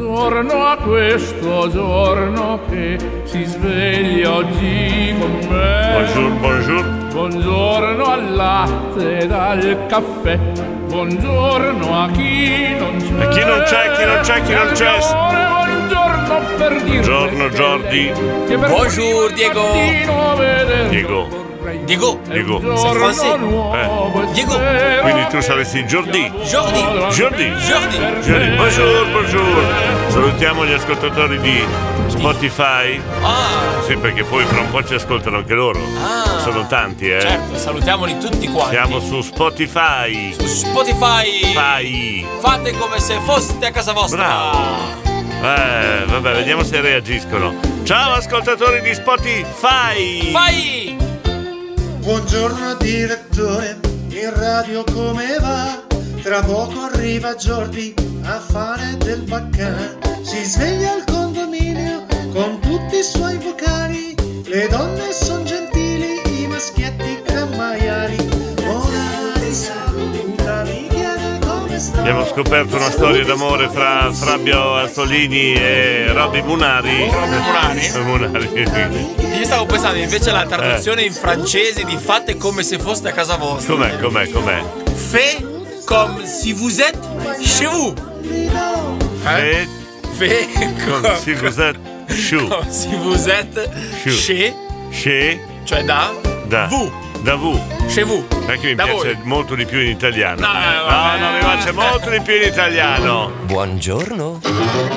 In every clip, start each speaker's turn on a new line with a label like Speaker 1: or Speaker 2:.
Speaker 1: Torno a questo giorno che si sveglia oggi con me.
Speaker 2: Bonjour, bonjour.
Speaker 1: Buongiorno al latte e al caffè, buongiorno a chi non c'è.
Speaker 2: A chi non c'è, chi non c'è, chi non c'è.
Speaker 1: E allora Buongiorno per dire.
Speaker 2: Buongiorno, Jordi.
Speaker 3: Bonjour, Diego.
Speaker 2: Diego.
Speaker 3: Diego,
Speaker 2: Diego. Eh,
Speaker 3: Sei francese? Diego.
Speaker 1: Diego.
Speaker 2: Quindi tu saresti Jordi?
Speaker 3: Jordi,
Speaker 2: Jordi.
Speaker 3: Jordi,
Speaker 2: Jordi. Bonjour, bonjour. Salutiamo gli ascoltatori di Spotify.
Speaker 3: ah,
Speaker 2: Sì, perché poi fra un po' ci ascoltano anche loro.
Speaker 3: Ah.
Speaker 2: Sono tanti, eh.
Speaker 3: certo, salutiamoli tutti quanti.
Speaker 2: Siamo su Spotify.
Speaker 3: Su Spotify.
Speaker 2: Fai.
Speaker 3: Fate come se foste a casa Ah. vostra.
Speaker 2: Bravo. Eh, vabbè, vediamo se reagiscono. Ciao ascoltatori di Spotify.
Speaker 3: Fai!
Speaker 4: Buongiorno direttore, in radio come va? Tra poco arriva Jordi a fare del baccà. Si sveglia al condominio con tutti i suoi vocali. Le donne son gentili, i maschietti cammaiali. Bonari saluta, mi chiede come sta.
Speaker 2: Abbiamo scoperto una storia d'amore fra Fabio Astolini e Robby Munari.
Speaker 3: Munari?
Speaker 2: Munari.
Speaker 3: Io stavo pensando invece
Speaker 2: Eh.
Speaker 3: alla traduzione in francese di fate come se foste a casa vostra.
Speaker 2: Com'è, com'è, com'è?
Speaker 3: Fais comme si vous êtes chez vous. Eh?
Speaker 2: E
Speaker 3: Fais
Speaker 2: con
Speaker 3: comme
Speaker 2: si cos'è? Shu.
Speaker 3: si vous êtes
Speaker 2: Chez.
Speaker 3: chez,
Speaker 2: She
Speaker 3: cioè da,
Speaker 2: da.
Speaker 3: vous,
Speaker 2: Da V.
Speaker 3: chez vous.
Speaker 2: Non è che mi
Speaker 3: Da
Speaker 2: piace
Speaker 3: voi.
Speaker 2: molto di più in italiano.
Speaker 3: No, eh,
Speaker 2: no,
Speaker 3: vabbè.
Speaker 2: no, mi piace molto di più in italiano.
Speaker 5: Buongiorno.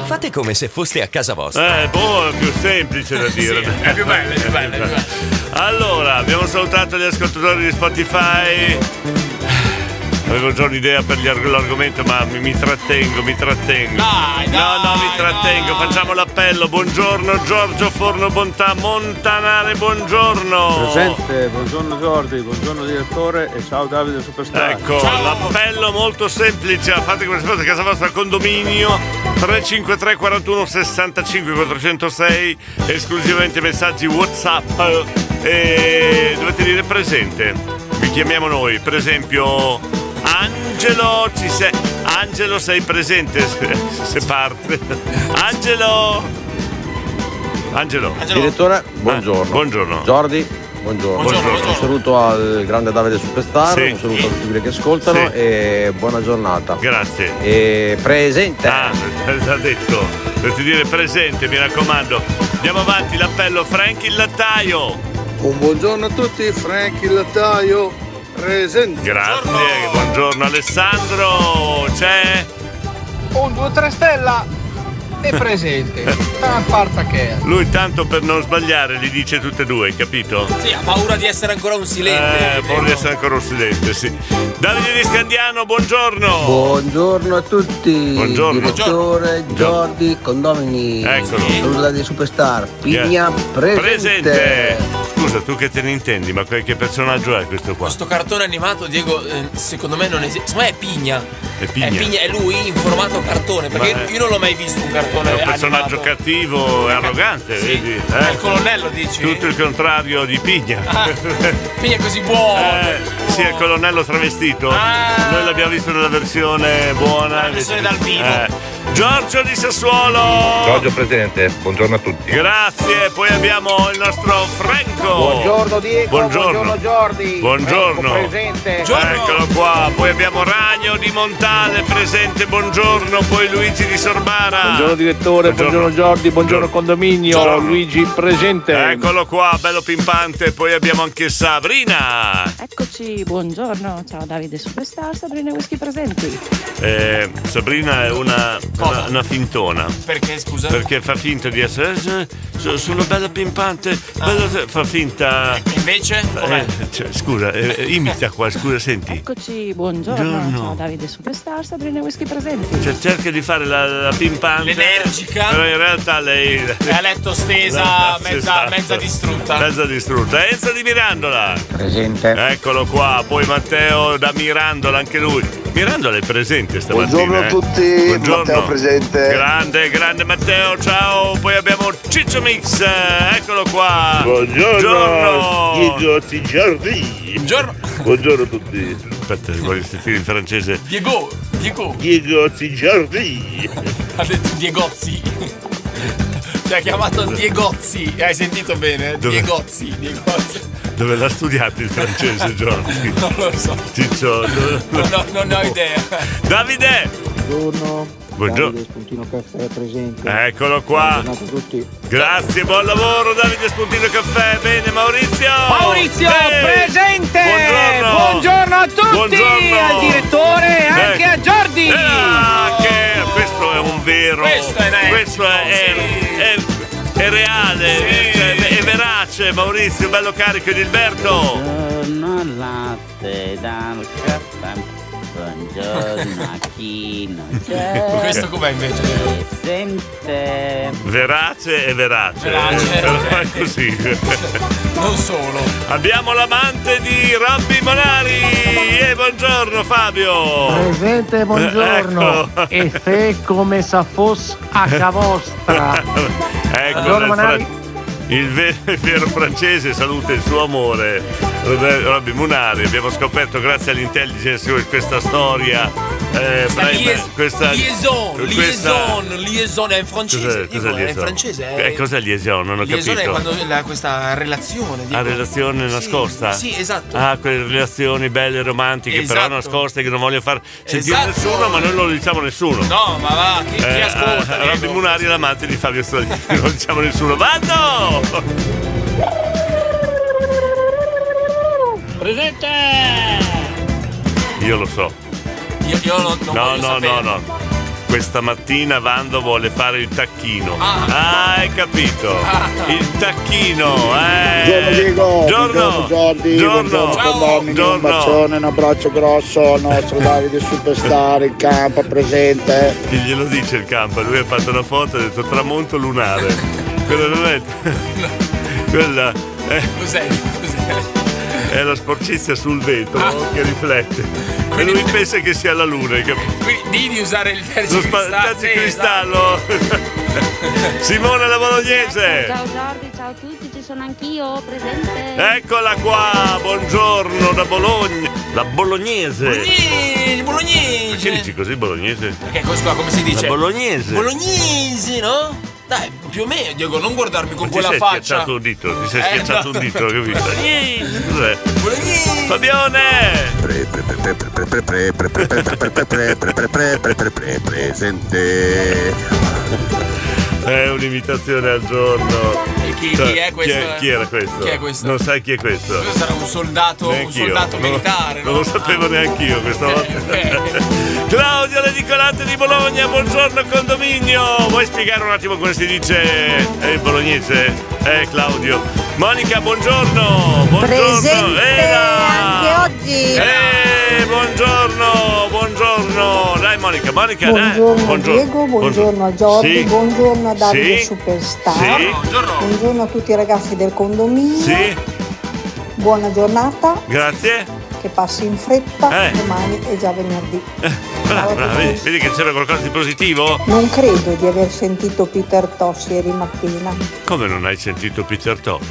Speaker 5: Fate come se foste a casa vostra.
Speaker 2: Eh, boh, è più semplice da dire.
Speaker 3: Sì, è più bello, è più bello, è più bello.
Speaker 2: Allora, abbiamo salutato gli ascoltatori di Spotify. Avevo già un'idea per gli arg- l'argomento, ma mi, mi trattengo, mi trattengo.
Speaker 3: Dai,
Speaker 2: no, no,
Speaker 3: dai,
Speaker 2: mi trattengo.
Speaker 3: dai.
Speaker 2: Facciamo l'appello. Buongiorno Giorgio Forno Bontà, Montanare, buongiorno.
Speaker 6: Presente, buongiorno Jordi, buongiorno direttore e ciao Davide Superstar.
Speaker 2: Ecco,
Speaker 3: Ciao.
Speaker 2: l'appello molto semplice, fate come se fosse casa vostra condominio 353 41 65 406, esclusivamente messaggi Whatsapp e dovete dire presente. Vi chiamiamo noi, per esempio Angelo, ci sei Angelo sei presente se, se parte. Angelo Angelo
Speaker 3: Angelo,
Speaker 6: Direttore, buongiorno.
Speaker 2: Ah, buongiorno.
Speaker 6: Jordi, buongiorno.
Speaker 3: Buongiorno, buongiorno.
Speaker 6: Un saluto al grande Davide Superstar,
Speaker 2: Sì.
Speaker 6: un saluto a tutti quelli che ascoltano
Speaker 2: Sì.
Speaker 6: e buona giornata.
Speaker 2: Grazie.
Speaker 6: E presente.
Speaker 2: Ah, l'ha detto. Dovete dire presente, mi raccomando. Andiamo avanti, l'appello Frank il lattaio.
Speaker 7: Un buongiorno a tutti, Frank il lattaio presente.
Speaker 2: Grazie, buongiorno,
Speaker 3: Buongiorno.
Speaker 2: Alessandro. C'è
Speaker 8: Un 2 3 stella è presente. Tan parta che è.
Speaker 2: lui tanto per non sbagliare gli dice tutte e due, capito?
Speaker 3: sì, ha paura di essere ancora un silente.
Speaker 2: Eh, vorrei essere ancora un silente, sì. Davide di Scandiano, buongiorno.
Speaker 9: Buongiorno a tutti,
Speaker 2: Buongiorno.
Speaker 9: direttore
Speaker 2: Buongiorno.
Speaker 9: Jordi Condomini,
Speaker 2: Eccolo.
Speaker 9: saluta di Superstar,
Speaker 2: Yeah.
Speaker 9: Pigna presente. Eh,
Speaker 2: Scusa, tu che te ne intendi, ma que- che personaggio è questo qua?
Speaker 3: Questo cartone animato, Diego, eh, secondo me non esiste. Secondo me è Pigna.
Speaker 2: È Pigna.
Speaker 3: È è lui in formato cartone. Perché
Speaker 2: Ma- eh.
Speaker 3: io non l'ho mai visto un
Speaker 2: È
Speaker 3: cartone
Speaker 2: un personaggio
Speaker 3: animato.
Speaker 2: cattivo e arrogante,
Speaker 3: Sì.
Speaker 2: vedi?
Speaker 3: È
Speaker 2: Eh?
Speaker 3: il colonnello, dici?
Speaker 2: Tutto il contrario di Pigna.
Speaker 3: Ah, Pigna è così buono.
Speaker 2: Eh, sì, è il colonnello travestito.
Speaker 3: Ah.
Speaker 2: Noi l'abbiamo visto nella versione buona. Eh.
Speaker 3: La versione dal vivo.
Speaker 2: Giorgio di Sassuolo.
Speaker 6: presente, buongiorno a tutti.
Speaker 2: Grazie, poi abbiamo il nostro Franco.
Speaker 8: Buongiorno Diego,
Speaker 2: Buongiorno.
Speaker 8: buongiorno, Jordi.
Speaker 2: Buongiorno.
Speaker 8: Franco presente. Ecco.
Speaker 3: Gio- Buongiorno.
Speaker 2: Eccolo qua, poi abbiamo Ragno di Montale presente, buongiorno, poi Luigi di Sorbara.
Speaker 6: Ah. Buongiorno direttore,
Speaker 2: ah. Buongiorno.
Speaker 6: buongiorno, Jordi, buongiorno,
Speaker 2: Buongiorno.
Speaker 6: condominio,
Speaker 2: Buongiorno.
Speaker 6: Luigi presente.
Speaker 2: Eccolo qua, bello pimpante, poi abbiamo anche Sabrina.
Speaker 3: Ecco.
Speaker 10: Eccoci, buongiorno, ciao Davide Superstar, Sabrina Whisky presenti.
Speaker 2: Eh, Sabrina è una- una,
Speaker 3: Cosa?
Speaker 2: una fintona.
Speaker 3: Perché, scusa?
Speaker 2: Perché fa finta di essere. eh, so- Sono bella pimpante, bella, fa finta.
Speaker 3: Ah. Invece, com'è?
Speaker 2: eh, cioè, scusa, eh, imita qua, scusa, senti.
Speaker 10: Eccoci, buongiorno,
Speaker 2: Buongiorno.
Speaker 10: ciao Davide Superstar, Sabrina Whisky presenti.
Speaker 2: Cioè, cerca di fare la, la pimpante.
Speaker 3: L'energica.
Speaker 2: Però in realtà lei. Esatto,
Speaker 3: È a letto stesa, mezza, mezza distrutta.
Speaker 2: Mezza distrutta. Enzo di Mirandola.
Speaker 9: Presente.
Speaker 2: Eccolo qua, poi Matteo da Mirandola, anche lui. Mirandola è presente stamattina.
Speaker 11: Buongiorno a
Speaker 2: eh.
Speaker 11: tutti,
Speaker 2: Buongiorno.
Speaker 11: Matteo presente.
Speaker 2: Grande, grande Matteo, ciao. Poi abbiamo Ciccio Mix, eh, eccolo qua. Buongiorno.
Speaker 3: Buongiorno.
Speaker 2: Buongiorno a tutti. Aspetta, voglio sentire in francese.
Speaker 3: Diego, Diego.
Speaker 2: Diego Zigiardi.
Speaker 3: Ha detto Diegozzi. Ti ha chiamato Diegozzi. Hai sentito bene?
Speaker 2: Dove?
Speaker 3: Diegozzi. Diegozzi.
Speaker 2: Dove l'ha studiato il francese, Giorgi?
Speaker 3: Non lo so.
Speaker 2: Ciccio.
Speaker 3: Non ho, non ne ho idea.
Speaker 2: Davide!
Speaker 12: Buongiorno.
Speaker 2: Buongiorno.
Speaker 12: Davide Spuntino Caffè è presente.
Speaker 2: Eccolo qua.
Speaker 12: Buona giornata a tutti.
Speaker 2: Grazie, buon lavoro Davide Spuntino Caffè. Bene, Maurizio.
Speaker 1: Maurizio,
Speaker 2: Bene.
Speaker 1: presente!
Speaker 2: Buongiorno.
Speaker 1: Buongiorno a tutti!
Speaker 2: Buongiorno.
Speaker 1: Al direttore e anche
Speaker 2: Ecco.
Speaker 1: a Jordi!
Speaker 2: Ah, che questo è un vero.
Speaker 1: Questo è vero,
Speaker 2: questo è- è- è reale, cioè, è, è verace, Maurizio, bello carico di Alberto.
Speaker 13: Buongiorno latte dal caffè. Buongiorno a chi non
Speaker 3: Certo.
Speaker 13: c'è.
Speaker 2: Questo com'è
Speaker 13: invece? Sente.
Speaker 2: Verace e verace.
Speaker 13: Verace,
Speaker 2: Eh, però è così.
Speaker 3: Non solo.
Speaker 2: Abbiamo l'amante di Robby Monari. E buongiorno Fabio.
Speaker 14: Presente, buongiorno.
Speaker 2: Eh, Ecco.
Speaker 14: E se come sa fosse a vostra.
Speaker 2: ecco
Speaker 14: Buongiorno,
Speaker 2: la
Speaker 14: Monari.
Speaker 2: il vero, il vero francese saluta il suo amore, Robe- Robby Munari. Abbiamo scoperto grazie all'intelligence questa storia. eh, fra i-
Speaker 3: lies-
Speaker 2: questa
Speaker 3: liaison,
Speaker 2: questa-
Speaker 3: liaison, liaison è in francese.
Speaker 2: Cos'è,
Speaker 3: Diego,
Speaker 2: cos'è
Speaker 3: è in
Speaker 2: liaison?
Speaker 3: francese. È...
Speaker 2: Eh, cos'è liaison? Non ho
Speaker 3: liaison è
Speaker 2: capito.
Speaker 3: quando la- questa relazione. Diego.
Speaker 2: Ah, relazione
Speaker 3: Sì,
Speaker 2: nascosta?
Speaker 3: Sì, esatto.
Speaker 2: Ah, quelle relazioni belle, romantiche, però
Speaker 3: Esatto.
Speaker 2: nascoste che non voglio far sentire
Speaker 3: Esatto.
Speaker 2: nessuno, ma noi non lo diciamo a nessuno.
Speaker 3: No, ma va, chi, chi
Speaker 2: Eh,
Speaker 3: ascolta?
Speaker 2: ah, Robby Munari è l'amante di Fabio Stradini, non lo diciamo a nessuno. Vado!
Speaker 15: Presente!
Speaker 2: Io lo so.
Speaker 3: Io, io non, non
Speaker 2: no,
Speaker 3: voglio
Speaker 2: no,
Speaker 3: sapere.
Speaker 2: no, no. Questa mattina Vando vuole fare il tacchino.
Speaker 3: Ah.
Speaker 2: Ah, hai capito? Il tacchino, eh.
Speaker 16: Buongiorno Diego,
Speaker 2: Giorno.
Speaker 16: buongiorno Jordi,
Speaker 2: Giorno.
Speaker 16: buongiorno
Speaker 2: Ciao.
Speaker 16: condomini, un
Speaker 2: Buongiorno.
Speaker 16: bacione, un abbraccio grosso al nostro Davide Superstar in campo presente.
Speaker 2: Chi glielo dice il campo? Lui ha fatto una foto e ha detto tramonto lunare. Quella non è. Quella è.
Speaker 3: Cos'è?
Speaker 2: È la sporcizia sul vetro
Speaker 3: Ah.
Speaker 2: che riflette. E lui pensa che sia la luna, hai capito?
Speaker 3: Quindi di, di usare il terzo esatto.
Speaker 2: Lo spa- tergicristallo. Simone la bolognese!
Speaker 17: Ciao Jordi, ciao a tutti, ci sono anch'io, presente.
Speaker 2: Eccola qua, buongiorno da Bologna, la bolognese.
Speaker 3: Il bolognese.
Speaker 2: Perché dici così bolognese?
Speaker 3: Perché questo qua come si dice?
Speaker 2: La bolognese.
Speaker 3: Bolognese, no? Dai, più o meno, Diego, non guardarmi con
Speaker 2: Ti
Speaker 3: quella
Speaker 2: sei
Speaker 3: faccia.
Speaker 2: schiacciato un dito, ti sei
Speaker 3: Eh,
Speaker 2: schiacciato
Speaker 3: no.
Speaker 2: un dito, capito?
Speaker 3: Bolognese.
Speaker 2: Cos'è? Fabione!
Speaker 5: Presente.
Speaker 2: È un'imitazione al giorno. Cioè,
Speaker 3: E chi- chi è questo,
Speaker 2: Chi,
Speaker 3: eh?
Speaker 2: chi era questo?
Speaker 3: Chi è questo?
Speaker 2: Non sai chi è questo?
Speaker 3: Questo sarà un soldato, un
Speaker 2: Neanch'io.
Speaker 3: soldato
Speaker 2: Non-
Speaker 3: militare,
Speaker 2: Non
Speaker 3: no? Ah.
Speaker 2: lo sapevo neanche io questa volta.
Speaker 3: ok.
Speaker 2: Claudio Ledicolante di Bologna, buongiorno condominio. Vuoi spiegare un attimo come si dice eh, il bolognese? Eh Claudio. Monica, buongiorno. Buongiorno.
Speaker 18: Presente anche oggi.
Speaker 2: Eh, buongiorno, buongiorno. Dai Monica, Monica, dai.
Speaker 18: Buongiorno, Diego, buongiorno a Giorgio,
Speaker 2: Sì.
Speaker 18: buongiorno a Davide
Speaker 2: Sì.
Speaker 18: Superstar,
Speaker 2: Sì.
Speaker 18: buongiorno a tutti i ragazzi del condominio,
Speaker 2: Sì,
Speaker 18: buona giornata,
Speaker 2: grazie.
Speaker 18: che passi in fretta,
Speaker 2: Eh.
Speaker 18: domani è già venerdì.
Speaker 2: Brava, brava, vedi, vedi che c'era qualcosa di positivo?
Speaker 18: Non credo di aver sentito Peter Tosh ieri mattina.
Speaker 2: Come non hai sentito Peter Tosh?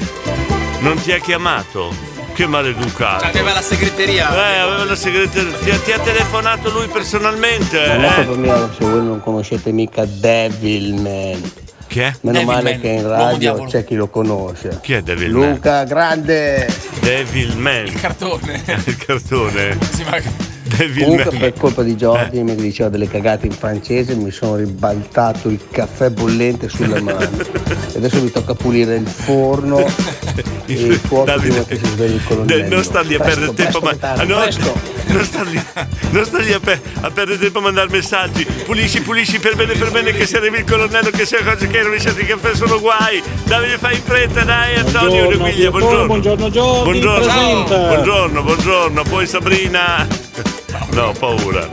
Speaker 2: Non ti ha chiamato? Che maleducato.
Speaker 3: Aveva la segreteria.
Speaker 2: Eh, aveva la segreteria. Ti ha, ti ha telefonato lui personalmente.
Speaker 9: Non è
Speaker 2: Eh.
Speaker 9: colpa mia se voi non conoscete mica Devilman.
Speaker 2: Che è?
Speaker 9: Meno
Speaker 2: Devilman,
Speaker 9: male che in
Speaker 2: l'uomo
Speaker 9: radio
Speaker 2: diavolo.
Speaker 9: c'è chi lo conosce.
Speaker 2: Chi è Devilman?
Speaker 9: Luca Grande!
Speaker 2: Devilman. Il
Speaker 3: cartone.
Speaker 2: Il cartone.
Speaker 3: Sì, ma...
Speaker 9: Comunque
Speaker 2: Devilman. Eh.
Speaker 9: per colpa di Jordi mi diceva delle cagate in francese mi sono ribaltato il caffè bollente sulla mano e adesso mi tocca pulire il forno e il cuoco prima che si svegli il
Speaker 2: De-
Speaker 9: colonnello
Speaker 2: non stargli a
Speaker 9: Presto,
Speaker 2: perdere tempo
Speaker 9: presto,
Speaker 2: ma-
Speaker 9: Natale,
Speaker 2: ah, no,
Speaker 9: presto.
Speaker 2: non stargli, non stargli a, pe- a perdere tempo a mandare messaggi pulisci pulisci per bene per bene che se arrivi il colonnello che sia cosa che rovesciati il caffè sono guai Davide fai in fretta dai Antonio di Guiglia buongiorno
Speaker 19: Buongiorno Giorgio.
Speaker 2: buongiorno
Speaker 19: presente.
Speaker 2: buongiorno buongiorno poi Sabrina no ho paura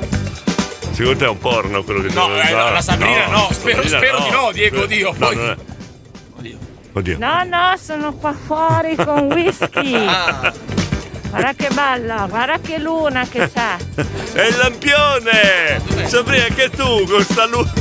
Speaker 2: secondo te è un porno quello che
Speaker 3: No, eh, no, la Sabrina no, spero,
Speaker 2: Sabrina
Speaker 3: spero di no, Diego, Dio.
Speaker 2: No,
Speaker 3: poi-
Speaker 2: non è- Oddio. Oddio.
Speaker 10: No, no, sono qua fuori con whisky.
Speaker 2: Ah.
Speaker 8: Guarda che bella, guarda che luna che c'è.
Speaker 2: È il lampione! Sabrina anche tu con sta luna.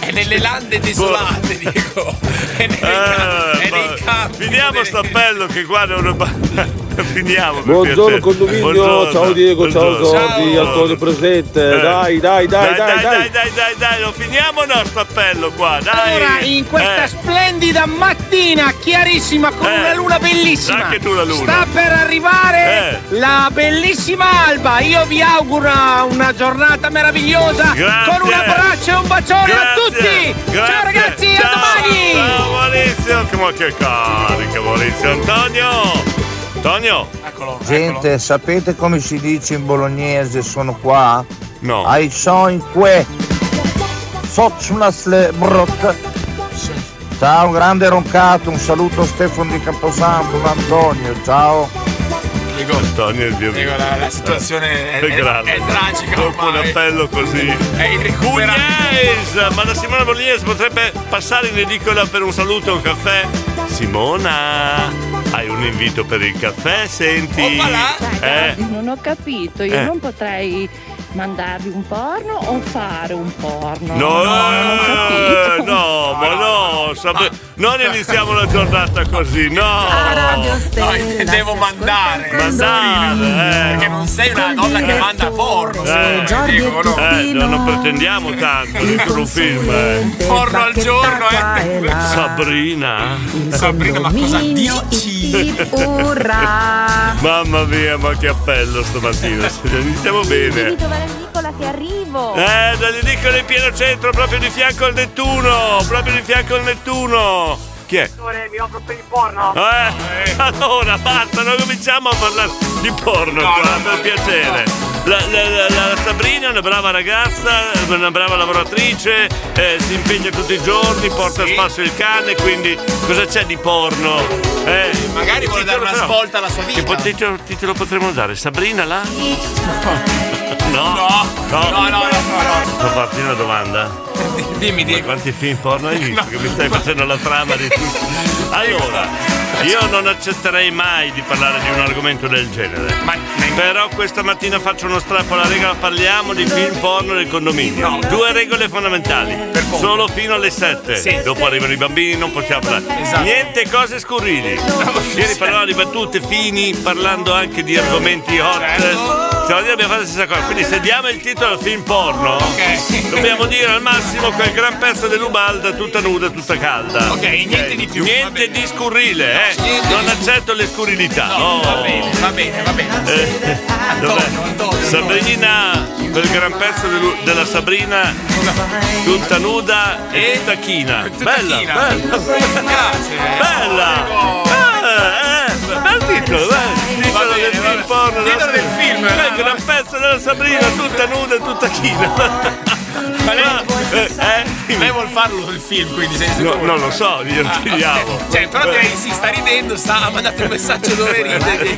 Speaker 3: È nelle lande desolate, dico. È nei, ca- è nei campi.
Speaker 2: Ah, Finiamo sto appello che qua non Finiamo. per
Speaker 20: Buongiorno
Speaker 2: piacere.
Speaker 20: condominio,
Speaker 2: Buongiorno.
Speaker 20: ciao Diego, ciao
Speaker 2: Buongiorno.
Speaker 20: Zordi, Antonio presente.
Speaker 2: Eh.
Speaker 20: Dai, dai, dai, dai, dai.
Speaker 2: dai, dai, dai, dai, lo finiamo o no sto appello qua, dai.
Speaker 21: Allora, in questa
Speaker 2: Eh.
Speaker 21: splendida mattina chiarissima con
Speaker 2: Eh,
Speaker 21: una luna bellissima.
Speaker 2: anche tu la luna. Eh.
Speaker 21: Sta per arrivare la bellissima alba. Io vi auguro una, una giornata meravigliosa.
Speaker 2: Grazie.
Speaker 21: Con un abbraccio e un bacione a
Speaker 2: Grazie.
Speaker 21: tutti.
Speaker 2: Grazie.
Speaker 21: Ciao ragazzi,
Speaker 2: Ciao.
Speaker 21: a domani.
Speaker 2: Eh. Ciao Maurizio, che- ma che carica Maurizio Antonio. Antonio. Eccolo.
Speaker 9: Gente, sapete come si dice in bolognese? Sono qua?
Speaker 2: No.
Speaker 9: Ai son in que. Socunasle brot. Ciao, grande roncato, un saluto a Stefano di Camposanto, da Antonio, ciao.
Speaker 2: Antonio, Dio
Speaker 3: Dico, la, la situazione è,
Speaker 2: Eh, È
Speaker 3: è-
Speaker 2: grave.
Speaker 3: è tragica
Speaker 2: Dopo un
Speaker 3: ormai. Eh.
Speaker 2: appello così.
Speaker 3: È irrecuperabile.
Speaker 2: Pugliese, ma la Simona Pugliese potrebbe passare in edicola per un saluto e un caffè? Simona, hai un invito per il caffè, senti.
Speaker 8: Guardi,
Speaker 2: Eh,
Speaker 8: Non ho capito, io
Speaker 2: Eh.
Speaker 8: non potrei mandarvi un porno o fare un porno.
Speaker 2: No,
Speaker 8: non ho
Speaker 2: eh, no, ma no, sape- non iniziamo la giornata così, no.
Speaker 3: No, intendevo mandare.
Speaker 2: Mandare, eh.
Speaker 3: Perché non sei una donna che manda porno.
Speaker 2: Eh,
Speaker 3: Dico, no.
Speaker 2: eh, no, non pretendiamo tanto dentro un film. eh.
Speaker 3: Porno al giorno, eh.
Speaker 2: Sabrina.
Speaker 3: Sabrina, ma cosa dici?
Speaker 2: Mamma mia, ma che appello stamattina.
Speaker 3: diciamo
Speaker 2: Iniziamo bene.
Speaker 13: Subito vale Nicola che arrivo.
Speaker 2: Eh, dagli dicono in pieno centro, proprio di fianco al Nettuno. Proprio di fianco al Nettuno. Chi è?
Speaker 11: Mi offro per il porno.
Speaker 2: Eh, allora basta, non cominciamo a parlare di porno qua, per piacere. La, la- la- la Sabrina è una brava ragazza, una brava lavoratrice, eh, si impegna tutti i giorni, porta a spasso il cane, quindi cosa c'è di porno? Eh,
Speaker 3: Magari vuole dare una
Speaker 2: però-
Speaker 3: svolta alla sua
Speaker 2: Che
Speaker 3: vita.
Speaker 2: pot- ti- te, ti- te lo potremmo dare, Sabrina là? No,
Speaker 3: No, no, no, no, no.
Speaker 2: Devo farti una domanda.
Speaker 3: Dimmi, dimmi.
Speaker 2: quanti film porno hai visto? Che mi stai facendo la trama di tutto. Allora, io non accetterei mai di parlare di un argomento del genere. Però questa mattina faccio uno strappo alla regola, parliamo di film porno nel condominio. Due regole fondamentali. Solo fino alle 7.
Speaker 3: Sì.
Speaker 2: Dopo arrivano i bambini, non possiamo parlare.
Speaker 3: Esatto.
Speaker 2: Niente cose scurrili. Ieri parlavamo di battute fini, parlando anche di argomenti hot.
Speaker 3: Certo.
Speaker 2: Stamattina abbiamo fatto la stessa cosa. Quindi se diamo il titolo al film porno, dobbiamo dire al massimo quel gran pezzo dell'Ubalda tutta nuda, tutta calda.
Speaker 3: Ok, niente di più.
Speaker 2: Niente di scurrile, eh. non accetto le scurrilità.
Speaker 3: No, va
Speaker 2: Oh.
Speaker 3: bene, va bene, va bene.
Speaker 2: Eh, dov'è? Sabrina, quel gran pezzo dell'u- della Sabrina, tutta nuda e tutta china. bella,
Speaker 3: china.
Speaker 2: bella, bella. Eh, eh, bel titolo, eh. Titolo del film porno. Titolo del film. Quel gran pezzo della Sabrina, tutta nuda e tutta china. Ma lei,
Speaker 3: vuol farlo il film, quindi sei
Speaker 2: Eh, No,
Speaker 3: sicuro?
Speaker 2: non Eh. lo so, gli
Speaker 3: Ah,
Speaker 2: archiviamo.
Speaker 3: ok. Cioè, però direi si sta ridendo, sta ha mandato un messaggio dove ride.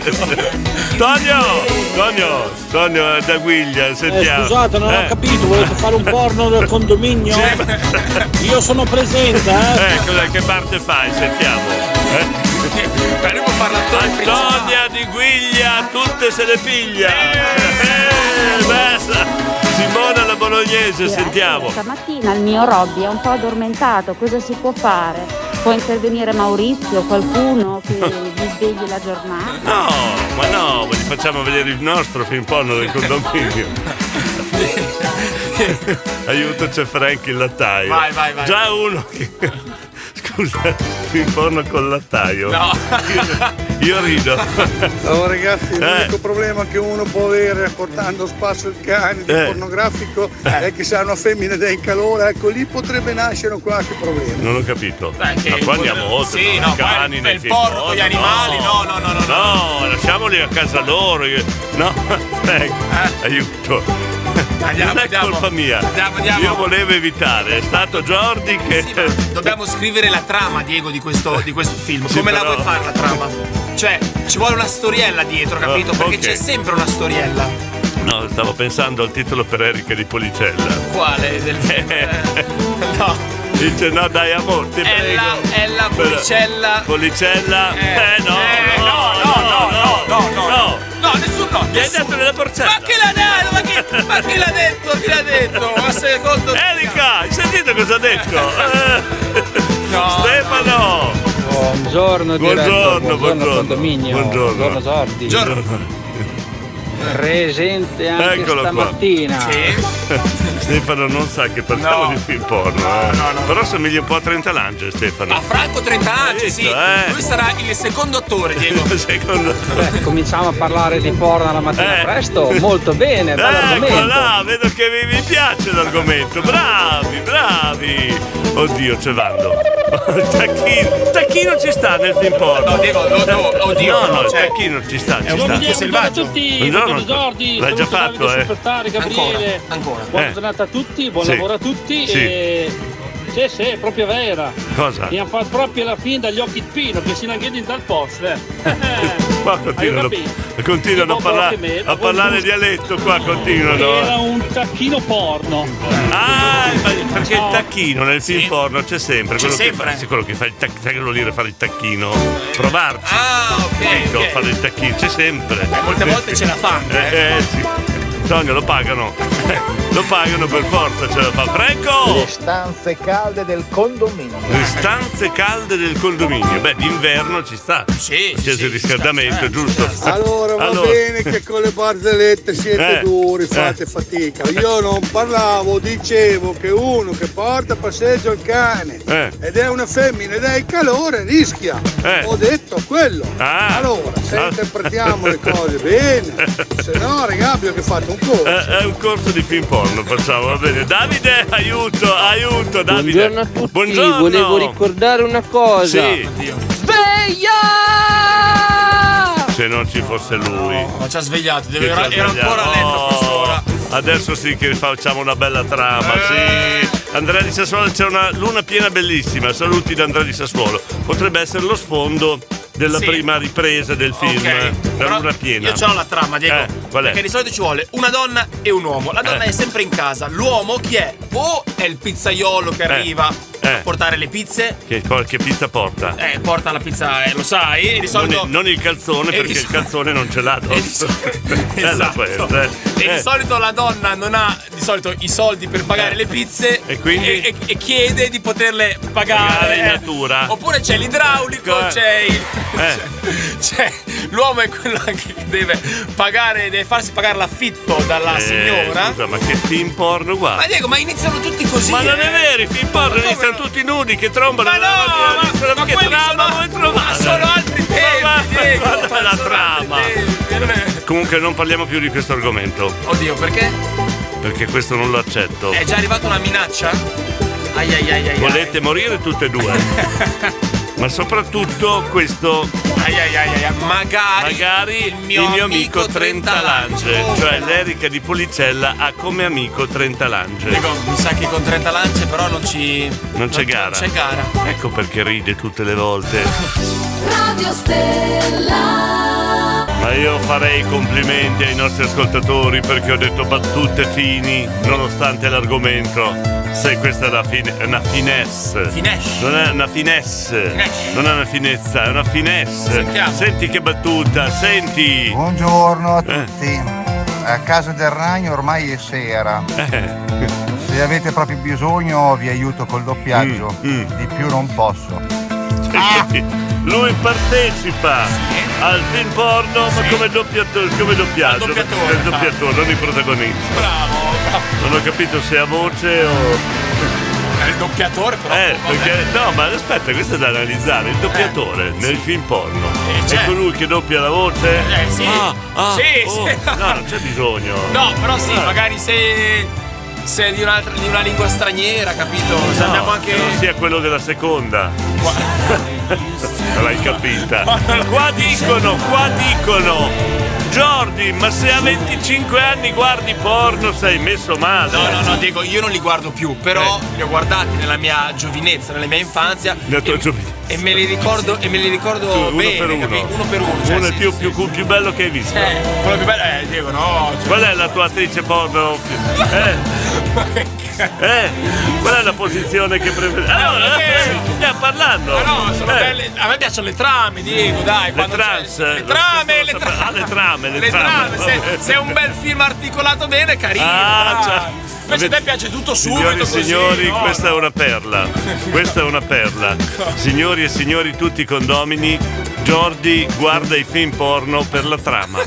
Speaker 2: Tonio, Tonio, Tonio eh, da Guiglia, sentiamo.
Speaker 22: scusate, non ho
Speaker 2: Eh.
Speaker 22: capito, volete fare un porno del condominio? Io sono presente, eh?
Speaker 2: Eh, cos'è che parte fai? Sentiamo. Eh?
Speaker 3: Faremo farla
Speaker 2: Antonia di Guiglia, tutte se le piglia. Eh, basta. Simona la bolognese, sentiamo.
Speaker 13: Stamattina il mio Robby è un po' addormentato, cosa si può fare? Può intervenire Maurizio, qualcuno che gli svegli la giornata?
Speaker 2: No, ma no, ma gli facciamo vedere il nostro film porno del condominio. Aiuto c'è Frank il lattaio.
Speaker 3: Vai, vai, vai.
Speaker 2: Già uno che. Scusa, film porno col lattaio.
Speaker 4: No.
Speaker 2: Io, io rido.
Speaker 4: Allora ragazzi,
Speaker 2: Eh.
Speaker 4: l'unico problema che uno può avere portando a spasso il cane di
Speaker 2: Eh.
Speaker 4: pornografico è che se ha una femmina ed è in calore, ecco lì potrebbe nascere un qualche problema.
Speaker 2: Non ho capito.
Speaker 4: che-
Speaker 2: Ma qua andiamo oltre.
Speaker 4: Sì,
Speaker 2: no,
Speaker 4: no,
Speaker 2: i
Speaker 4: qua
Speaker 2: cani
Speaker 4: il-
Speaker 2: nei
Speaker 4: il
Speaker 2: film
Speaker 4: porno con gli animali, no,
Speaker 2: no, no, no. No, lasciamoli a casa loro. io- No, ecco, aiuto. non è colpa mia. Io volevo evitare, è stato Jordi che.
Speaker 3: Dobbiamo scrivere la trama, Diego, di questo, di questo film.
Speaker 2: Sì,
Speaker 3: Come la
Speaker 2: però-
Speaker 3: vuoi fare la trama? Cioè, ci vuole una storiella dietro, capito?
Speaker 2: Ah,
Speaker 3: Perché
Speaker 2: ok.
Speaker 3: c'è sempre una storiella.
Speaker 2: No, stavo pensando al titolo per Erika di Policella.
Speaker 3: Quale? Del film? no.
Speaker 2: Dice no dai amore, ti
Speaker 3: È
Speaker 2: prego.
Speaker 3: la, è la
Speaker 2: Però-
Speaker 3: policella. Eh.
Speaker 2: Policella. Eh, no, no, no, no, no,
Speaker 3: no, no, no, no, nessun no.
Speaker 2: Gli hai dato nella porcetta.
Speaker 3: Ma chi l'ha detto? Ma chi, ma chi l'ha detto? Chi l'ha detto? Ma secondo te?
Speaker 2: Erika, hai sentito cosa ha detto? Stefano!
Speaker 11: Buongiorno,
Speaker 2: Buongiorno,
Speaker 11: diretto,
Speaker 2: buongiorno.
Speaker 11: condominio,
Speaker 3: oh.
Speaker 2: Buongiorno.
Speaker 11: buongiorno Sordi. Presente anche
Speaker 2: Eccolo qua.
Speaker 11: stamattina.
Speaker 2: Stefano non sa che parliamo di film porno. eh. Però somiglia un po' a Trentalange, Stefano.
Speaker 3: A Franco 30 Ecco, anni, sì.
Speaker 2: eh.
Speaker 3: Lui sarà il secondo attore, Diego.
Speaker 2: secondo
Speaker 11: Beh, cominciamo a parlare di porno la mattina
Speaker 2: Eh.
Speaker 11: presto, molto bene,
Speaker 2: Ecco
Speaker 11: bell'argomento.
Speaker 2: là, vedo che vi, vi piace l'argomento. Bravi, bravi. Oddio, c'è Vando. Tacchino, Tacchino ci sta nel film porno. No, Diego, no, no,
Speaker 3: oddio,
Speaker 2: No, no,
Speaker 3: no, cioè-
Speaker 2: Tacchino ci sta, ci
Speaker 3: È un
Speaker 2: sta.
Speaker 3: uomo selvaggio.
Speaker 6: Ecco,
Speaker 2: Buongiorno. L'hai già fatto, eh.
Speaker 6: Superstare, Gabriele.
Speaker 3: Ancora,
Speaker 6: Buona
Speaker 2: Eh.
Speaker 6: giornata a tutti, buon
Speaker 2: Sì.
Speaker 6: lavoro a tutti.
Speaker 2: Sì. Esatto.
Speaker 6: E... Sì, sì, è proprio vera.
Speaker 2: Cosa?
Speaker 6: Mi hanno fatto proprio la fin dagli occhi di Pino, che si langhedi dal posto. eh.
Speaker 2: Qua
Speaker 6: Hai
Speaker 2: continuano,
Speaker 6: capito?
Speaker 2: continuano a,
Speaker 6: Tipo
Speaker 2: parlare,
Speaker 6: Pokémon,
Speaker 2: a parlare dialetto, qua
Speaker 6: Era
Speaker 2: continuano.
Speaker 6: un tacchino porno.
Speaker 2: Ah, Perché il tacchino nel film porno c'è sempre.
Speaker 6: C'è
Speaker 2: Quello che,
Speaker 6: sempre.
Speaker 2: fa, sì, quello che fa il tac- sai che vuol dire fare il tacchino? Provarci. Ah, ok. Ecco, fare il tacchino, c'è sempre.
Speaker 3: molte volte ce la fanno, eh.
Speaker 2: Eh, sì. Sogno, lo pagano. Lo pagano per forza, ce la fa. Franco!
Speaker 9: Le stanze calde del condominio.
Speaker 2: Le stanze calde del condominio. Beh, d'inverno ci sta. certo, Sì. C'è il riscaldamento, giusto?
Speaker 4: Allora va
Speaker 2: Allora.
Speaker 4: bene che con le barzellette siete
Speaker 2: Eh,
Speaker 4: duri,
Speaker 2: eh.
Speaker 4: fate fatica. Io non parlavo, dicevo che uno che porta a passeggio il cane
Speaker 2: Eh.
Speaker 4: ed è una femmina ed è il calore rischia.
Speaker 2: Eh.
Speaker 4: Ho detto quello.
Speaker 2: Ah.
Speaker 4: Allora, se
Speaker 2: Ah.
Speaker 4: interpretiamo le cose bene, se no raga abbiamo che fatto un corso.
Speaker 2: Eh, è un corso di film porno, facciamo, va bene. Davide, aiuto, aiuto, Davide.
Speaker 1: Buongiorno a tutti,
Speaker 2: Buongiorno.
Speaker 1: volevo ricordare una cosa.
Speaker 2: Sì.
Speaker 1: Sveglia!
Speaker 2: Se non ci fosse lui.
Speaker 3: No, ci ha svegliato,
Speaker 2: Che
Speaker 3: deve- era,
Speaker 2: ci ha
Speaker 3: era
Speaker 2: svegliato.
Speaker 3: ancora a letto a quest'ora.
Speaker 2: Oh, Adesso sì che facciamo una bella trama,
Speaker 3: Eh.
Speaker 2: sì. Andrea di Sassuolo c'è una luna piena bellissima. Saluti da Andrea di Sassuolo. Potrebbe essere lo sfondo della
Speaker 3: Sì.
Speaker 2: prima ripresa del film. eh, La luna piena.
Speaker 3: Io ce l'ho la trama, Diego.
Speaker 2: Eh, qual è?
Speaker 3: Perché di solito ci vuole una donna e un uomo. La donna
Speaker 2: Eh.
Speaker 3: è sempre in casa. L'uomo chi è? O è il pizzaiolo che
Speaker 2: Eh.
Speaker 3: arriva a
Speaker 2: Eh.
Speaker 3: portare le pizze.
Speaker 2: Che qualche pizza porta.
Speaker 3: Eh, porta la pizza, eh, lo sai. E di solito.
Speaker 2: non, il- non il calzone,
Speaker 3: e di Eh,
Speaker 2: perché il calzone non ce l'ha addosso. Bella
Speaker 3: Esatto.
Speaker 2: questa, eh.
Speaker 3: E
Speaker 2: Eh.
Speaker 3: di solito la donna non ha di solito i soldi per pagare le pizze e, e- e chiede di poterle pagare
Speaker 2: Eh,
Speaker 3: eh.
Speaker 2: Pagare in natura.
Speaker 3: Oppure c'è l'idraulico,
Speaker 2: Eh.
Speaker 3: c'è il.
Speaker 2: Eh.
Speaker 3: c'è- l'uomo è quello anche che deve pagare, deve farsi pagare l'affitto dalla
Speaker 2: Eh,
Speaker 3: signora.
Speaker 2: scusa, ma che film porno guarda?
Speaker 3: Ma Diego, ma iniziano tutti così.
Speaker 2: Ma non è
Speaker 3: eh.
Speaker 2: vero, i film porno
Speaker 3: Ma come
Speaker 2: iniziano tutti nudi che trombano.
Speaker 3: Ma no,
Speaker 2: davanti alla-
Speaker 3: ma
Speaker 2: che
Speaker 3: quelli
Speaker 2: trama
Speaker 3: sono-
Speaker 2: vuoi trovare?
Speaker 3: ma sono altri
Speaker 2: Ma
Speaker 3: tempi, Diego,
Speaker 2: guarda
Speaker 3: ma
Speaker 2: la
Speaker 3: sono altri
Speaker 2: trama. Comunque non parliamo più di questo argomento,
Speaker 3: Oddio, perché?
Speaker 2: perché questo non lo accetto.
Speaker 3: È già arrivata una minaccia? Ai ai ai ai. ai.
Speaker 2: Volete morire tutte e due. Ma soprattutto questo
Speaker 3: Ai ai ai ai, ai. Magari, il mio,
Speaker 2: il mio amico Trentalange,
Speaker 3: Lange.
Speaker 2: cioè l'Erica di Policella ha come amico Trentalange.
Speaker 3: Diego, mi sa che con 30 lance però non ci.
Speaker 2: Non c'è gara.
Speaker 3: c'è gara.
Speaker 2: Ecco perché ride tutte le volte.
Speaker 23: Radio Stella.
Speaker 2: Ma io farei complimenti ai nostri ascoltatori perché ho detto battute fini nonostante l'argomento. Se questa è una, fine, è una finesse.
Speaker 3: Finesse.
Speaker 2: Non è una finesse.
Speaker 9: Finesse.
Speaker 2: Non è una finezza, è una finesse. Senti che battuta, senti.
Speaker 9: Buongiorno a
Speaker 2: Eh.
Speaker 9: tutti. A casa del ragno ormai è sera.
Speaker 2: Eh.
Speaker 9: Se avete proprio bisogno vi aiuto col doppiaggio.
Speaker 2: Mm,
Speaker 9: Di più non posso.
Speaker 2: Ah, Lui partecipa al film porno ma come doppiatore, come doppiaggio. eh,
Speaker 3: doppiatore,
Speaker 2: Il doppiatore, non il protagonista.
Speaker 3: esatto. Bravo, bravo.
Speaker 2: Non ho capito se a voce o.
Speaker 3: È il doppiatore però.
Speaker 2: Eh, perché, no, ma aspetta, questo è da analizzare. Il doppiatore nel film porno è
Speaker 3: Eh, certo.
Speaker 2: colui che doppia la voce?
Speaker 3: Eh sì.
Speaker 2: Ah, ah,
Speaker 3: sì,
Speaker 2: oh,
Speaker 3: sì.
Speaker 2: No, non c'è bisogno. Ah.
Speaker 3: No, però
Speaker 2: Eh.
Speaker 3: sì, magari se. se è di, un'altra- di una lingua straniera, capito? Se
Speaker 2: No,
Speaker 3: abbiamo anche.
Speaker 2: che non sia quello della seconda. Non L'hai capita. Qua dicono, qua dicono. Jordi, ma se a 25 anni guardi porno sei messo male. Eh.
Speaker 3: No, no, no, Diego, io non li guardo più, però li ho guardati nella mia giovinezza, nella mia infanzia.
Speaker 2: Nella tua
Speaker 3: e, e me li ricordo, e me li ricordo
Speaker 2: Tu, uno
Speaker 3: bene,
Speaker 2: per uno.
Speaker 3: capi? Uno per uno. Cioè,
Speaker 2: Uno è
Speaker 3: sì,
Speaker 2: più, più, più bello che hai visto.
Speaker 3: Eh, quello più bello. Eh, Diego, no.
Speaker 2: Qual è la tua attrice porno? Eh, Eh? Qual è la posizione che prevede? Ah, no, eh, stiamo parlando.
Speaker 3: Ma Ah, no, sono
Speaker 2: Eh.
Speaker 3: belle. A me piacciono le trame, Diego, dai.
Speaker 2: Le
Speaker 3: quando c'è-
Speaker 2: trans. eh,
Speaker 3: Le trame, le trame.
Speaker 2: Ah, le trame, le,
Speaker 3: Le trame, se,
Speaker 2: vabbè.
Speaker 3: se è un bel film articolato bene, è carino.
Speaker 2: Ah,
Speaker 3: dai.
Speaker 2: cioè,
Speaker 3: Invece a te piace tutto subito
Speaker 2: Signori e
Speaker 3: così.
Speaker 2: signori,
Speaker 3: no?
Speaker 2: questa è una perla. Questa è una perla. Signori e signori, tutti i condomini, Jordi guarda i film porno per la trama.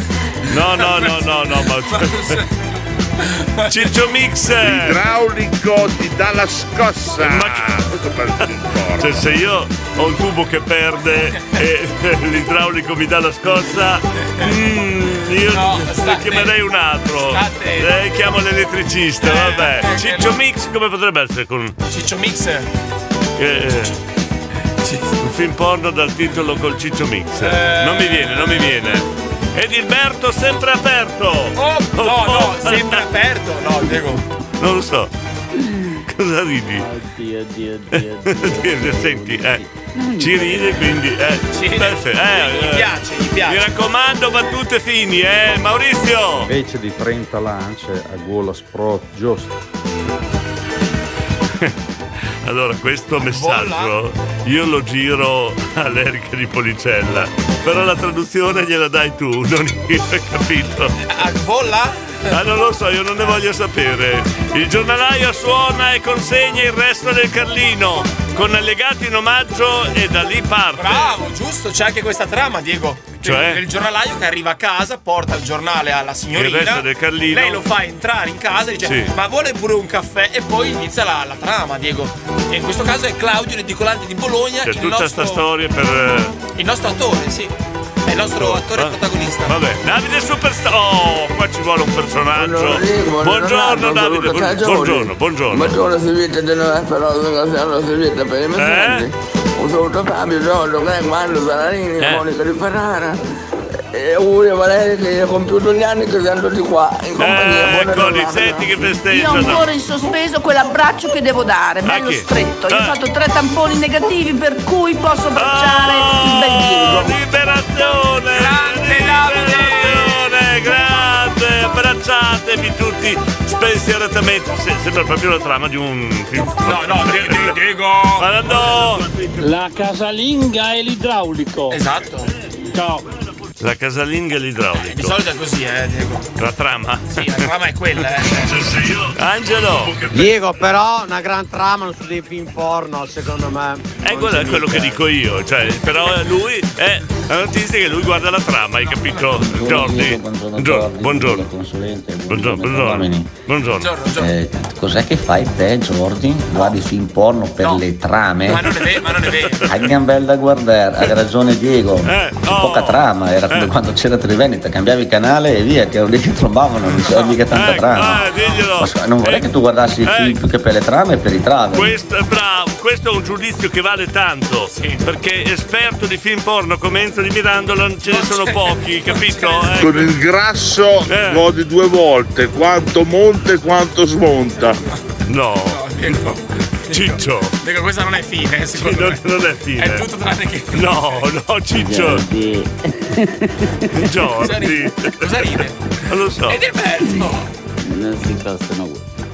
Speaker 2: No, no, no, no, no, ma. Ciccio Mix!
Speaker 5: Idraulico ti dà la scossa.
Speaker 2: Ma Cioè, se io ho un tubo che perde e l'idraulico mi dà la scossa, mm, io ne chiamerei un altro. Eh, chiamo l'elettricista, vabbè.
Speaker 3: Eh,
Speaker 2: Ciccio Mix come potrebbe essere con. Eh,
Speaker 3: Ciccio Mix?
Speaker 2: un film porno dal titolo col Ciccio Mix.
Speaker 3: Eh.
Speaker 2: Non mi viene, non mi viene. Edilberto sempre aperto!
Speaker 3: Oh, no, no, sempre aperto, no, Diego.
Speaker 2: Non lo so. Cosa ridi?
Speaker 24: Oddio, oddio,
Speaker 2: Senti, eh, ci ride quindi. Eh, perfetto. Eh, eh,
Speaker 3: piace, gli piace.
Speaker 2: Mi raccomando, battute fini, eh, Maurizio!
Speaker 20: Invece di 30 lance a gola sprogiosa.
Speaker 2: Allora, questo messaggio io lo giro all'Erica di Policella, però la traduzione gliela dai tu, non io, hai capito? A
Speaker 3: volla?
Speaker 2: Ah, non lo so, io non ne voglio sapere. Il giornalaio suona e consegna il resto del Carlino, con allegati in omaggio e da lì parte.
Speaker 3: Bravo, giusto, c'è anche questa trama, Diego.
Speaker 2: Cioè?
Speaker 3: Del giornalaio che arriva a casa, porta il giornale alla signorina.
Speaker 2: Il resto del Carlino.
Speaker 3: Lei lo fa entrare in casa e dice:
Speaker 2: Sì.
Speaker 3: Ma vuole pure un caffè? E poi inizia la, la trama, Diego. E in questo caso è Claudio, l'edicolante di Bologna.
Speaker 2: C'è
Speaker 3: il,
Speaker 2: tutta
Speaker 3: nostro,
Speaker 2: sta storia per... eh,
Speaker 3: il nostro attore, sì. È il nostro attore protagonista.
Speaker 2: Vabbè, Davide Superstar. Oh, qua ci vuole un personaggio.
Speaker 23: Buongiorno,
Speaker 2: Buongiorno Davide,
Speaker 23: buongiorno,
Speaker 2: buongiorno.
Speaker 23: ragioni.
Speaker 2: Buongiorno, buongiorno.
Speaker 23: Buongiorno Silvia, di nuovo però buongiorno Silvia per i
Speaker 2: Eh?
Speaker 23: messaggi. Un saluto a Fabio, Giorgio, Greco, Mando, Zanarini,
Speaker 25: Eh.
Speaker 23: Monica di Ferrara. E auguri a Valerio che ha compiuto gli anni che siamo tutti qua in compagnia. Buona
Speaker 2: Eccoli,
Speaker 23: giornata.
Speaker 2: Eh, ecco senti che
Speaker 10: Io ho
Speaker 2: festeggiano.
Speaker 10: ancora in sospeso quell'abbraccio che devo dare, bello
Speaker 2: chi?
Speaker 10: stretto. Io ho
Speaker 2: Eh.
Speaker 10: fatto tre tamponi negativi per cui posso abbracciare
Speaker 2: Ah.
Speaker 10: il bel Diego.
Speaker 2: Liberazione! Grande Davide! Grande! Abbracciatevi tutti spensieratamente. Se- sembra proprio la trama di un film. No, no,
Speaker 3: Diego!
Speaker 2: Ma no!
Speaker 22: La casalinga e l'idraulico.
Speaker 3: Esatto.
Speaker 22: Ciao.
Speaker 2: La casalinga e l'idraulico.
Speaker 3: Di solito è così, eh, Diego.
Speaker 2: La trama?
Speaker 3: Sì, la trama è quella, eh.
Speaker 2: Angelo!
Speaker 21: Diego, però, una gran trama non su dei film porno, secondo me.
Speaker 2: Eh, quello è quello che dico io, cioè, però lui è è un artista che lui guarda la trama, hai capito? Jordi. Buongiorno, buongiorno. Buongiorno, buongiorno. Buongiorno.
Speaker 18: Eh, cos'è che fai te, Jordi? Guardi film porno per le trame?
Speaker 3: Ma non è vero, ma non è vero. Eh,
Speaker 18: Hai gran bella guardare, hai ragione Diego. C'è Poca trama, era come
Speaker 2: eh.
Speaker 18: quando c'era Triveneta, cambiavi canale e via, che erano lì che trombavano, non c'era mica tanta
Speaker 3: Ecco,
Speaker 18: trama.
Speaker 3: eh,
Speaker 18: Ma scusa, non vorrei che tu guardassi i film più che per le trame e per i
Speaker 2: Ah,
Speaker 18: travel.
Speaker 2: Questo è bravo, questo è un giudizio che vale tanto, perché esperto di film porno come Enzo di Mirandola ce ne sono pochi, capito? Eh,
Speaker 5: Con il grasso godi due volte, quanto monte quanto smonta.
Speaker 2: No. Ciccio.
Speaker 3: Diego, questa non è fine, eh, secondo me.
Speaker 2: Non è fine.
Speaker 3: È tutto tranne che.
Speaker 2: Eh, No, no, Ciccio. Jordi.
Speaker 3: Cosa ride? Eh.
Speaker 2: Non lo so.
Speaker 3: Ed è bello.
Speaker 24: Non si possono.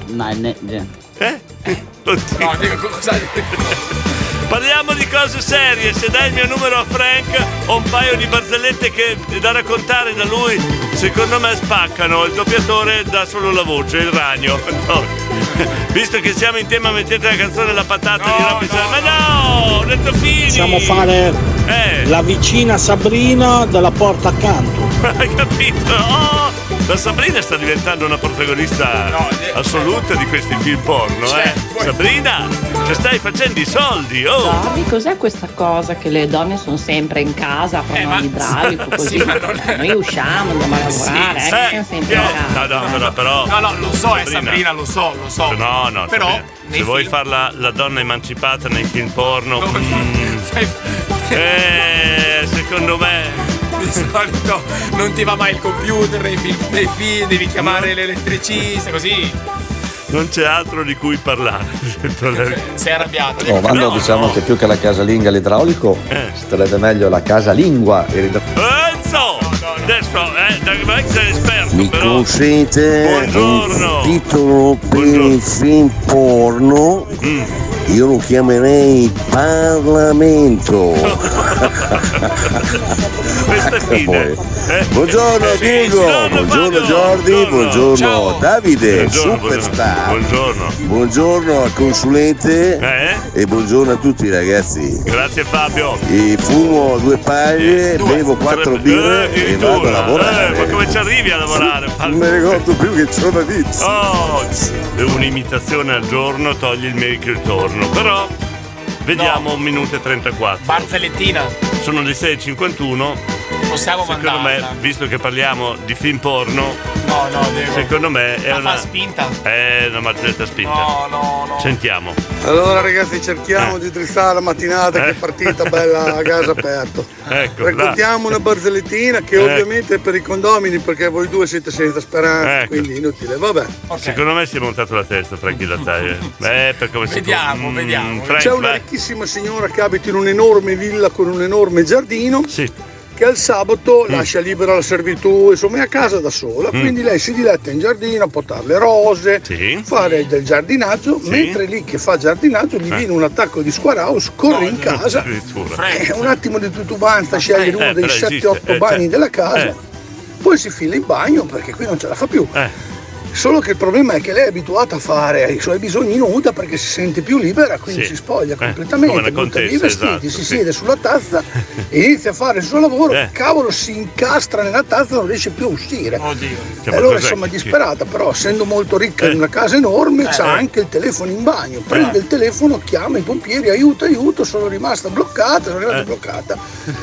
Speaker 24: No, ne, ne.
Speaker 2: No,
Speaker 3: dico cosa.
Speaker 2: Parliamo di cose serie, se dai il mio numero a Frank ho un paio di barzellette che da raccontare da lui secondo me spaccano, il doppiatore dà solo la voce, il ragno. No. Visto che siamo in tema mettete la canzone La patata di Robby Sa- Ma no, ho detto fini! Eh,
Speaker 22: Possiamo fare la vicina Sabrina dalla porta accanto.
Speaker 2: Hai capito? Oh, la Sabrina sta diventando una protagonista assoluta di questi film porno, eh. Sabrina, ci stai facendo i soldi, oh!
Speaker 10: Bobby, cos'è questa cosa che le donne sono sempre in casa a
Speaker 8: Eh,
Speaker 10: fare l'idraulico così?
Speaker 2: sì, ma non
Speaker 10: Noi usciamo, andiamo a lavorare, eh, che siamo sempre in casa.
Speaker 2: No, no, però, però.
Speaker 10: No, no, lo so,
Speaker 3: è Sabrina, lo so, lo so.
Speaker 2: No, no,
Speaker 3: Però,
Speaker 2: Sabrina, se vuoi farla la donna emancipata nei film porno. mm, eh, secondo me.
Speaker 3: Di solito non ti va mai il computer nei film, nei film, devi chiamare
Speaker 2: Mm.
Speaker 3: l'elettricista, così.
Speaker 2: Non c'è altro di cui parlare.
Speaker 3: Sei arrabbiato.
Speaker 18: Oh, Vando, diciamo che più che la casalinga e l'idraulico,
Speaker 2: Eh.
Speaker 18: starebbe meglio la casalingua e l'idraulico.
Speaker 2: Enzo! Adesso, eh, da- ma sei esperto,
Speaker 18: Mica
Speaker 2: però.
Speaker 26: Sente
Speaker 2: Buongiorno.
Speaker 26: un titolo per il film porno.
Speaker 2: Mm.
Speaker 26: Io lo chiamerei Parlamento.
Speaker 2: Questa
Speaker 26: Poi. Buongiorno
Speaker 2: eh, sì,
Speaker 26: Diego,
Speaker 2: sì, no,
Speaker 26: buongiorno Jordi, buongiorno Davide, superstar.
Speaker 2: Buongiorno. Eh?
Speaker 26: Buongiorno al consulente e buongiorno a tutti ragazzi.
Speaker 2: Grazie Fabio.
Speaker 26: E fumo due paglie, bevo quattro birre e vado a lavorare.
Speaker 2: Eh, ma come ci arrivi a lavorare?
Speaker 26: Non mi ricordo più che sono tizio.
Speaker 2: Oh, un'imitazione al giorno toglie il merito il torno. Però vediamo un minuto e 34.
Speaker 3: Barzellettina.
Speaker 2: Sono le 6.51.
Speaker 3: Possiamo
Speaker 2: secondo
Speaker 3: mandarla.
Speaker 2: me, visto che parliamo di film porno,
Speaker 3: No, no, Diego.
Speaker 2: secondo me è
Speaker 3: La
Speaker 2: una
Speaker 3: fa spinta.
Speaker 2: È una mazzetta spinta.
Speaker 3: No, no, no.
Speaker 2: Sentiamo.
Speaker 4: Allora ragazzi
Speaker 2: Eh.
Speaker 4: cerchiamo di drizzare la mattinata che è partita bella a gas aperto.
Speaker 2: Ecco,
Speaker 4: Raccontiamo una barzellettina che
Speaker 2: Eh.
Speaker 4: ovviamente è per i condomini perché voi due siete senza speranza,
Speaker 2: Ecco.
Speaker 4: quindi inutile. Vabbè.
Speaker 2: là. Secondo me si è montato la testa Franchi Lattaia. Eh, per come si
Speaker 4: Vediamo,
Speaker 2: vediamo.
Speaker 4: C'è una ricchissima signora che abita in un'enorme villa con un enorme giardino. Che al sabato lascia libera la servitù, insomma è a casa da sola,
Speaker 2: Mm.
Speaker 4: quindi lei si diletta in giardino a portare le rose, fare del giardinaggio, mentre lì che fa giardinaggio gli viene un attacco di squaraus, corre in casa, eh, un attimo di tutubanza, sceglie uno
Speaker 2: eh,
Speaker 4: dei
Speaker 2: però
Speaker 4: 7-8
Speaker 2: esiste, eh,
Speaker 4: bagni
Speaker 2: cioè,
Speaker 4: della casa,
Speaker 2: eh.
Speaker 4: poi si fila in bagno perché qui non ce la fa più.
Speaker 2: Eh.
Speaker 4: Solo che il problema è che lei è abituata a fare i suoi bisogni nuda perché si sente più libera, quindi
Speaker 2: Sì.
Speaker 4: si spoglia
Speaker 2: Eh,
Speaker 4: completamente,
Speaker 2: come una
Speaker 4: butta via i
Speaker 2: contessa,
Speaker 4: vestiti,
Speaker 2: esatto,
Speaker 4: si
Speaker 2: sì.
Speaker 4: siede sulla tazza, inizia a fare il suo lavoro,
Speaker 2: Eh.
Speaker 4: cavolo si incastra nella tazza e non riesce più a uscire. E
Speaker 2: Che
Speaker 4: allora
Speaker 2: Cioè, cos'è?
Speaker 4: insomma è
Speaker 2: Sì.
Speaker 4: disperata, però essendo molto ricca in una casa enorme,
Speaker 2: Eh,
Speaker 4: c'ha
Speaker 2: eh.
Speaker 4: anche il telefono in bagno, prende il telefono, chiama i pompieri, aiuto, aiuto, sono rimasta bloccata, sono
Speaker 2: Eh.
Speaker 4: rimasta bloccata.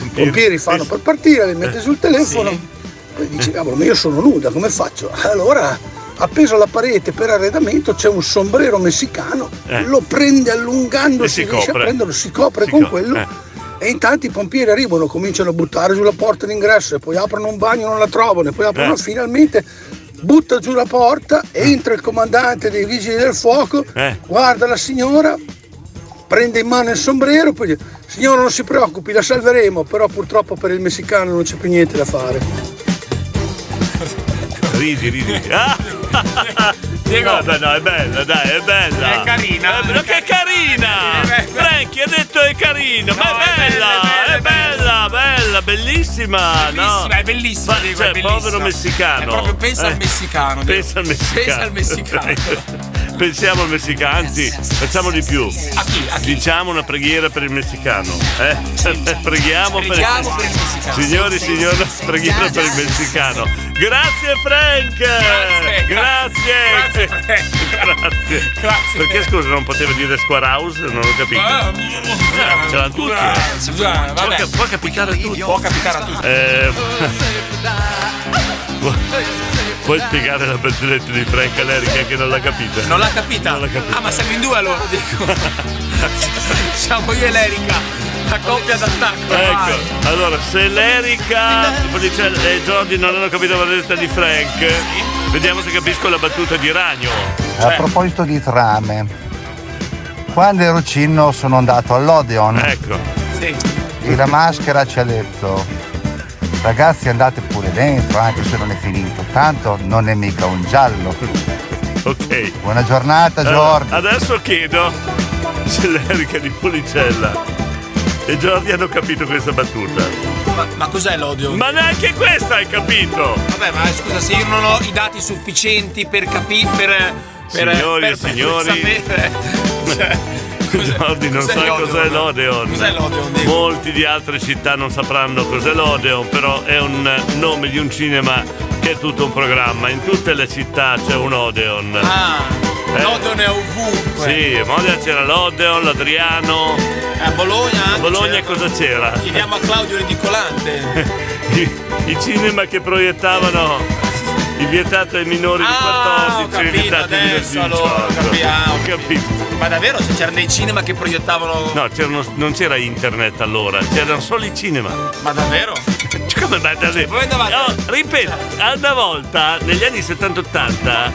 Speaker 4: I pompieri fanno per partire, le mette sul telefono. Poi dice, cavolo, ma io sono nuda, come faccio? Allora, appeso alla parete per arredamento c'è un sombrero messicano,
Speaker 2: Eh.
Speaker 4: lo prende allungando,
Speaker 2: E
Speaker 4: si
Speaker 2: si
Speaker 4: riesce a
Speaker 2: copre.
Speaker 4: prenderlo, si copre
Speaker 2: Si
Speaker 4: con
Speaker 2: co-
Speaker 4: quello.
Speaker 2: eh.
Speaker 4: E intanto i pompieri arrivano, cominciano a buttare giù la porta d'ingresso e poi aprono un bagno, non la trovano, e poi aprono
Speaker 2: Eh.
Speaker 4: finalmente, butta giù la porta, entra il comandante dei vigili del fuoco,
Speaker 2: Eh.
Speaker 4: guarda la signora, prende in mano il sombrero, poi dice, signora non si preoccupi, la salveremo, però purtroppo per il messicano non c'è più niente da fare.
Speaker 2: Ridi, ridi. Ah! Vabbè, no, è bella, dai, è bella.
Speaker 3: È carina.
Speaker 2: Eh, ma che carina! Franchi ha detto è carina, ma è bella, è bella, bella, bellissima. no?
Speaker 3: Bellissima, è bellissima,
Speaker 2: Ma,
Speaker 3: Diego,
Speaker 2: cioè,
Speaker 3: è bellissima.
Speaker 2: povero messicano. Eh.
Speaker 3: È proprio- pensa al messicano, Diego.
Speaker 2: Pensa al messicano.
Speaker 3: Pensa al messicano.
Speaker 2: Pensiamo al messicano, anzi, facciamo di più. Diciamo una preghiera per il messicano. eh? Preghiamo,
Speaker 3: Preghiamo per il messicano.
Speaker 2: Signori, signori, preghiera per il messicano. Grazie Frank! Grazie! Grazie! Grazie. Perché scusa non poteva dire Square House? Non ho capito.
Speaker 3: Ah,
Speaker 2: Eh, ce l'hanno tutti. Può, può capitare a tutti. Può capitare a tutti. puoi spiegare la barzelletta di Frank Aleri che anche non l'ha capita?
Speaker 3: Non l'ha capita? Ah, ma siamo in due allora, dico. siamo io e l'Erica, la coppia d'attacco.
Speaker 2: Ecco, allora se l'Erica tipo dice e eh, Jordi non hanno capito la barzelletta di Frank, vediamo se capisco la battuta di Ragno.
Speaker 9: A
Speaker 2: Eh.
Speaker 9: proposito di trame, quando ero cinno sono andato all'Odeon.
Speaker 2: Ecco.
Speaker 9: E la maschera ci ha detto, ragazzi andate pure dentro anche se non è finito, tanto non è mica un giallo.
Speaker 2: Ok.
Speaker 9: Buona giornata Giorgio.
Speaker 2: Allora, Eh, adesso chiedo se l'Erica di Policella e Jordi hanno capito questa battuta.
Speaker 3: Ma, ma cos'è l'odio?
Speaker 2: Ma neanche questa hai capito!
Speaker 3: Vabbè, ma scusa, se io non ho i dati sufficienti per capire, per, per,
Speaker 2: Signori e
Speaker 3: per, per
Speaker 2: signori.
Speaker 3: sapere. Cioè,
Speaker 2: Jordi non
Speaker 3: cos'è
Speaker 2: sa
Speaker 3: l'Odeon?
Speaker 2: cos'è l'Odeon.
Speaker 3: Cos'è l'Odeon?
Speaker 2: Molti di altre città non sapranno cos'è l'Odeon, però è un nome di un cinema che è tutto un programma. In tutte le città c'è un Odeon.
Speaker 3: Ah,
Speaker 2: Eh.
Speaker 3: l'odio ne è ovunque.
Speaker 2: Sì, a Modena c'era l'Odeon, l'Adriano.
Speaker 3: A Bologna? anche
Speaker 2: A Bologna cosa c'era?
Speaker 3: Chiediamo a Claudio Ridicolante.
Speaker 2: I, i cinema che proiettavano il vietato ai minori
Speaker 3: Ah, ho
Speaker 2: di 14, il
Speaker 3: capito
Speaker 2: vietato ai minori di
Speaker 3: adesso, allora,
Speaker 2: 18.
Speaker 3: capiamo.
Speaker 2: Ho capito.
Speaker 3: Ma davvero cioè, c'erano dei cinema che proiettavano.
Speaker 2: No, c'erano- non c'era internet allora, c'erano solo i cinema.
Speaker 3: Ma davvero? Cioè,
Speaker 2: Come ma davvero?
Speaker 3: Voi andavate-
Speaker 2: No, ripeto, a una volta, negli anni 70-80,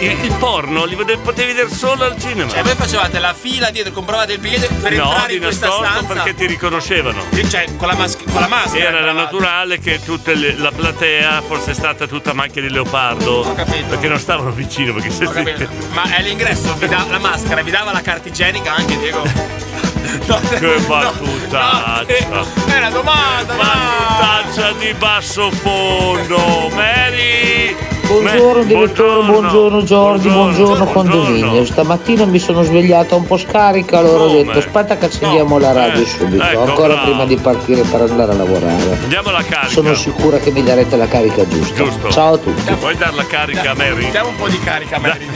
Speaker 2: il, il porno li vede- potevi vedere solo al cinema.
Speaker 3: Cioè, voi facevate la fila dietro, comprovate il biglietto per
Speaker 2: no,
Speaker 3: entrare
Speaker 2: di
Speaker 3: in questa
Speaker 2: nascosto
Speaker 3: stanza.
Speaker 2: perché ti riconoscevano.
Speaker 3: Cioè, con la, masch- con la maschera.
Speaker 2: Era la naturale che tutta le- la platea fosse stata tutta macchia di leopardo. Perché non stavano vicino, perché se
Speaker 3: Ma è l'ingresso, vi dà la maschera, vi dava la carta igienica anche, Diego.
Speaker 2: Che battutaccia!
Speaker 3: È una domanda,
Speaker 2: Battutaccia di basso fondo! Mary!
Speaker 27: Buongiorno
Speaker 2: Ma-
Speaker 27: direttore, buongiorno, Giorgi, buongiorno, condominio. Stamattina mi sono svegliata un po' scarica, allora ho detto aspetta che accendiamo la radio subito,
Speaker 2: ecco,
Speaker 27: ancora
Speaker 2: bravo.
Speaker 27: prima di partire per andare a lavorare.
Speaker 2: Andiamo alla carica.
Speaker 27: Sono sicura che mi darete la carica giusta.
Speaker 2: Giusto.
Speaker 27: Ciao a tutti.
Speaker 2: Vuoi dar la carica a Mary?
Speaker 3: Diamo un po' di carica, Mary.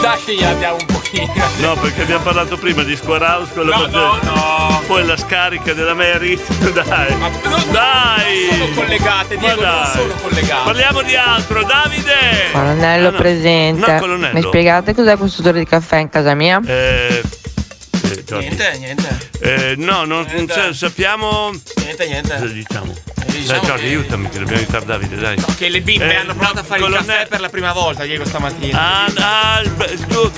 Speaker 3: Dai che gli abbiamo un pochino.
Speaker 2: No, perché abbiamo parlato prima di Square House con la
Speaker 3: No, no, no.
Speaker 2: Poi la scarica della Mary. Dai. Dai.
Speaker 3: Non sono collegate,
Speaker 2: Ma
Speaker 3: Diego, non
Speaker 2: dai.
Speaker 3: sono collegate.
Speaker 2: Parliamo di altro, Davide.
Speaker 28: Colonnello
Speaker 2: Ah, no.
Speaker 28: presente.
Speaker 2: No, colonnello.
Speaker 28: Mi spiegate cos'è questo odore di caffè in casa mia?
Speaker 2: Eh, eh, Giorgio.
Speaker 3: Niente, niente.
Speaker 2: Eh, no, non
Speaker 3: Niente.
Speaker 2: cioè, sappiamo.
Speaker 3: Niente,
Speaker 2: Cosa
Speaker 3: niente.
Speaker 2: diciamo?
Speaker 3: diciamo
Speaker 2: dai, Giorgio,
Speaker 3: che-
Speaker 2: aiutami, che dobbiamo aiutare Davide, dai.
Speaker 3: Che le
Speaker 2: Eh,
Speaker 3: bimbe hanno provato a fare il caffè per la prima volta, Diego, stamattina.
Speaker 2: Ah, ah, il b- il tuo,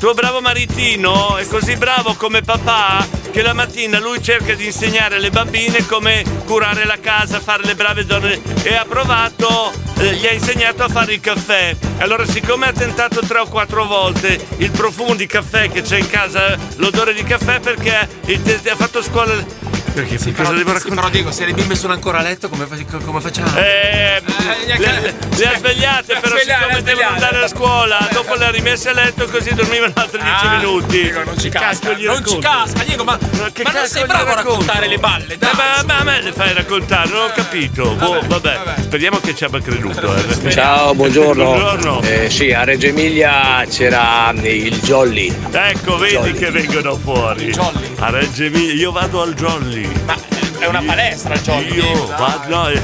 Speaker 2: tuo bravo maritino è così bravo come papà che la mattina lui cerca di insegnare alle bambine come curare la casa, fare le brave donne e ha provato, eh, gli ha insegnato a fare il caffè. Allora siccome ha tentato tre o quattro volte il profumo di caffè che c'è in casa, l'odore di caffè perché il te- te- ha fatto scuola... Perché cosa devo
Speaker 3: Sì, però Diego, se le bimbe sono ancora a letto, come, fa- come facciamo?
Speaker 2: Eh, le, le ha svegliate,
Speaker 3: Le ha
Speaker 2: però
Speaker 3: svegliate, le ha
Speaker 2: siccome devono
Speaker 3: svegliate.
Speaker 2: andare a scuola, dopo le ha rimesse a letto così dormivano altri 10 minuti. non ci casca,
Speaker 3: Ah, non ci casca, Diego, ma, ma non sei bravo a raccontare le balle, dai. Eh,
Speaker 2: Ma, ma a me le fai raccontare, non ho capito. Boh, vabbè, speriamo che ci abbia creduto. eh.
Speaker 29: Ciao, buongiorno.
Speaker 2: Buongiorno.
Speaker 29: Eh, sì, a Reggio Emilia c'era mm, il Jolly.
Speaker 2: Ecco, vedi che vengono fuori. A Reggio Emilia, io vado al Jolly. Ma
Speaker 3: È una palestra il Jolly.
Speaker 2: io vado. No, è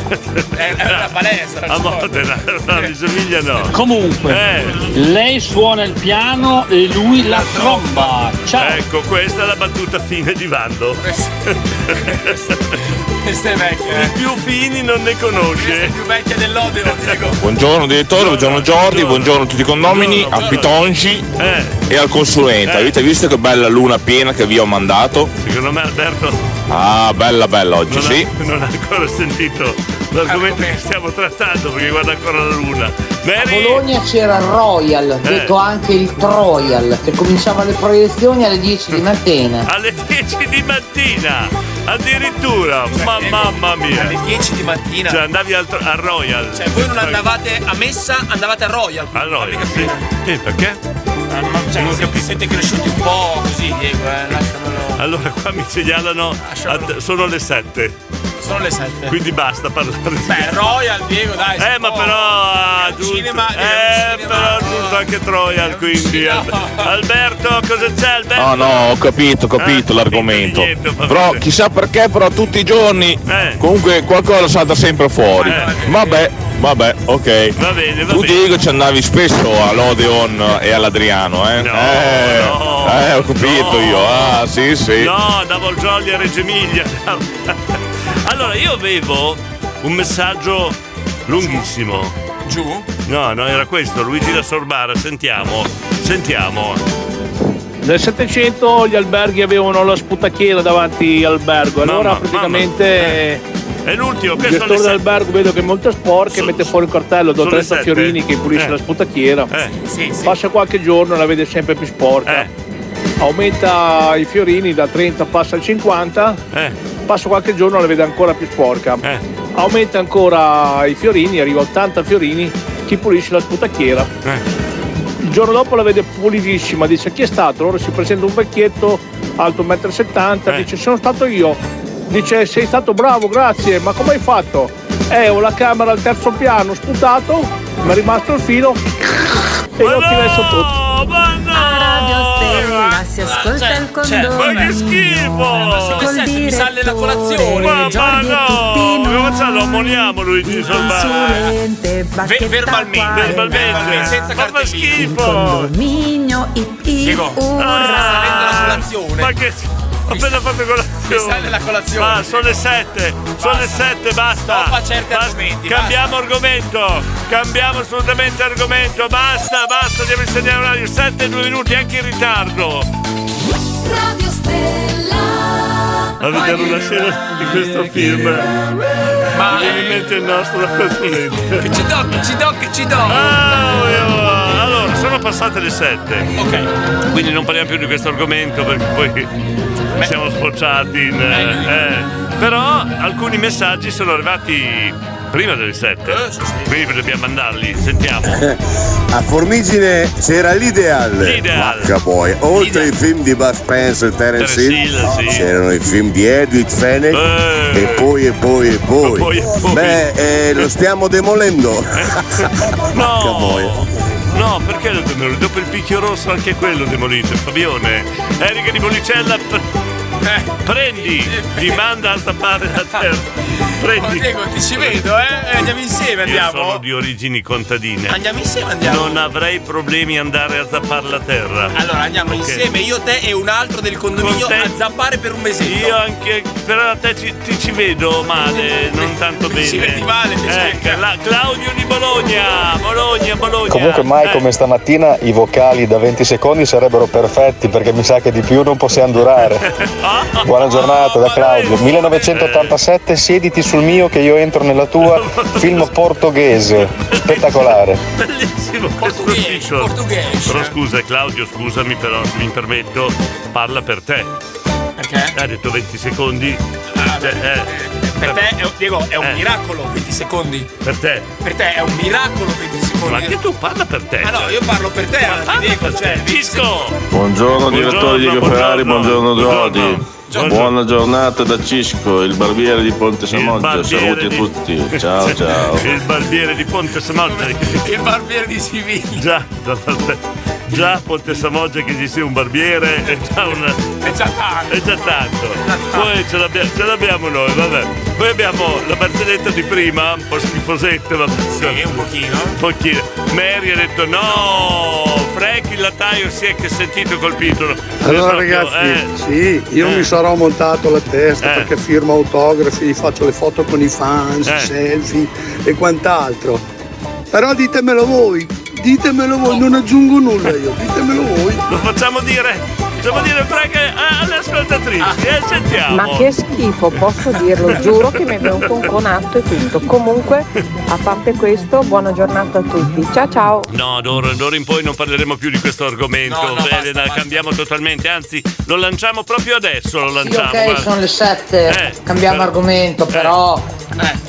Speaker 3: una Eh, palestra.
Speaker 2: Ah, A Modena, no, a Reggio Emilia no.
Speaker 22: Comunque,
Speaker 2: Eh.
Speaker 22: lei suona il piano e lui la tromba. Ciao.
Speaker 2: Ecco, questa è la battuta fine di Vando.
Speaker 3: Queste vecchie.
Speaker 2: I più fini non ne conosce.
Speaker 3: eh. più vecchia dell'odio, Diego.
Speaker 5: Buongiorno direttore, buongiorno Giordi, buongiorno a tutti i condomini, a Pitonci
Speaker 2: Eh.
Speaker 5: e al consulente. Avete visto che bella luna piena che vi ho mandato?
Speaker 2: Secondo me Alberto
Speaker 5: Ah, bella bella oggi,
Speaker 2: non,
Speaker 5: sì.
Speaker 2: ha, non ha ancora sentito
Speaker 3: Ah,
Speaker 2: l'argomento che stiamo trattando perché guarda ancora la luna.
Speaker 27: A
Speaker 2: Mary,
Speaker 27: Bologna c'era il Royal,
Speaker 2: Eh.
Speaker 27: detto anche il Troyal, che cominciava le proiezioni alle 10
Speaker 2: Eh.
Speaker 27: di mattina.
Speaker 2: alle 10 di mattina, addirittura, ma mamma mia. Alle
Speaker 3: 10 Ecco. di mattina.
Speaker 2: Cioè andavi al, tro- al Royal.
Speaker 3: Cioè, voi non andavate a messa, andavate a Royal.
Speaker 2: Al Royal, sì. Sì, Eh, perché?
Speaker 3: Cioè, non siete, siete cresciuti un po' così, Diego, eh, lasciamelo.
Speaker 2: Allora qua mi segnalano, att- sono le 7.
Speaker 3: Sono le 7.
Speaker 2: Quindi basta parlare.
Speaker 3: Beh, Royal, Diego, dai. oh.
Speaker 2: Eh, ma però. Giusto,
Speaker 3: cinema,
Speaker 2: eh, però giusto anche Troial, quindi. Alberto, cosa c'è, Alberto?
Speaker 5: Ah, No, no, ho capito, ho
Speaker 2: Eh,
Speaker 5: capito l'argomento. Però chissà perché, però tutti i giorni
Speaker 2: Eh.
Speaker 5: comunque qualcosa salta sempre fuori. Vabbè, vabbè, ok.
Speaker 2: Va bene, va
Speaker 5: tu Diego ci andavi spesso all'Odeon e all'Adriano, eh? eh, eh, ho capito io, ah sì sì.
Speaker 2: No, davo il jolly a Reggio Emilia. Allora, io avevo un messaggio lunghissimo.
Speaker 3: Giù?
Speaker 2: No, no, era questo, Luigi da Sorbara, sentiamo, sentiamo.
Speaker 25: Nel 700 gli alberghi avevano la sputacchiera davanti all'albergo, allora
Speaker 2: Mamma,
Speaker 25: praticamente
Speaker 2: È l'ultimo,
Speaker 25: il
Speaker 2: questo
Speaker 25: direttore
Speaker 2: è
Speaker 25: d'albergo vedo che è molto sporca e mette fuori il cartello
Speaker 2: sono
Speaker 25: do
Speaker 2: le
Speaker 25: 30
Speaker 2: sette.
Speaker 25: fiorini che pulisce
Speaker 2: Eh.
Speaker 25: la sputacchiera.
Speaker 3: Sì, Eh. sì.
Speaker 25: Passa qualche giorno e la vede sempre più sporca. Aumenta i fiorini da 30 passa a 50.
Speaker 3: Eh.
Speaker 25: Passa qualche giorno e la vede ancora più sporca. Aumenta ancora i fiorini, arriva a 80 fiorini, chi pulisce la sputacchiera.
Speaker 3: Eh.
Speaker 25: Il giorno dopo la vede pulitissima, dice chi è stato? Allora si presenta un vecchietto alto 1,70 m,
Speaker 3: Eh.
Speaker 25: dice sono stato io. Dice sei stato bravo, grazie, ma come hai fatto? Eh, ho la camera al terzo piano, sputato, mi è rimasto il filo e io ho messo tutto.
Speaker 30: Stella si ascolta il condominio.
Speaker 2: ma che schifo!
Speaker 30: Col
Speaker 2: Mi sale la
Speaker 30: colazione.
Speaker 2: Ma, ma
Speaker 30: Giorgio
Speaker 2: no!
Speaker 30: Tuttino.
Speaker 2: Come facciamo? Ammoniamo Luigi di Sorbara.
Speaker 30: Ve-
Speaker 2: verbalmente, verbalmente.
Speaker 30: senza
Speaker 2: ma fa
Speaker 30: Il
Speaker 2: schifo!
Speaker 30: condominio IP
Speaker 2: ah,
Speaker 3: Ah,
Speaker 2: Diego.
Speaker 30: urra.
Speaker 2: Ah, ma che Ho appena fatto colazione.
Speaker 3: Mi sale la colazione.
Speaker 2: Ah, sono le sette. Sono le sette, basta.
Speaker 3: Stoppa certi argomenti,
Speaker 2: Cambiamo argomento. Cambiamo assolutamente argomento. Basta, basta. Devo insegnare un radio. Sette, due minuti, anche in ritardo.
Speaker 1: Radio Stella.
Speaker 2: A vedere una scena di questo film. Ma ovviamente il nostro consulente.
Speaker 3: eh, Che ci do, che ci do, che ci do.
Speaker 2: Ah, oh, eh, Allora, sono passate le sette.
Speaker 3: Ok.
Speaker 2: Quindi non parliamo più di questo argomento perché poi siamo sfociati in. eh. Però alcuni messaggi sono arrivati prima delle sette.
Speaker 3: Eh,
Speaker 2: Quindi dobbiamo mandarli, sentiamo.
Speaker 26: A Formigine c'era l'Ideal,
Speaker 2: L'Ideal.
Speaker 26: Vacca boia. oltre ai film di Bud Spencer e Terence,
Speaker 2: Terence
Speaker 26: Hill,
Speaker 2: Hill, sì. Eh.
Speaker 26: c'erano i film di Edwin Fennec e poi e poi e poi,
Speaker 2: poi, e poi.
Speaker 26: beh eh, lo stiamo demolendo
Speaker 2: Eh.
Speaker 26: Vacca boia.
Speaker 2: No, perché lo demolite? Dopo il picchio rosso anche quello demolito, Fabione. Erika di Policella, pr- Eh, prendi, mi manda a stappare la terra. Prendi.
Speaker 3: Oh, Diego, ti ci vedo, eh? Eh, Andiamo insieme,
Speaker 2: Io sono
Speaker 3: andiamo.
Speaker 2: di origini contadine.
Speaker 3: Andiamo insieme, andiamo.
Speaker 2: Non avrei problemi ad andare a zappare la terra.
Speaker 3: Allora andiamo
Speaker 2: Ok.
Speaker 3: insieme, io, te e un altro del condominio
Speaker 2: Con te-
Speaker 3: a zappare per un mesetto.
Speaker 2: Io anche, però a te ci, ti ci vedo male, non tanto bene.
Speaker 3: ci vedi male, mi
Speaker 2: Eh,
Speaker 3: secca.
Speaker 2: Cla- Claudio di Bologna, Bologna, Bologna.
Speaker 31: Comunque mai come stamattina i vocali da 20 secondi sarebbero perfetti perché mi sa che di più non possiamo durare. Buona giornata da Claudio. 1987 siediti sul mio che io entro nella tua. Film portoghese. Spettacolare.
Speaker 2: Bellissimo portoghese, Però scusa Claudio, scusami però mi permetto, parla per te.
Speaker 3: Perché? Ah,
Speaker 2: Ha detto 20 secondi. Cioè, eh,
Speaker 3: Per te, è, Diego, è un
Speaker 2: Eh.
Speaker 3: miracolo 20 secondi.
Speaker 2: per te.
Speaker 3: Per te è un miracolo 20 secondi. Ma anche
Speaker 2: tu parla per te.
Speaker 3: Ah no, io parlo per te, alla fine, Diego, cioè,
Speaker 2: Cisco!
Speaker 8: Buongiorno direttori di Diego Ferrari, buongiorno Giordi. Buona giornata da Cisco, il barbiere di Ponte Samoggia.
Speaker 2: barbiere
Speaker 8: Saluti a
Speaker 2: di-
Speaker 8: tutti. Ciao ciao.
Speaker 2: Il barbiere di Ponte Samoggia.
Speaker 3: Il barbiere di Siviglia.
Speaker 2: Già, da- da- da- già Ponte Samoggia che ci sia un barbiere è già una-
Speaker 3: È già tanto.
Speaker 2: È già tanto. Poi ce l'abbiamo, ce l'abbiamo noi, vabbè. Poi abbiamo la barzelletta di prima, un po' schifosetta, ma. Sì,
Speaker 3: un pochino.
Speaker 2: Un pochino. Mary ha detto no! Frank il lattaio si è che sentito colpito.
Speaker 4: Allora
Speaker 2: Proprio,
Speaker 4: ragazzi,
Speaker 2: eh,
Speaker 4: sì, io mi sarò montato la testa
Speaker 2: Eh.
Speaker 4: perché firmo autografi, faccio le foto con i fans,
Speaker 2: Eh.
Speaker 4: selfie e quant'altro. Però ditemelo voi, ditemelo voi, non aggiungo nulla io, ditemelo voi.
Speaker 2: Lo facciamo dire, facciamo dire Frank a- alle ascoltatrici, eh, sentiamo.
Speaker 11: Ma che schifo, posso dirlo, giuro che mi è venuto un conato e tutto. Comunque, a parte questo, buona giornata a tutti. Ciao ciao!
Speaker 2: No, d'ora, d'ora in poi non parleremo più di questo argomento. Elena, cambiamo totalmente, anzi, lo lanciamo proprio adesso. Lo
Speaker 27: Sì,
Speaker 2: lanciamo.
Speaker 27: ok,
Speaker 2: guarda.
Speaker 27: sono le 7,
Speaker 2: Eh,
Speaker 27: cambiamo
Speaker 2: però-
Speaker 27: argomento, però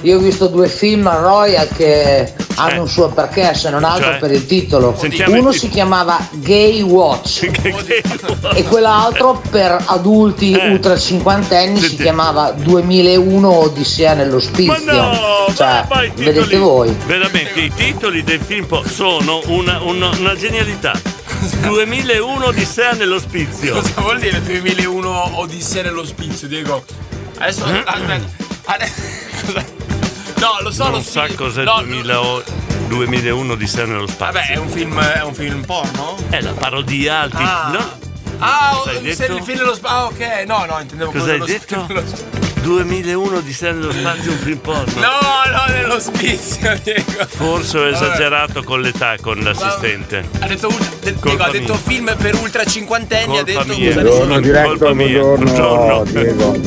Speaker 27: io ho visto due film a Royal che hanno un suo perché, se non altro
Speaker 2: Eh. Cioè?
Speaker 27: per il titolo.
Speaker 2: Sentiamo il
Speaker 27: Uno
Speaker 2: titolo.
Speaker 27: si chiamava Gay Watch e quell'altro per adulti
Speaker 2: Eh.
Speaker 27: ultra cinquantenni si chiamava 2001 Odissea nello spizio. cioè, vedete voi.
Speaker 2: Veramente, i titoli del film po- sono una, una- una genialità. 2001 Odissea nell'ospizio.
Speaker 3: Cosa vuol dire 2001 Odissea nell'ospizio, Diego? Adesso,
Speaker 2: Eh?
Speaker 3: aspetta, adesso- No, lo so, lo
Speaker 2: Non
Speaker 3: so.
Speaker 2: sa cos'è
Speaker 3: No,
Speaker 2: 2000 o- 2001 Odissea nello spazio.
Speaker 3: Vabbè, è un film, è un film porno?
Speaker 2: È la parodia al titolo.
Speaker 3: Ah.
Speaker 2: no?
Speaker 3: Ah,
Speaker 2: Cosa hai
Speaker 3: se
Speaker 2: detto?
Speaker 3: il film dello spazio. Ah, ok, no, no, intendevo
Speaker 2: Cosa hai
Speaker 3: quello dello
Speaker 2: detto?
Speaker 3: spazio.
Speaker 2: 2001 di Stella dello Spazio un film porno.
Speaker 3: No, no, dello spazio, Diego.
Speaker 2: Forse ho
Speaker 3: Vabbè.
Speaker 2: esagerato con l'età con l'assistente.
Speaker 3: Ha detto, ul- de- Diego, ha detto film per ultra cinquantenni, ha detto
Speaker 2: mia.
Speaker 3: cosa ne
Speaker 2: Buongiorno,
Speaker 3: so.
Speaker 2: diretto, Colpa mia. buongiorno, Buongiorno.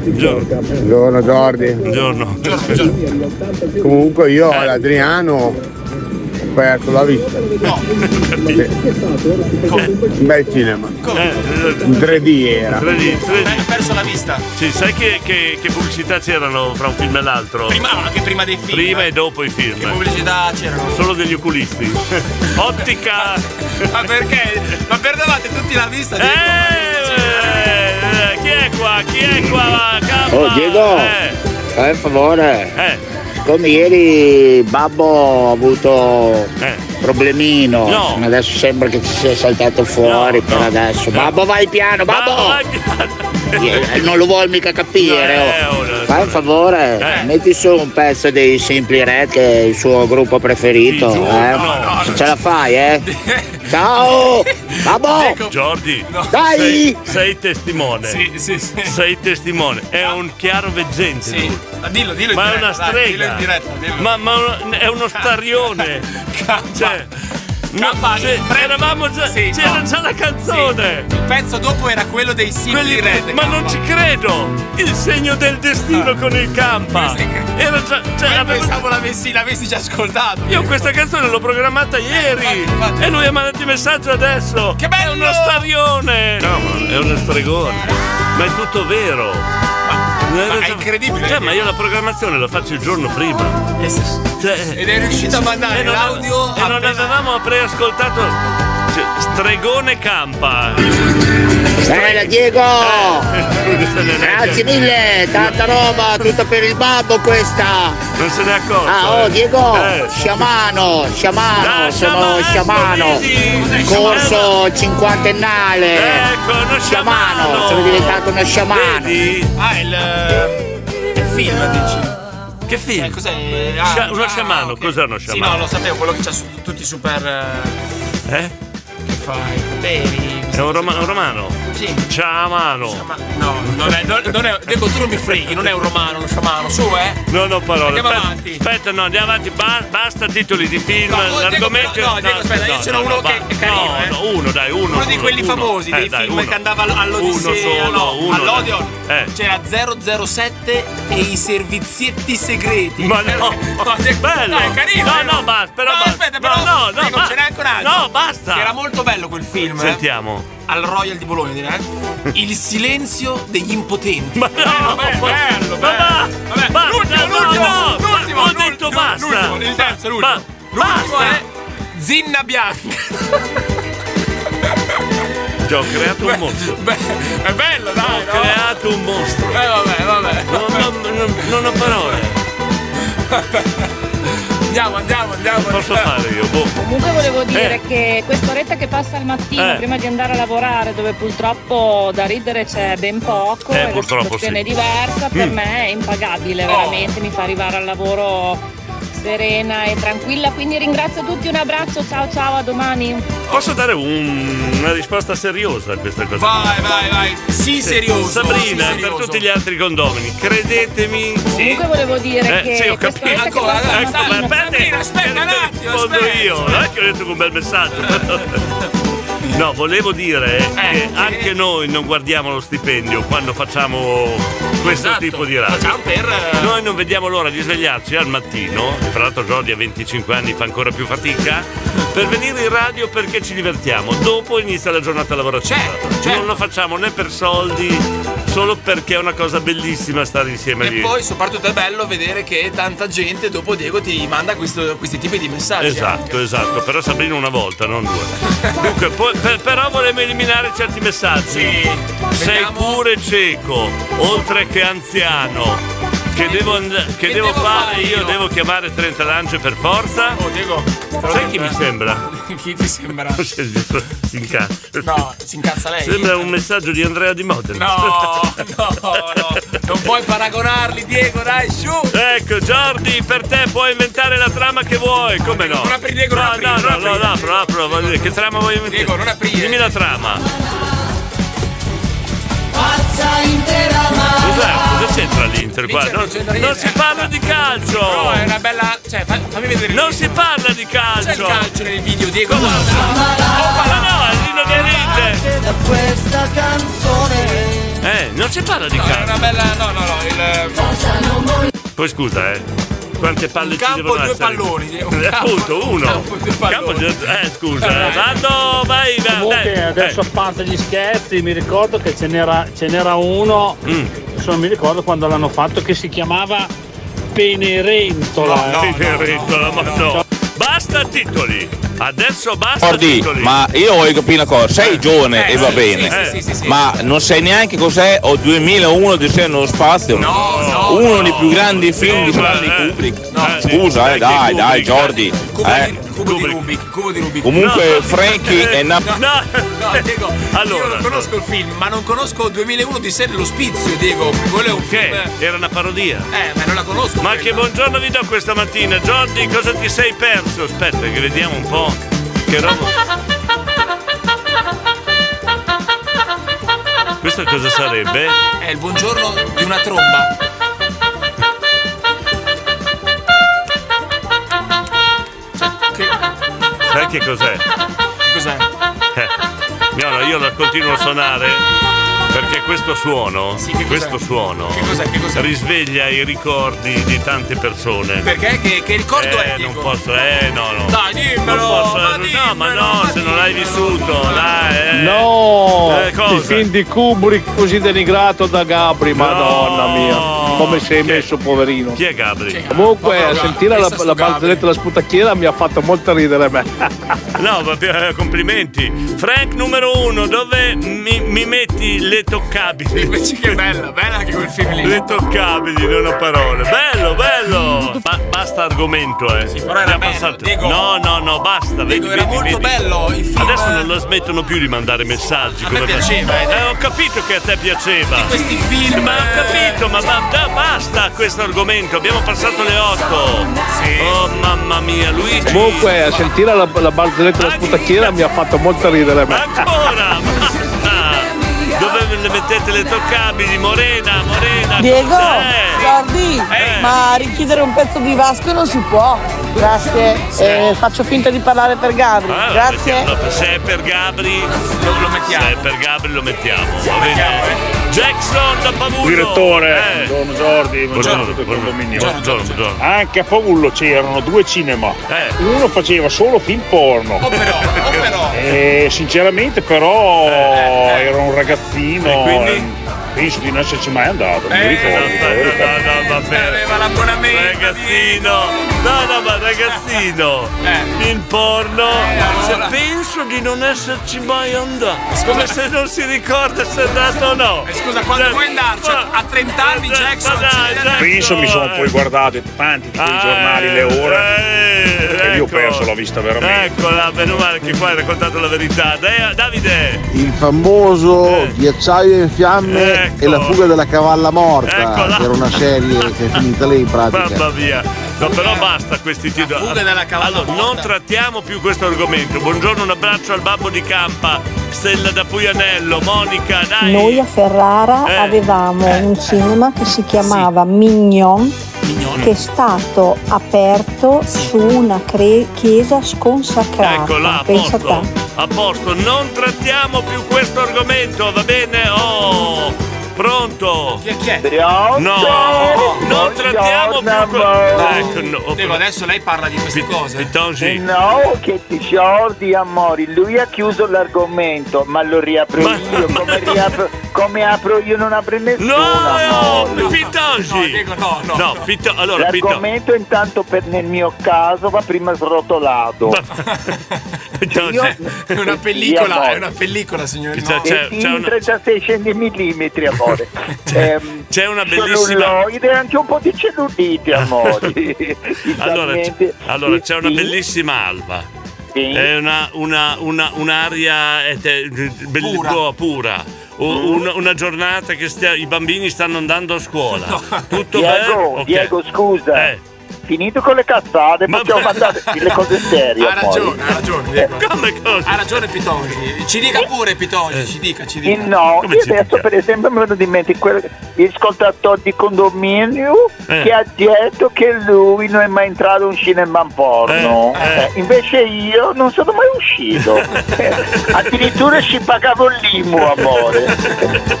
Speaker 13: Buongiorno Jordi.
Speaker 2: Buongiorno.
Speaker 13: Comunque io all'Adriano ho perso la vista. Un bel cinema.
Speaker 2: Eh,
Speaker 13: In 3D era.
Speaker 2: 3D, 3D.
Speaker 3: Hai perso la vista.
Speaker 2: Sì, sai che, che- che pubblicità c'erano fra un film e l'altro?
Speaker 3: Prima, anche prima dei film. eh.
Speaker 2: Prima e dopo i film. Che
Speaker 3: pubblicità c'erano?
Speaker 2: Solo degli oculisti. Ottica!
Speaker 3: Ma perché? Ma perdevate tutti la vista, Diego?
Speaker 2: Eh, chi è qua? Chi è qua? Campa?
Speaker 16: Oh Diego,
Speaker 2: Eh,
Speaker 16: fai un favore.
Speaker 2: Eh.
Speaker 16: Come ieri Babbo ha avuto problemino,
Speaker 2: Eh. No.
Speaker 16: adesso sembra che ci sia saltato fuori per adesso. Babbo vai piano, babbo! Eh, Non lo vuoi mica capire. oh. Fai un favore, metti su un pezzo dei Simpli Red che è il suo gruppo preferito. eh. Se ce la fai, eh? Ciao!
Speaker 3: Oh.
Speaker 2: Babbo! Giordi,
Speaker 16: Dai!
Speaker 2: Sei, sei testimone.
Speaker 3: Sì, sì, sì. Ah.
Speaker 2: Sei testimone. È un chiaro veggente. lui.
Speaker 3: Ma Dillo, dillo in
Speaker 2: Ma è
Speaker 3: diretta,
Speaker 2: una
Speaker 3: dai, dillo in
Speaker 2: strega.
Speaker 3: diretta, dillo.
Speaker 2: Ma, ma un- è uno starione. Cioè, no, cioè, eravamo già, c'era già la canzone.
Speaker 3: Il pezzo dopo era quello dei Simply
Speaker 2: Quelli-
Speaker 3: Red. Ah.
Speaker 2: ma non ci credo! Il segno del destino con il campa! Era già. Cioè,
Speaker 3: pensavo l'avessi, l'avessi già ascoltato.
Speaker 2: Io questa canzone l'ho programmata ieri e lui ha mandato il messaggio adesso. Che bello! È uno starione! No, ma è uno stregone. Ma è tutto vero. Ma, è incredibile. Cioè, ma io la programmazione la faccio il giorno prima.
Speaker 3: Eh Ed è riuscito a mandare
Speaker 2: e non-
Speaker 3: l'audio
Speaker 2: E non avevamo preascoltato. Cioè, stregone campa.
Speaker 16: Bella Diego!
Speaker 2: Eh,
Speaker 16: Grazie mille, tanta roba, tutta per il babbo questa!
Speaker 2: Non se ne accorto!
Speaker 16: Ah, oh
Speaker 2: eh.
Speaker 16: Diego!
Speaker 2: Eh.
Speaker 16: Sciamano, sciamano, sono sciamano! Corso cinquantennale!
Speaker 1: Eh,
Speaker 2: Ecco,
Speaker 16: Sciamano, sono diventato uno sciamano!
Speaker 3: Ah, il.
Speaker 2: eh,
Speaker 3: Il film, dici?
Speaker 2: Che film?
Speaker 3: Cioè, cos'è? Ah,
Speaker 2: Scia- uno sciamano, cos'è uno
Speaker 3: Sì,
Speaker 2: sciamano?
Speaker 3: no, lo sapevo, quello che c'ha su tutti i super. eh,
Speaker 2: Eh?
Speaker 3: Che fai? Poteri.
Speaker 2: È un, roma- un romano?
Speaker 3: Sì.
Speaker 2: Sciamano.
Speaker 3: No, non è. Non, non è Diego, tu non mi freghi, non è un romano, uno sciamano, su, eh?
Speaker 2: Non ho parole.
Speaker 3: Andiamo
Speaker 2: aspetta,
Speaker 3: avanti.
Speaker 2: aspetta, no, andiamo avanti. ba- basta titoli di film.
Speaker 3: No, Diego,
Speaker 2: l'argomento.
Speaker 3: no, Diego, aspetta, io ce n'ho uno che è carino,
Speaker 2: No,
Speaker 3: eh.
Speaker 2: no, uno, dai, uno.
Speaker 3: Uno di quelli famosi,
Speaker 2: Eh,
Speaker 3: dei
Speaker 2: dai,
Speaker 3: film
Speaker 2: uno.
Speaker 3: che andava all- all'Odissea,
Speaker 2: Uno solo,
Speaker 3: no,
Speaker 2: uno.
Speaker 3: all'Odeon.
Speaker 2: dai. Eh.
Speaker 3: C'era 007 e i servizietti segreti.
Speaker 2: Ma no, bello.
Speaker 3: No, è carino.
Speaker 2: No,
Speaker 3: eh?
Speaker 2: no, basta, però
Speaker 3: No,
Speaker 2: basta.
Speaker 3: aspetta, però.
Speaker 2: No, no, no,
Speaker 3: Diego,
Speaker 2: basta.
Speaker 3: ce n'è anche un altro.
Speaker 2: No, basta.
Speaker 3: Che era molto bello quel film. eh?
Speaker 2: Sentiamo.
Speaker 3: Al Royal di Bologna, direi. eh? Il silenzio degli impotenti. Ma
Speaker 2: no,
Speaker 3: bello, bello. Vabbè, l'ultimo,
Speaker 2: no,
Speaker 3: l'ultimo,
Speaker 2: no,
Speaker 3: l'ultimo,
Speaker 2: ho
Speaker 3: l'ultimo,
Speaker 2: detto basta.
Speaker 3: l'ultimo, il terzo, l'ultimo.
Speaker 2: Ba-
Speaker 3: l'ultimo
Speaker 2: basta.
Speaker 3: è Zinna Bianca.
Speaker 2: Ti ho creato un mostro.
Speaker 3: È bello, dai,
Speaker 2: Ho creato un mostro.
Speaker 3: Eh, vabbè, vabbè.
Speaker 2: Non, non- non- non ho parole.
Speaker 3: Andiamo, andiamo, andiamo.
Speaker 2: Posso fare io? Boh.
Speaker 10: Comunque volevo dire
Speaker 2: Eh.
Speaker 10: che questa oretta che passa al mattino
Speaker 2: Eh.
Speaker 10: prima di andare a lavorare, dove purtroppo da ridere c'è ben poco
Speaker 2: Eh,
Speaker 10: e la
Speaker 2: purtroppo
Speaker 10: situazione
Speaker 2: sì.
Speaker 10: è diversa, per
Speaker 2: Mm.
Speaker 10: me è impagabile, veramente mi fa arrivare al lavoro serena e tranquilla. Quindi ringrazio tutti, un abbraccio, ciao ciao, a domani.
Speaker 2: Posso dare un- una risposta seriosa a questa cosa?
Speaker 3: Vai, vai, vai. Sì, serioso.
Speaker 2: Sabrina,
Speaker 3: sì, serioso.
Speaker 2: per tutti gli altri condomini, credetemi.
Speaker 10: Comunque volevo dire
Speaker 2: Eh,
Speaker 10: che
Speaker 2: sì, ho
Speaker 10: questa
Speaker 2: capito.
Speaker 10: oretta che
Speaker 2: Ancora,
Speaker 10: passa al
Speaker 2: ecco, ma
Speaker 10: mattino-
Speaker 2: aspetta, aspetta un attimo. Rispondo io, non è che ho detto un bel messaggio. No, volevo dire
Speaker 3: Eh,
Speaker 2: che anche noi non guardiamo lo stipendio quando facciamo questo
Speaker 3: Esatto,
Speaker 2: tipo di radio.
Speaker 3: facciamo per, eh,
Speaker 2: Noi non vediamo l'ora di svegliarci al mattino, e fra l'altro Jordi a 25 anni fa ancora più fatica, per venire in radio perché ci divertiamo. Dopo inizia la giornata lavorativa.
Speaker 3: Certo,
Speaker 2: Non lo facciamo né per soldi, solo perché è una cosa bellissima stare insieme lì.
Speaker 3: E poi soprattutto è bello vedere che tanta gente dopo Diego ti manda questo- questi tipi di messaggi. eh.
Speaker 2: Esatto, esatto, però Sabrina una volta, non due. Dunque, poi- per- però volevo eliminare certi messaggi. Sei pure cieco, oltre che anziano. Che devo, and- che devo fare? io devo chiamare Trentalange per forza?
Speaker 3: Oh, Diego,
Speaker 2: Sai
Speaker 3: eh.
Speaker 2: chi mi sembra?
Speaker 3: Chi ti sembra?
Speaker 2: si incazza.
Speaker 3: No, si incazza lei.
Speaker 2: Sembra un messaggio di Andrea Di Modena.
Speaker 3: No, no, no, non puoi paragonarli, Diego, dai, su!
Speaker 2: Ecco, Jordi, per te puoi inventare la trama che vuoi, come no?
Speaker 3: Non apri, Diego,
Speaker 2: no,
Speaker 3: non apri,
Speaker 2: no,
Speaker 3: non
Speaker 2: no,
Speaker 3: apri.
Speaker 2: no, no, apro, apro, voglio dire, che trama vuoi inventare? Diego, non aprire. Dimmi la trama.
Speaker 1: Pazza intera
Speaker 2: Cos'è? Cosa c'entra l'Inter qua? Non, non si parla di calcio!
Speaker 3: No, è una bella. Cioè, fa- fammi vedere.
Speaker 2: Non si parla di calcio!
Speaker 3: C'è il calcio nel video, Diego.
Speaker 2: Ma no, è l'inno dell'Inter!
Speaker 1: da questa canzone
Speaker 2: Eh, non si parla di
Speaker 3: No, è
Speaker 2: calcio!
Speaker 3: una bella. No, no, eh, no, il.
Speaker 2: Poi scusa, eh. Quante palle ci
Speaker 3: campo,
Speaker 2: devono
Speaker 3: due
Speaker 2: essere?
Speaker 3: palloni, Diego. Un
Speaker 2: Eh,
Speaker 3: campo,
Speaker 2: appunto,
Speaker 3: un
Speaker 2: uno.
Speaker 3: campo, due palloni.
Speaker 2: Campo, eh, scusa,
Speaker 3: Dai.
Speaker 2: eh. Vado, vai, vai.
Speaker 22: Comunque,
Speaker 2: dai.
Speaker 22: adesso a parte gli scherzi, mi ricordo che ce n'era, ce n'era uno,
Speaker 2: Mm.
Speaker 22: adesso non mi ricordo quando l'hanno fatto, che si chiamava Penerentola.
Speaker 2: No, Pinerentola, ma no. Basta titoli. Adesso basta
Speaker 5: Jordi,
Speaker 2: titoli.
Speaker 5: ma io voglio capire una cosa, sei giovane
Speaker 2: Eh,
Speaker 5: e va
Speaker 2: sì,
Speaker 5: bene,
Speaker 2: sì, sì, sì, sì.
Speaker 5: ma non sai neanche cos'è o 2001 di sé nello spazio, Uh, Oh, uno dei più grandi film di Stanley
Speaker 3: eh,
Speaker 2: Eh.
Speaker 5: Kubrick, scusa eh, dai, dai Jordi, eh.
Speaker 3: Cubo di Rubik, cubo di Rubik.
Speaker 5: comunque Frankie è nato...
Speaker 3: eh, No, no, Diego, io non conosco il film, ma non conosco 2001 di sé dello spizio, Diego. Quello è un film.
Speaker 2: Era una parodia.
Speaker 3: Eh, ma non la conosco.
Speaker 2: Ma che buongiorno vi do questa mattina, Jordi, cosa ti sei perso? Aspetta che vediamo un po'. Che roba. Questa cosa sarebbe?
Speaker 3: È il buongiorno di una tromba. Cioè, che...
Speaker 2: Sai che cos'è?
Speaker 3: che Cos'è?
Speaker 2: Eh, Gnolo, io la continuo a suonare perché questo suono,
Speaker 3: che cos'è?
Speaker 2: questo suono
Speaker 3: Che cos'è? Che cos'è?
Speaker 2: risveglia i ricordi di tante persone.
Speaker 3: Perché? Che, che ricordo
Speaker 2: eh,
Speaker 3: è?
Speaker 2: non
Speaker 3: Dico?
Speaker 2: posso, eh no, no.
Speaker 3: Dai, dimmelo,
Speaker 2: Non posso,
Speaker 3: ma
Speaker 2: eh, no, ma no, se non l'hai vissuto, dai, eh.
Speaker 5: No,
Speaker 2: Eh, cosa?
Speaker 5: il film di Kubrick così denigrato da Gabri, madonna mia, come sei messo poverino.
Speaker 2: Chi è Gabri?
Speaker 5: Comunque,
Speaker 2: Vabbè,
Speaker 5: sentire la,
Speaker 2: pensa sto
Speaker 5: la
Speaker 2: Gabri.
Speaker 5: barzelletta della sputacchiera mi ha fatto molto ridere me.
Speaker 2: No, vabbè, eh, complimenti. Frank numero uno, dove mi, mi metti le toccabili? Invece che bella, bella anche quel film lì. Le toccabili, non ho parole. Bello, bello! Ma basta argomento, eh.
Speaker 3: però era
Speaker 2: Già
Speaker 3: bello,
Speaker 2: passato.
Speaker 3: Diego.
Speaker 2: No, no, no, basta.
Speaker 3: Diego, era molto bello il film.
Speaker 2: Adesso non lo smettono più di mandare messaggi.
Speaker 3: A me
Speaker 2: come fa-
Speaker 3: piaceva, eh,
Speaker 2: Eh,
Speaker 3: Diego.
Speaker 2: ho capito che a te piaceva.
Speaker 3: Questi film.
Speaker 2: Ma ho capito, ma ba- da- Ah, basta questo argomento. Abbiamo passato le 8. Oh mamma mia, Luigi.
Speaker 5: Comunque, sentire la, la barzelletta della sputacchiera mi ha fatto molto ridere me.
Speaker 2: Ancora, basta. Dove le mettete le toccabili? Morena, Morena.
Speaker 1: Diego,
Speaker 2: cos'è?
Speaker 1: guardi,
Speaker 2: Eh.
Speaker 1: ma richiedere un pezzo di Vasco non si può. Grazie, Eh, faccio finta di parlare per Gabri.
Speaker 2: Ah, lo
Speaker 1: Grazie.
Speaker 2: mettiamo. Se è per Gabri, lo, mettiamo. Se è per Gabri, lo mettiamo. eh? Va bene. Jackson da Pavullo.
Speaker 29: Direttore,
Speaker 2: Eh.
Speaker 29: buongiorno Jordi, buongiorno a
Speaker 2: Buongiorno,
Speaker 29: tutto il
Speaker 2: buongiorno,
Speaker 29: condominio.
Speaker 2: buongiorno, buongiorno.
Speaker 29: Anche a Pavullo c'erano due cinema.
Speaker 3: Eh.
Speaker 29: Uno faceva solo film porno.
Speaker 3: Oh,
Speaker 29: E sinceramente
Speaker 3: Eh,
Speaker 29: però ero un ragazzino.
Speaker 2: E quindi?
Speaker 29: e Penso di non esserci mai andato,
Speaker 2: Eh,
Speaker 29: non mi ricordo. la verità.
Speaker 2: va bene. Aveva l'abbonamento. Ragazzino. No, no, ma ragazzino.
Speaker 3: Eh.
Speaker 2: In porno. se penso di non esserci mai andato. Come se non si ricorda se è andato o no.
Speaker 3: Eh,
Speaker 2: Eh,
Speaker 3: Scusa, quando vuoi andarci? A 30 anni Jackson ci vede-
Speaker 29: Penso mi sono
Speaker 2: eh.
Speaker 29: poi guardato tanti di quei giornali, le ore. E io ho perso la vista veramente.
Speaker 2: eh, ecco. Eccola, meno male che qua hai raccontato la verità. Dai, Davide.
Speaker 6: Il famoso Ghiacciaio in fiamme
Speaker 2: Eh. Ecco.
Speaker 6: e la fuga della cavalla morta,
Speaker 2: Eccola.
Speaker 6: che era una serie che è finita lei in pratica.
Speaker 2: Mamma mia, no, però basta questi titoli. Allora, non trattiamo più questo argomento. Buongiorno, un abbraccio al babbo di Campa, Stella da Puglianello, Monica, dai. Eh.
Speaker 8: Noi a Ferrara avevamo un cinema che si chiamava Mignon, che è stato aperto su una cre- chiesa sconsacrata.
Speaker 2: Ecco là, a
Speaker 8: Pensa
Speaker 2: posto, a posto, non trattiamo più questo argomento, va bene? Oh, pronto? Chi è? Chi è? No, non trattiamo più questo... Ecco, no.
Speaker 3: Diego, Oh, adesso lei parla di queste cose.
Speaker 2: Pitongi.
Speaker 8: No, che ti sciordi, amori. Lui ha chiuso l'argomento, ma lo riapro io. Come, riapro, come apro io non apro nessuno.
Speaker 2: No,
Speaker 8: amori.
Speaker 2: Pitongi! No, no, no. Pito- allora, Pitongi.
Speaker 8: L'argomento intanto per- nel mio caso va prima srotolato.
Speaker 3: Io- è una pellicola, è una pellicola, signore.
Speaker 8: C'è,
Speaker 3: No.
Speaker 8: in 36 mm, amore. Ehm,
Speaker 2: C'è una bellissima-
Speaker 8: Celluloide e anche un po' di cellulite, amore.
Speaker 2: Allora, c- allora, c'è una bellissima alba. È una, una, una, un'aria eh, te- be- boh, pura. U- una, una giornata che stia- i bambini stanno andando a scuola. Tutto
Speaker 8: Diego, eh?
Speaker 2: bello. Ok.
Speaker 8: Diego, scusa. Finito con le cazzate, possiamo mandare le cose serie.
Speaker 3: Ha
Speaker 8: amore.
Speaker 3: ragione, ha ragione. Diego. Ha ragione Pitongi. Ci dica pure Pitongi, ci dica, ci dica.
Speaker 8: Il Eh. no, io adesso per esempio mi venuto in mente quello, il ascoltatore di condominio Eh. che ha detto che lui non è mai entrato in un cinema in porno. Eh, invece io non sono mai uscito. Eh, Addirittura ci pagavo l'IMU, amore.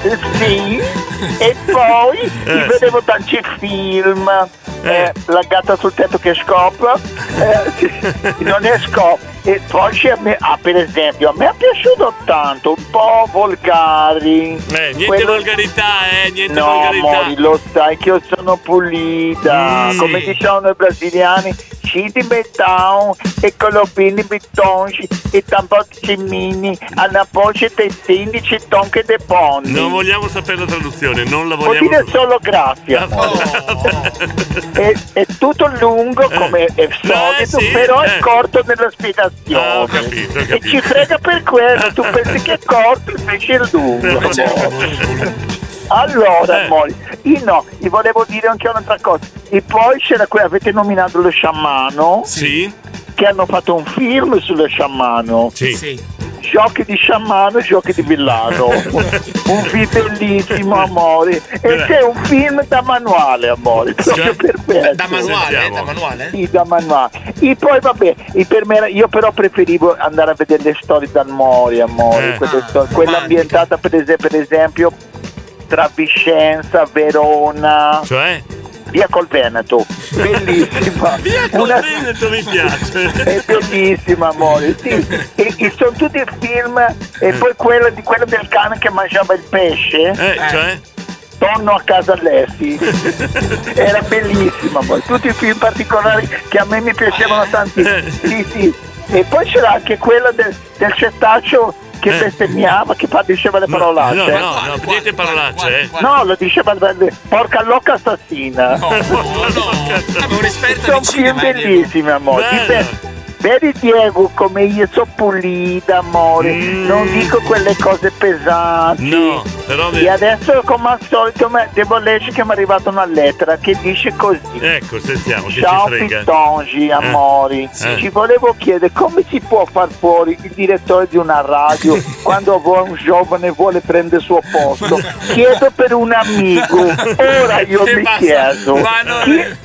Speaker 8: Eh, Sì. E poi mi vedevo tanti film. eh, la gatta sul tetto che scopre eh, non è scopre e poi c'è a me, ah, per esempio a me è piaciuto tanto un po' volgari
Speaker 2: Eh, niente
Speaker 8: Quello-
Speaker 2: volgarità, eh, niente
Speaker 8: No,
Speaker 2: volgarità.
Speaker 8: amori, lo sai che io sono pulita.
Speaker 2: Mm.
Speaker 8: Come diciamo i brasiliani, citi beton e colopini bitonci e tampotti cimini, alla voce dei sindici tonche de ponni.
Speaker 2: Non vogliamo sapere la traduzione, non la
Speaker 8: Vuol
Speaker 2: vogliamo Ah,
Speaker 8: dire solo grazie. È, è tutto lungo come è solito,
Speaker 2: Eh. sì,
Speaker 8: però è
Speaker 2: eh.
Speaker 8: corto nella spiegazione.
Speaker 2: Ah, ho capito, ho
Speaker 8: E
Speaker 2: capito.
Speaker 8: ci frega per quello, tu pensi che è corto, invece è
Speaker 2: Eh.
Speaker 8: lungo. Allora, amore, io no, vi volevo dire anche un'altra cosa. E poi c'era quello, avete nominato lo sciamano?
Speaker 2: Sì.
Speaker 8: Che hanno fatto un film sullo sciamano.
Speaker 2: Sì.
Speaker 8: giochi di sciamano e giochi di villano. un film bellissimo, amore. E
Speaker 2: Eh.
Speaker 8: c'è un film da manuale, amore. Proprio per questo.
Speaker 32: Da manuale, eh, da manuale?
Speaker 8: Sì, da manuale. E poi vabbè, e per me- io però preferivo andare a vedere le storie d'amore, amore,
Speaker 32: Eh.
Speaker 8: quelle storie- quella ambientata per es- per esempio, tra Vicenza, Verona.
Speaker 2: Cioè?
Speaker 8: Via col Veneto, bellissima. Via
Speaker 2: col Veneto mi piace.
Speaker 8: È bellissima, amore. Sì, e, e sono tutti i film
Speaker 2: Eh.
Speaker 8: e poi quello, di, quello del cane che mangiava il pesce.
Speaker 2: cioè?
Speaker 8: Torno a casa Alessi. Era bellissima, amore. Tutti i film particolari che a me mi piacevano tantissimo.
Speaker 2: Eh.
Speaker 8: Sì, sì. E poi c'era anche quello del, del cetaceo che bestemmiava, che fa- cioè, diceva le parolacce.
Speaker 2: Eh. No, no, no, dite parolacce, eh.
Speaker 8: No, lo diceva porca locca assassina. Sono film bellissimi, amore.
Speaker 2: Bello.
Speaker 8: Dipende- Vedi Diego come io sono pulita, amore. Non dico quelle cose pesanti.
Speaker 2: No, però mi-
Speaker 8: E adesso come al solito me- devo leggere che mi è arrivata una lettera che dice così.
Speaker 2: Ecco, sentiamo, che
Speaker 8: Ciao
Speaker 2: ci frega.
Speaker 8: Pittongi, amori.
Speaker 2: Eh.
Speaker 8: Ci volevo chiedere come si può far fuori il direttore di una radio quando vuo- un giovane vuole prendere il suo posto. Chiedo per un amico. Ora io
Speaker 32: E
Speaker 8: mi
Speaker 32: basta.
Speaker 8: chiedo.
Speaker 32: Ma non-
Speaker 8: chi-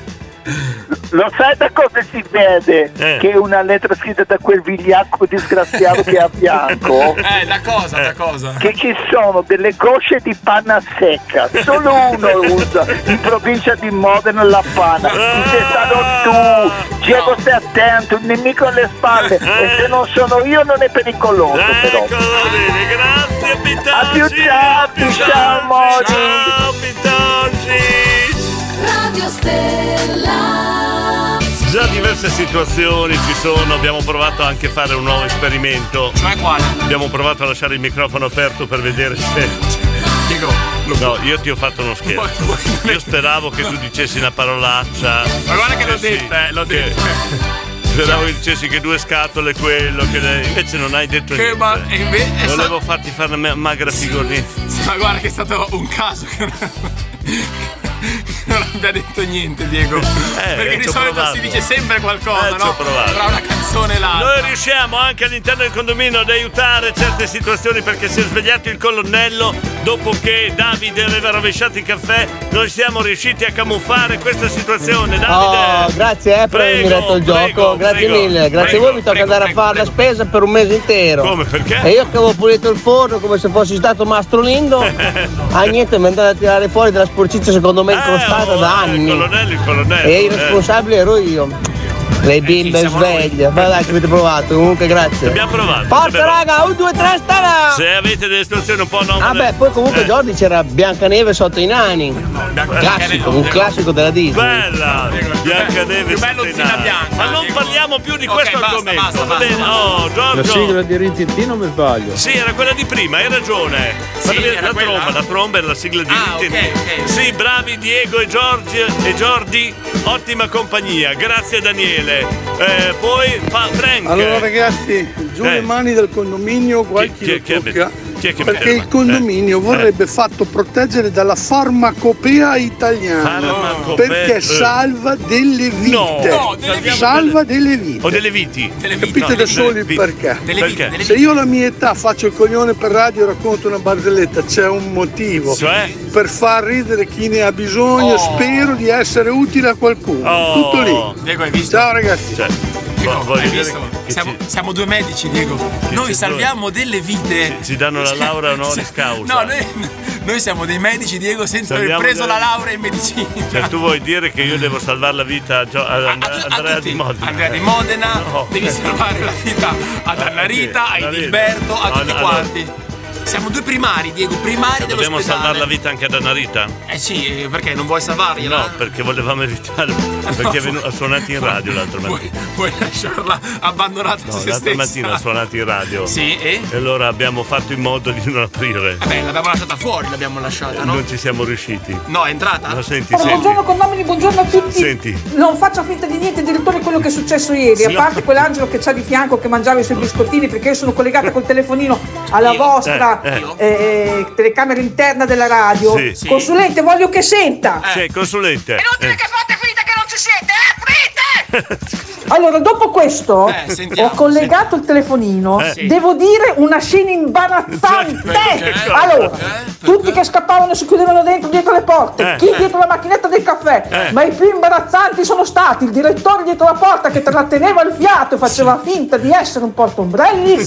Speaker 8: Lo sai da cosa si vede
Speaker 2: Eh.
Speaker 8: che è una lettera scritta da quel vigliacco disgraziato che è a fianco?
Speaker 32: Eh, da cosa, da cosa?
Speaker 8: ecco. Che ci sono delle gocce di panna secca, solo uno usa in provincia di Modena la panna. Ti sei stato tu, Diego stai attento, il nemico alle spalle e se non sono io non è pericoloso però.
Speaker 2: A
Speaker 8: più tardi, ciao amore.
Speaker 1: Radio Stella.
Speaker 2: Già diverse situazioni ci sono, abbiamo provato anche a fare un nuovo esperimento.
Speaker 3: Cioè,
Speaker 2: Ma quale? Abbiamo provato a lasciare il microfono aperto per vedere se. No, io ti ho fatto uno scherzo. Io speravo che tu dicessi una parolaccia.
Speaker 3: Ma guarda che l'ho detta, eh, l'ho detta.
Speaker 2: Speravo che dicessi che due scatole quello, che le- invece non hai detto
Speaker 3: Che
Speaker 2: niente.
Speaker 3: ma- e inve- esatto. è
Speaker 2: Volevo farti fare una ma- magra figurina.
Speaker 3: Ma guarda che è stato un caso che non, non abbia detto niente, Diego. Perché di
Speaker 2: Eh, ci ho
Speaker 3: solito
Speaker 2: provato.
Speaker 3: si dice sempre qualcosa,
Speaker 2: Eh, ci ho
Speaker 3: no?
Speaker 2: provato.
Speaker 3: Tra una canzone e l'altra.
Speaker 2: Noi riusciamo anche all'interno del condominio ad aiutare certe situazioni perché si è svegliato il colonnello dopo che Davide aveva rovesciato il caffè. Noi siamo riusciti a camuffare questa situazione. Davide!
Speaker 9: Oh, grazie eh, per avermi
Speaker 2: Prego,
Speaker 9: dato il gioco,
Speaker 2: prego,
Speaker 9: grazie
Speaker 2: prego,
Speaker 9: mille, grazie
Speaker 2: prego,
Speaker 9: a voi mi tocca andare a fare la spesa per un mese intero.
Speaker 2: Come, perché?
Speaker 9: E io che avevo pulito il forno come se fossi stato Mastro Lindo, ah niente, mi è andato a tirare fuori della sporcizia secondo me incrostata da
Speaker 2: eh, oh, Il
Speaker 9: anni.
Speaker 2: colonnello, il colonnello.
Speaker 9: E il
Speaker 2: eh.
Speaker 9: responsabile ero io. Le bimbe sveglie, ma dai che avete provato, comunque grazie.
Speaker 2: Abbiamo provato.
Speaker 9: Forza
Speaker 2: abbiamo-
Speaker 9: raga, un, due, tre, stella!
Speaker 2: Se avete delle situazioni un po'
Speaker 9: Ah
Speaker 2: anomale.
Speaker 9: beh, poi
Speaker 2: Eh.
Speaker 9: comunque Jordi c'era Biancaneve sotto i nani. Classico, un classico della Disney.
Speaker 2: Bella! Biancaneve bello Zina Bianca. Ma non parliamo più di questo argomento. va bene? Oh,
Speaker 6: La
Speaker 2: Giorgio.
Speaker 6: sigla di Rintintin non mi sbaglio.
Speaker 2: Sì, era quella di prima, hai ragione. Ma la- la tromba, la tromba era la sigla di ah, Sì, bravi Diego e Giorgi e Giordi, ottima compagnia, grazie Daniele. Eh, poi fa Frank.
Speaker 4: Allora ragazzi, giù
Speaker 2: Eh.
Speaker 4: le mani del condominio qualche
Speaker 2: chi, è che ha- chi è che mi
Speaker 4: perché
Speaker 2: ferma?
Speaker 4: il condominio
Speaker 2: Eh.
Speaker 4: vorrebbe fatto proteggere dalla farmacopea italiana
Speaker 2: Farmacopea, eh.
Speaker 4: perché salva delle vite.
Speaker 2: No, delle
Speaker 4: salva delle vite.
Speaker 2: O delle viti?
Speaker 4: Capite da soli il perché?
Speaker 2: Perché?
Speaker 4: Se io alla mia età faccio il coglione per radio e racconto una barzelletta, c'è un motivo.
Speaker 2: Cioè?
Speaker 4: Per far ridere chi ne ha
Speaker 3: Oh.
Speaker 4: bisogno, spero di essere utile a qualcuno.
Speaker 2: Oh.
Speaker 4: Tutto lì.
Speaker 3: Diego, hai visto?
Speaker 4: Ciao ragazzi.
Speaker 2: Cioè,
Speaker 3: Diego,
Speaker 2: voglio
Speaker 3: hai
Speaker 2: dire
Speaker 3: visto?
Speaker 2: che
Speaker 3: Siamo, siamo due medici, Diego. Noi
Speaker 2: ci
Speaker 3: salviamo delle vite.
Speaker 2: Ci danno la laurea honoris causa.
Speaker 3: No, noi, noi siamo dei medici, Diego, senza
Speaker 2: Salviamo
Speaker 3: aver preso
Speaker 2: delle-
Speaker 3: la laurea in medicina.
Speaker 2: Cioè, tu vuoi dire che io devo salvare la vita a, Gio- ad And- Andrea Di Modena? Eh.
Speaker 3: Andrea di Modena, devi salvare la vita ad Anna Rita, a Edilberto, a tutti quanti. Siamo due primari, Diego, primari
Speaker 2: Cioè, Dobbiamo
Speaker 3: dell'ospedale.
Speaker 2: salvare la vita anche ad Anarita?
Speaker 3: Eh sì, eh, perché non vuoi salvargliela?
Speaker 2: No, perché volevamo evitare. Perché è venuto- ha suonato in radio l'altra mattina.
Speaker 3: Vuoi lasciarla abbandonata a
Speaker 2: No,
Speaker 3: se
Speaker 2: l'altra
Speaker 3: stessa?
Speaker 2: mattina ha suonato in radio.
Speaker 3: Sì, e?
Speaker 2: allora abbiamo fatto in modo di non aprire.
Speaker 3: Vabbè, l'abbiamo lasciata fuori, l'abbiamo lasciata, no? Ah,
Speaker 2: Non ci siamo riusciti.
Speaker 3: No, è entrata?
Speaker 2: No, senti, senti.
Speaker 23: Buongiorno condomini, buongiorno a tutti.
Speaker 2: Senti.
Speaker 23: Non faccio finta di niente, direttore, quello che è successo ieri.
Speaker 2: Sì.
Speaker 23: A parte quell'angelo che c'ha di fianco che mangiava i suoi biscottini, perché io sono collegata col telefonino alla vostra
Speaker 2: eh,
Speaker 23: eh, telecamera interna della radio.
Speaker 2: Sì, sì.
Speaker 23: Consulente, voglio che senta.
Speaker 2: Sei consulente. Eh.
Speaker 23: È inutile che fate finta che non ci siete, eh? Aprite! Allora, dopo questo
Speaker 3: Eh, sentiamo,
Speaker 23: ho collegato il telefonino.
Speaker 3: Eh. Sì.
Speaker 23: Devo dire una scena imbarazzante.
Speaker 3: Eh, Perché?
Speaker 23: Allora, tutti che scappavano e si chiudevano dentro dietro le porte,
Speaker 26: Eh.
Speaker 23: chi
Speaker 26: Eh.
Speaker 23: dietro la macchinetta del caffè.
Speaker 26: Eh.
Speaker 23: Ma i più imbarazzanti sono stati il direttore dietro la porta che tratteneva il fiato e faceva finta di essere un portombrelli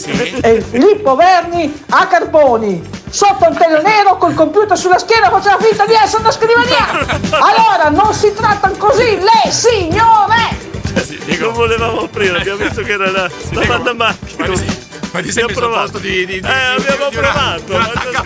Speaker 23: e il Filippo Verni a Carboni. Sotto il telo nero col computer sulla schiena faceva finta di essere una scrivania. Allora, non si trattano così le signore!
Speaker 2: Non volevamo aprire,
Speaker 3: Eh.
Speaker 2: abbiamo visto che era la, la banda macchina. Ma ti sei messo posto di,
Speaker 3: di-
Speaker 2: Eh, abbiamo
Speaker 3: di una-
Speaker 2: provato,
Speaker 3: di un
Speaker 2: ma ci ha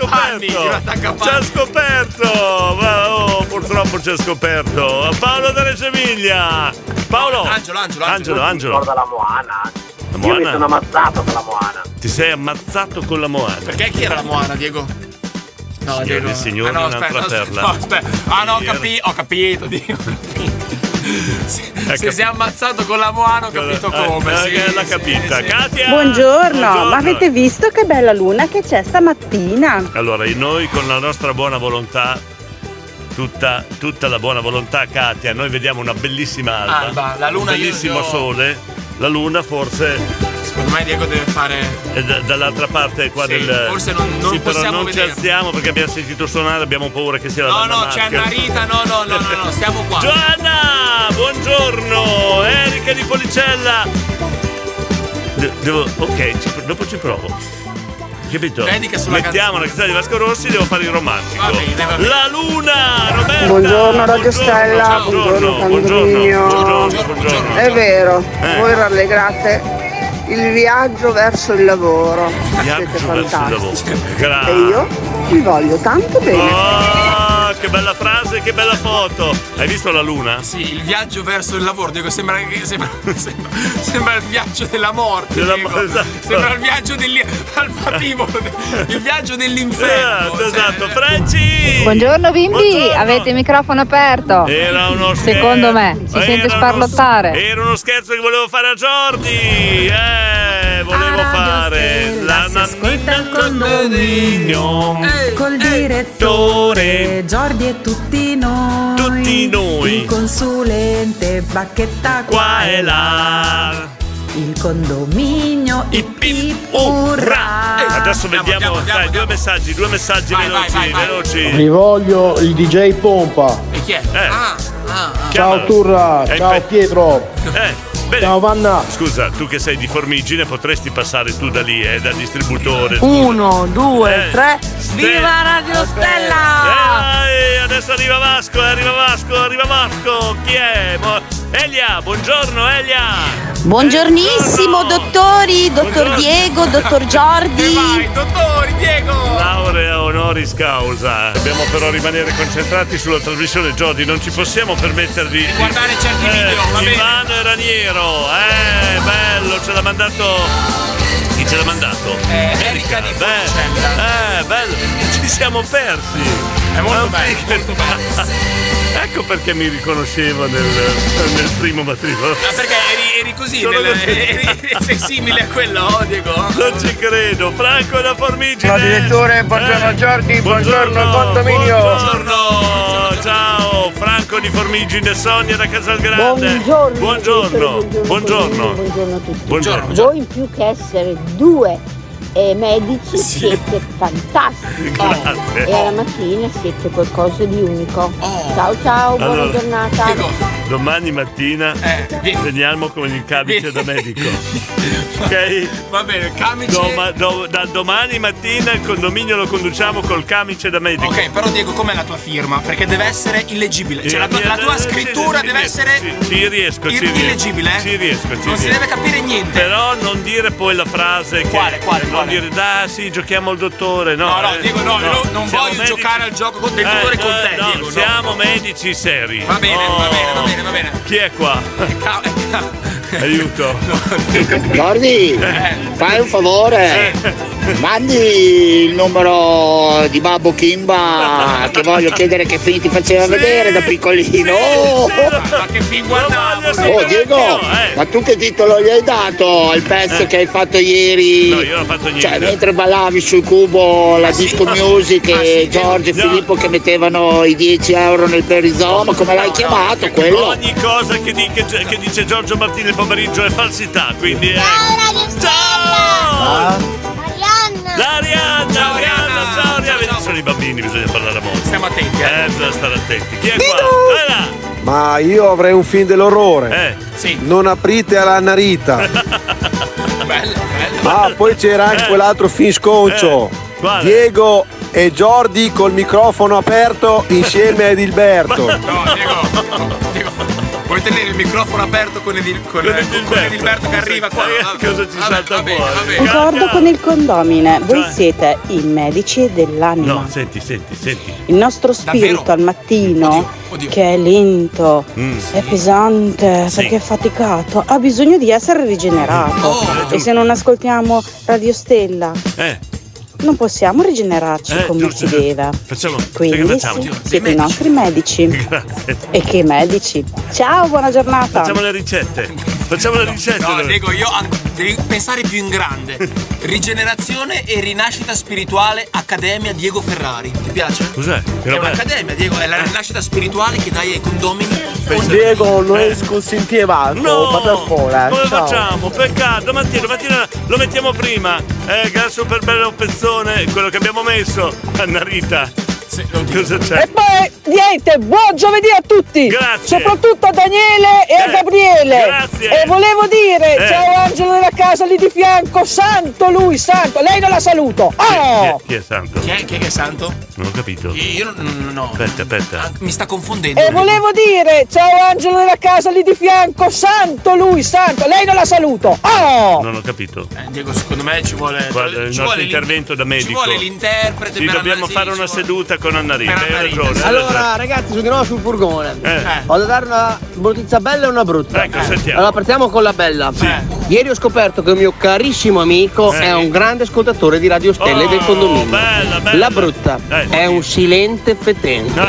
Speaker 2: scoperto. Ci ha scoperto, ma oh, purtroppo ci ha scoperto. Paolo da Reggio Emilia. Paolo. Angelo, Angelo, Angelo.
Speaker 31: Ricorda la Moana.
Speaker 2: La
Speaker 31: Io mi
Speaker 2: Moana?
Speaker 31: sono ammazzato con la Moana.
Speaker 2: Ti sei ammazzato con la Moana.
Speaker 3: Perché chi era la Moana, Diego? No, Ah,
Speaker 2: Signori e signori,
Speaker 3: no,
Speaker 2: un'altra
Speaker 3: aspetta,
Speaker 2: terra.
Speaker 3: No, aspetta. Ah no, ho, capi- ho capito, Diego. ho capito. Se, se si è ammazzato con la Moana ho capito
Speaker 2: Ecco. Eh,
Speaker 3: come. sì,
Speaker 2: eh, l'ha
Speaker 3: sì,
Speaker 2: capita.
Speaker 3: sì.
Speaker 2: Katia.
Speaker 29: Buongiorno,
Speaker 2: Buongiorno.
Speaker 29: ma avete visto che bella luna che c'è stamattina?
Speaker 2: Allora, noi con la nostra buona volontà, tutta, tutta la buona volontà, Katia, noi vediamo una bellissima alba.
Speaker 3: Alba, la luna
Speaker 2: un
Speaker 3: io-
Speaker 2: bellissimo
Speaker 3: io-
Speaker 2: sole. La luna forse.
Speaker 3: Secondo me Diego deve fare.
Speaker 2: è da- dall'altra parte qua
Speaker 3: Sì,
Speaker 2: del.
Speaker 3: forse non- non
Speaker 2: sì, però
Speaker 3: possiamo
Speaker 2: non
Speaker 3: vedere.
Speaker 2: ci alziamo perché abbiamo sentito suonare, abbiamo paura che sia la
Speaker 3: No,
Speaker 2: Donna
Speaker 3: no, c'è
Speaker 2: Marca.
Speaker 3: Annarita, no, no, no, no, no, stiamo qua.
Speaker 2: Giovanna, buongiorno, Erika di Policella. De- devo- ok, ci- dopo ci provo. Capito?
Speaker 3: Dedica sulla
Speaker 2: Mettiamo la canzone di Vasco Rossi, devo fare il romantico. La luna, Roberta.
Speaker 20: Buongiorno Radio Stella, buongiorno, Condominio. È vero,
Speaker 2: Eh.
Speaker 20: voi rallegrate il viaggio verso il lavoro. Siete
Speaker 2: Viaggio verso il lavoro.
Speaker 20: fantastici.
Speaker 2: Grazie.
Speaker 20: E io vi voglio tanto bene.
Speaker 2: Oh, che bella frase, che bella foto. Hai visto la luna?
Speaker 3: Sì, il viaggio verso il lavoro, Diego, sembra che sembra, sembra, sembra il viaggio della morte, Diego.
Speaker 2: esatto.
Speaker 3: Sembra il viaggio del al patibolo, il viaggio dell'inferno. esatto,
Speaker 2: Franci!
Speaker 18: Buongiorno bimbi, avete il microfono aperto.
Speaker 2: Era uno scherzo.
Speaker 18: Secondo me si
Speaker 2: Era
Speaker 18: sente
Speaker 2: uno-
Speaker 18: sparlottare.
Speaker 2: Era uno scherzo che volevo fare a Jordi. Eh, volevo fare la nannina del condominio.
Speaker 18: Col direttore Giordi e tutti noi.
Speaker 2: Tutti noi.
Speaker 18: Il consulente Bacchetta
Speaker 2: qua e là.
Speaker 18: Il condominio Ip Ip Urra.
Speaker 2: uh, Adesso vediamo, dai, due messaggi, due messaggi veloci, veloci.
Speaker 6: Vi voglio il DJ Pompa.
Speaker 3: E chi è? Ah, ah, ah.
Speaker 6: Ciao Turra,
Speaker 2: Eh,
Speaker 6: ciao
Speaker 2: beh.
Speaker 6: Pietro.
Speaker 2: Eh, bene.
Speaker 6: Ciao Vanna.
Speaker 2: Scusa, tu che sei di Formigine potresti passare tu da lì, eh, da distributore.
Speaker 20: Uno, due,
Speaker 2: Eh,
Speaker 20: tre. Viva
Speaker 18: Radio
Speaker 20: Stella!
Speaker 2: Eh, adesso arriva Vasco, eh, arriva Vasco, arriva Vasco. Chi è? Mo- Elia, buongiorno Elia.
Speaker 18: Buongiornissimo dottori, dottor Diego, dottor Giordi.
Speaker 3: dottori, Diego!
Speaker 2: Laurea honoris causa. Dobbiamo però rimanere concentrati sulla trasmissione Jody, non ci possiamo Eh, permettere di, guardare
Speaker 3: certi video, va bene.
Speaker 2: Ivano e Raniero, eh, bello, ce l'ha mandato chi ce l'ha mandato? Erika di Beh, Eh, bello, ci siamo persi. È molto bello, Ecco perché mi riconosceva nel, nel primo matrimonio.
Speaker 3: Ma Ah, perché eri, eri così?
Speaker 2: Sono
Speaker 3: nel-
Speaker 2: così.
Speaker 3: eri- sei simile a quello, oh, Diego?
Speaker 2: Non ci credo, Franco da Formigine.
Speaker 3: Ciao,
Speaker 2: Eh,
Speaker 3: direttore,
Speaker 2: buongiorno
Speaker 31: Giordi, buongiorno, condominio.
Speaker 2: Buongiorno, ciao, Franco di Formigine, Sonia da Casalgrande. Buongiorno. Buongiorno, buongiorno.
Speaker 30: Buongiorno a tutti.
Speaker 2: Buongiorno.
Speaker 30: Voi più che essere due eh, medici siete fantastici.
Speaker 2: Grazie.
Speaker 30: E
Speaker 3: Oh,
Speaker 30: alla mattina siete qualcosa di unico. Ciao ciao, buona
Speaker 2: Allora.
Speaker 30: giornata.
Speaker 2: Domani mattina
Speaker 3: Eh,
Speaker 2: veniamo con il camice da medico. ok?
Speaker 3: Va bene, camice.
Speaker 2: Doma- do- da domani mattina il condominio lo conduciamo col camice da medico.
Speaker 3: Ok, però Diego, com'è la tua firma? Perché deve essere illeggibile. Cioè, la tua,
Speaker 2: mia-
Speaker 3: la tua
Speaker 2: eh, sì,
Speaker 3: scrittura
Speaker 2: sì,
Speaker 3: deve
Speaker 2: sì,
Speaker 3: essere.
Speaker 2: sì, Ci riesco, ci
Speaker 3: ir-
Speaker 2: riesco.
Speaker 3: illeggibile, eh?
Speaker 2: Ci riesco, ci
Speaker 3: Non si
Speaker 2: riesco.
Speaker 3: deve capire niente.
Speaker 2: Però non dire poi la frase che.
Speaker 3: Quale, quale,
Speaker 2: Non
Speaker 3: quale?
Speaker 2: dire, dai, sì, giochiamo al dottore. No,
Speaker 3: No, no,
Speaker 2: eh,
Speaker 3: Diego, no, no, non
Speaker 2: Siamo
Speaker 3: voglio
Speaker 2: medici-
Speaker 3: giocare al gioco con- del
Speaker 2: Eh,
Speaker 3: dottore con
Speaker 2: no,
Speaker 3: te,
Speaker 2: no,
Speaker 3: Diego, no.
Speaker 2: Siamo medici seri. Oh.
Speaker 3: Va bene, va bene, va bene, va bene.
Speaker 2: Chi è qua? Aiuto.
Speaker 16: Giordi, fai un favore. Mandi il numero di Babbo Kimba che voglio chiedere che film ti faceva vedere da piccolino. Oh,
Speaker 3: Ma che film guardavo?
Speaker 16: Oh, Diego, ma tu che titolo gli hai dato al pezzo
Speaker 2: Eh.
Speaker 16: che hai fatto ieri?
Speaker 2: No, io non ho fatto niente. Ah,
Speaker 16: Cioè, mentre ballavi sul cubo la disco music e Giorgio e Filippo che mettevano i 10 euro nel perizoma, come l'hai chiamato Ah, quello?
Speaker 2: Ogni cosa che, di- che- che dice Giorgio Martini pomeriggio è falsità, quindi è...
Speaker 1: Ah.
Speaker 2: Oh. Arianna! Ciao Arianna, ciao Arianna! Vedi, sono i bambini, bisogna parlare molto. Stiamo attenti, eh. bisogna stare attenti. Chi è qua? Vai là!
Speaker 6: Ma io avrei un film dell'orrore.
Speaker 2: Eh, sì.
Speaker 6: Non aprite alla narita. Ah, poi c'era anche quell'altro film sconcio.
Speaker 2: Eh. quale?
Speaker 6: Diego e Jordi col microfono aperto insieme a
Speaker 2: Certo.
Speaker 6: Edilberto.
Speaker 3: No, Diego, Diego, vuoi tenere il microfono aperto con, Edil, con, con Edilberto che arriva qua? Cosa ci salta fuori?
Speaker 13: Ricordo con il condomine, voi siete i medici dell'anima.
Speaker 2: No, senti, senti, senti.
Speaker 13: Il nostro spirito al mattino, che è lento, è pesante,
Speaker 2: Mm. Sì.
Speaker 13: perché è faticato, ha bisogno di essere rigenerato.
Speaker 2: Oh,
Speaker 13: e se non ascoltiamo Radio Stella,
Speaker 2: Eh,
Speaker 13: non possiamo rigenerarci
Speaker 2: eh,
Speaker 13: come
Speaker 2: giusto,
Speaker 13: si
Speaker 2: giusto.
Speaker 13: deve.
Speaker 2: Facciamo,
Speaker 13: Quindi
Speaker 2: sai che facciamo?
Speaker 13: sì, siete i nostri medici.
Speaker 2: Grazie.
Speaker 13: E che medici. Ciao, buona giornata.
Speaker 2: Facciamo le ricette. Facciamo le ricette.
Speaker 3: No,
Speaker 2: allora.
Speaker 3: Diego, io an- devi pensare più in grande. Rigenerazione e rinascita spirituale Accademia Diego Ferrari. Ti piace?
Speaker 2: Cos'è?
Speaker 3: È un'accademia, Diego,
Speaker 2: Eh.
Speaker 3: è la rinascita spirituale che dai ai condomini.
Speaker 9: Diego, lo escus in pievato,
Speaker 2: No!
Speaker 9: Oh, vado a scuola.
Speaker 2: Come
Speaker 9: ciao.
Speaker 2: facciamo? Peccato, domattina, domattina lo mettiamo prima. Eh, grazie per bello pezzone, quello che abbiamo messo. Anna Rita. Cosa c'è?
Speaker 9: Eh,
Speaker 23: E poi niente, buon giovedì a tutti! Soprattutto a Daniele e a
Speaker 2: Eh,
Speaker 23: Gabriele!
Speaker 2: grazie.
Speaker 23: E volevo dire,
Speaker 2: Eh.
Speaker 23: ciao Angelo della casa lì di fianco, santo lui, santo! Lei non la saluto! Oh!
Speaker 2: Chi è, chi è santo?
Speaker 3: Chi è, chi è che è santo?
Speaker 2: Non ho capito.
Speaker 3: Io non. No.
Speaker 2: Aspetta, aspetta.
Speaker 3: Mi sta
Speaker 2: Eh,
Speaker 3: confondendo.
Speaker 23: E Eh, volevo dire, ciao Angelo della casa lì di fianco, santo lui, santo! Lei non la saluto! Oh!
Speaker 2: Non ho capito.
Speaker 3: Eh, Diego, secondo me ci vuole.
Speaker 2: Guarda, il
Speaker 3: ci
Speaker 2: nostro
Speaker 3: vuole l'in-
Speaker 2: intervento da medico.
Speaker 3: Ci vuole l'interprete
Speaker 2: Sì,
Speaker 3: per
Speaker 2: dobbiamo
Speaker 3: analisi-
Speaker 2: fare una seduta con Anna Rita. Hai ragione. hai
Speaker 9: Allora,
Speaker 2: ragione.
Speaker 9: ragazzi, sono di nuovo sul furgone.
Speaker 2: Eh.
Speaker 9: Ho da dare una notizia bella e una brutta.
Speaker 2: Ecco, sentiamo.
Speaker 9: Allora, partiamo con la bella. Ieri ho scoperto che un mio carissimo amico
Speaker 2: Sì. Oh,
Speaker 9: è un grande ascoltatore di Radio Stelle del condominio. La brutta
Speaker 2: Eh,
Speaker 9: è un silente fetente.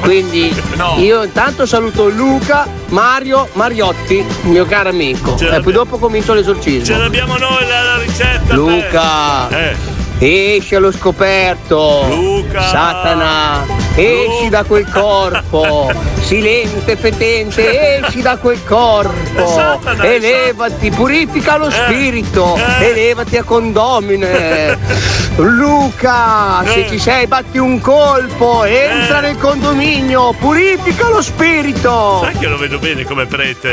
Speaker 9: Quindi io intanto saluto Luca Mario Mariotti, mio caro amico. E poi dopo comincio l'esorcismo.
Speaker 2: Ce l'abbiamo noi la, la ricetta.
Speaker 9: Luca!
Speaker 33: Eh.
Speaker 9: Esci allo scoperto! Luca! Satana! Esci da quel corpo! Silente fetente, esci da quel corpo!
Speaker 33: Satana, Eh. è
Speaker 9: Elevati, purifica lo spirito! Elevati a condomine! Luca,
Speaker 33: Eh.
Speaker 9: se ci sei, batti un colpo! Entra nel condominio! Purifica lo spirito!
Speaker 2: Sai che lo vedo bene come prete?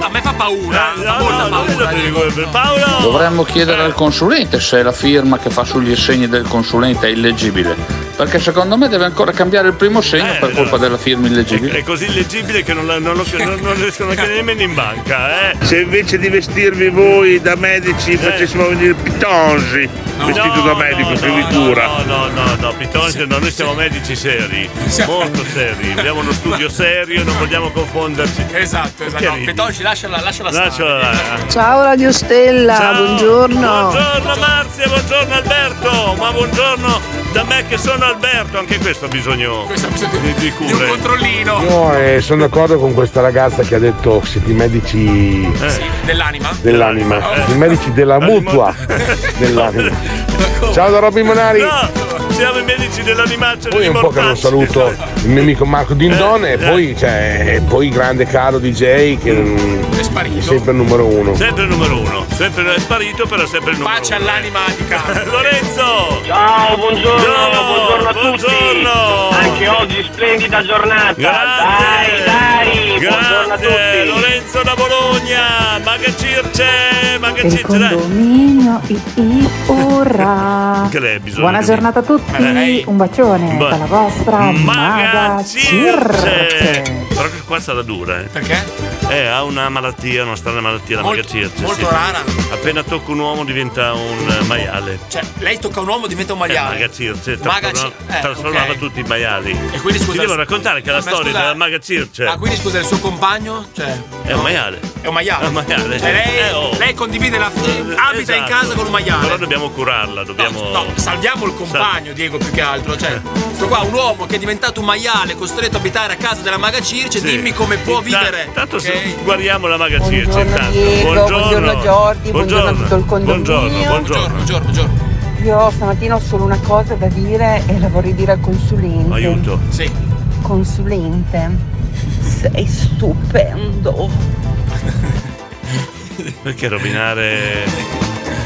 Speaker 2: A me,
Speaker 3: fa, paura.
Speaker 2: No, no, lo vedo bene come- Paolo!
Speaker 4: Dovremmo chiedere al consulente se la firma che fa sugli segni del consulente è illeggibile. Perché secondo me deve ancora cambiare il primo
Speaker 3: Eh,
Speaker 4: segno per colpa della firma illegibile.
Speaker 2: È così illeggibile che non, la- non lo- non- non riescono a chiedere nemmeno in banca, eh?
Speaker 1: Se invece di vestirvi voi da medici facessimo venire Pitongi vestito da medico in finitura.
Speaker 2: No, no, no, no, Pitoncio, no, noi siamo medici seri, molto seri, abbiamo uno studio serio, non vogliamo confonderci. eh.
Speaker 3: Esatto, esatto. No, Petoggi, lasciala, lasciala stare.
Speaker 34: Ciao Radio Stella, buongiorno.
Speaker 2: Buongiorno Marzia, buongiorno Alberto, ma buongiorno da me che sono Alberto, anche questo ha bisogno di, di cure. un
Speaker 3: controllino.
Speaker 5: No, eh, sono d'accordo con questa ragazza che ha detto siete i medici
Speaker 3: dell'anima.
Speaker 2: Eh.
Speaker 3: Eh.
Speaker 5: dell'anima, i medici della mutua dell'anima. Ciao da Robby Monari.
Speaker 2: No, siamo i medici dell'animaccia
Speaker 5: Poi è
Speaker 2: dei
Speaker 5: un po' che non
Speaker 2: mortacci.
Speaker 5: saluto il mio amico Marco Dindone e poi, cioè, e poi il grande caro DJ che mm, è sempre il numero uno.
Speaker 2: Sempre il numero uno, sempre è sparito, però è sempre il numero
Speaker 3: Pace
Speaker 2: uno.
Speaker 3: all'anima di casa.
Speaker 2: Lorenzo!
Speaker 35: Ciao, buongiorno, buongiorno a
Speaker 2: tutti.
Speaker 35: Anche oggi splendida giornata. Dai, dai, buongiorno a
Speaker 2: Grazie,
Speaker 35: tutti.
Speaker 2: Lorenzo da Bologna, ma che circe, ma che
Speaker 18: Il
Speaker 2: circe, dai.
Speaker 18: condominio i, i, ora.
Speaker 2: Che lei ha bisogno
Speaker 18: Buona
Speaker 2: di-
Speaker 18: giornata a tutti,
Speaker 2: Eh, lei-
Speaker 18: un bacione
Speaker 2: Ba-
Speaker 18: dalla vostra Maga Circe.
Speaker 2: Circe. Però che qua sarà dura, eh.
Speaker 3: Perché?
Speaker 2: Eh, ha una malattia, una strana malattia, la Maga Circe.
Speaker 3: molto
Speaker 2: sì.
Speaker 3: rara.
Speaker 2: Appena tocca un uomo diventa un eh, maiale.
Speaker 3: Cioè, lei tocca un uomo, diventa un
Speaker 2: Eh,
Speaker 3: maiale.
Speaker 2: Maga Circe
Speaker 3: Maga
Speaker 2: trasforma-
Speaker 3: Cir- eh,
Speaker 2: trasformava
Speaker 3: ok.
Speaker 2: tutti i maiali. E
Speaker 3: quindi, scusa, eh,
Speaker 2: Ti devo raccontare che la
Speaker 3: ma
Speaker 2: storia
Speaker 3: scusa-
Speaker 2: della Maga Circe
Speaker 3: Ah, quindi scusa, il suo compagno? Cioè,
Speaker 2: è un maiale.
Speaker 3: È un maiale.
Speaker 2: È un maiale.
Speaker 3: Cioè, lei,
Speaker 2: Eh, oh.
Speaker 3: lei condivide la. abita in
Speaker 2: Esatto.
Speaker 3: casa con un maiale.
Speaker 2: Però dobbiamo curarla, dobbiamo.
Speaker 3: No, salviamo il compagno, Diego, più che altro. Cioè, sto qua, un uomo che è diventato un maiale, costretto a abitare a casa della maga Circe,
Speaker 2: Sì.
Speaker 3: dimmi come può
Speaker 2: Intan-
Speaker 3: vivere.
Speaker 2: Tanto se guariamo la Maga Circe.
Speaker 18: Buongiorno,
Speaker 2: intanto.
Speaker 18: Diego, buongiorno, Giordi, buongiorno a tutto il condominio.
Speaker 2: Buongiorno, buongiorno.
Speaker 3: Buongiorno, buongiorno.
Speaker 18: Io stamattina ho solo una cosa da dire e la vorrei dire al consulente.
Speaker 2: Aiuto.
Speaker 3: Sì.
Speaker 18: Consulente, sei stupendo.
Speaker 2: Perché rovinare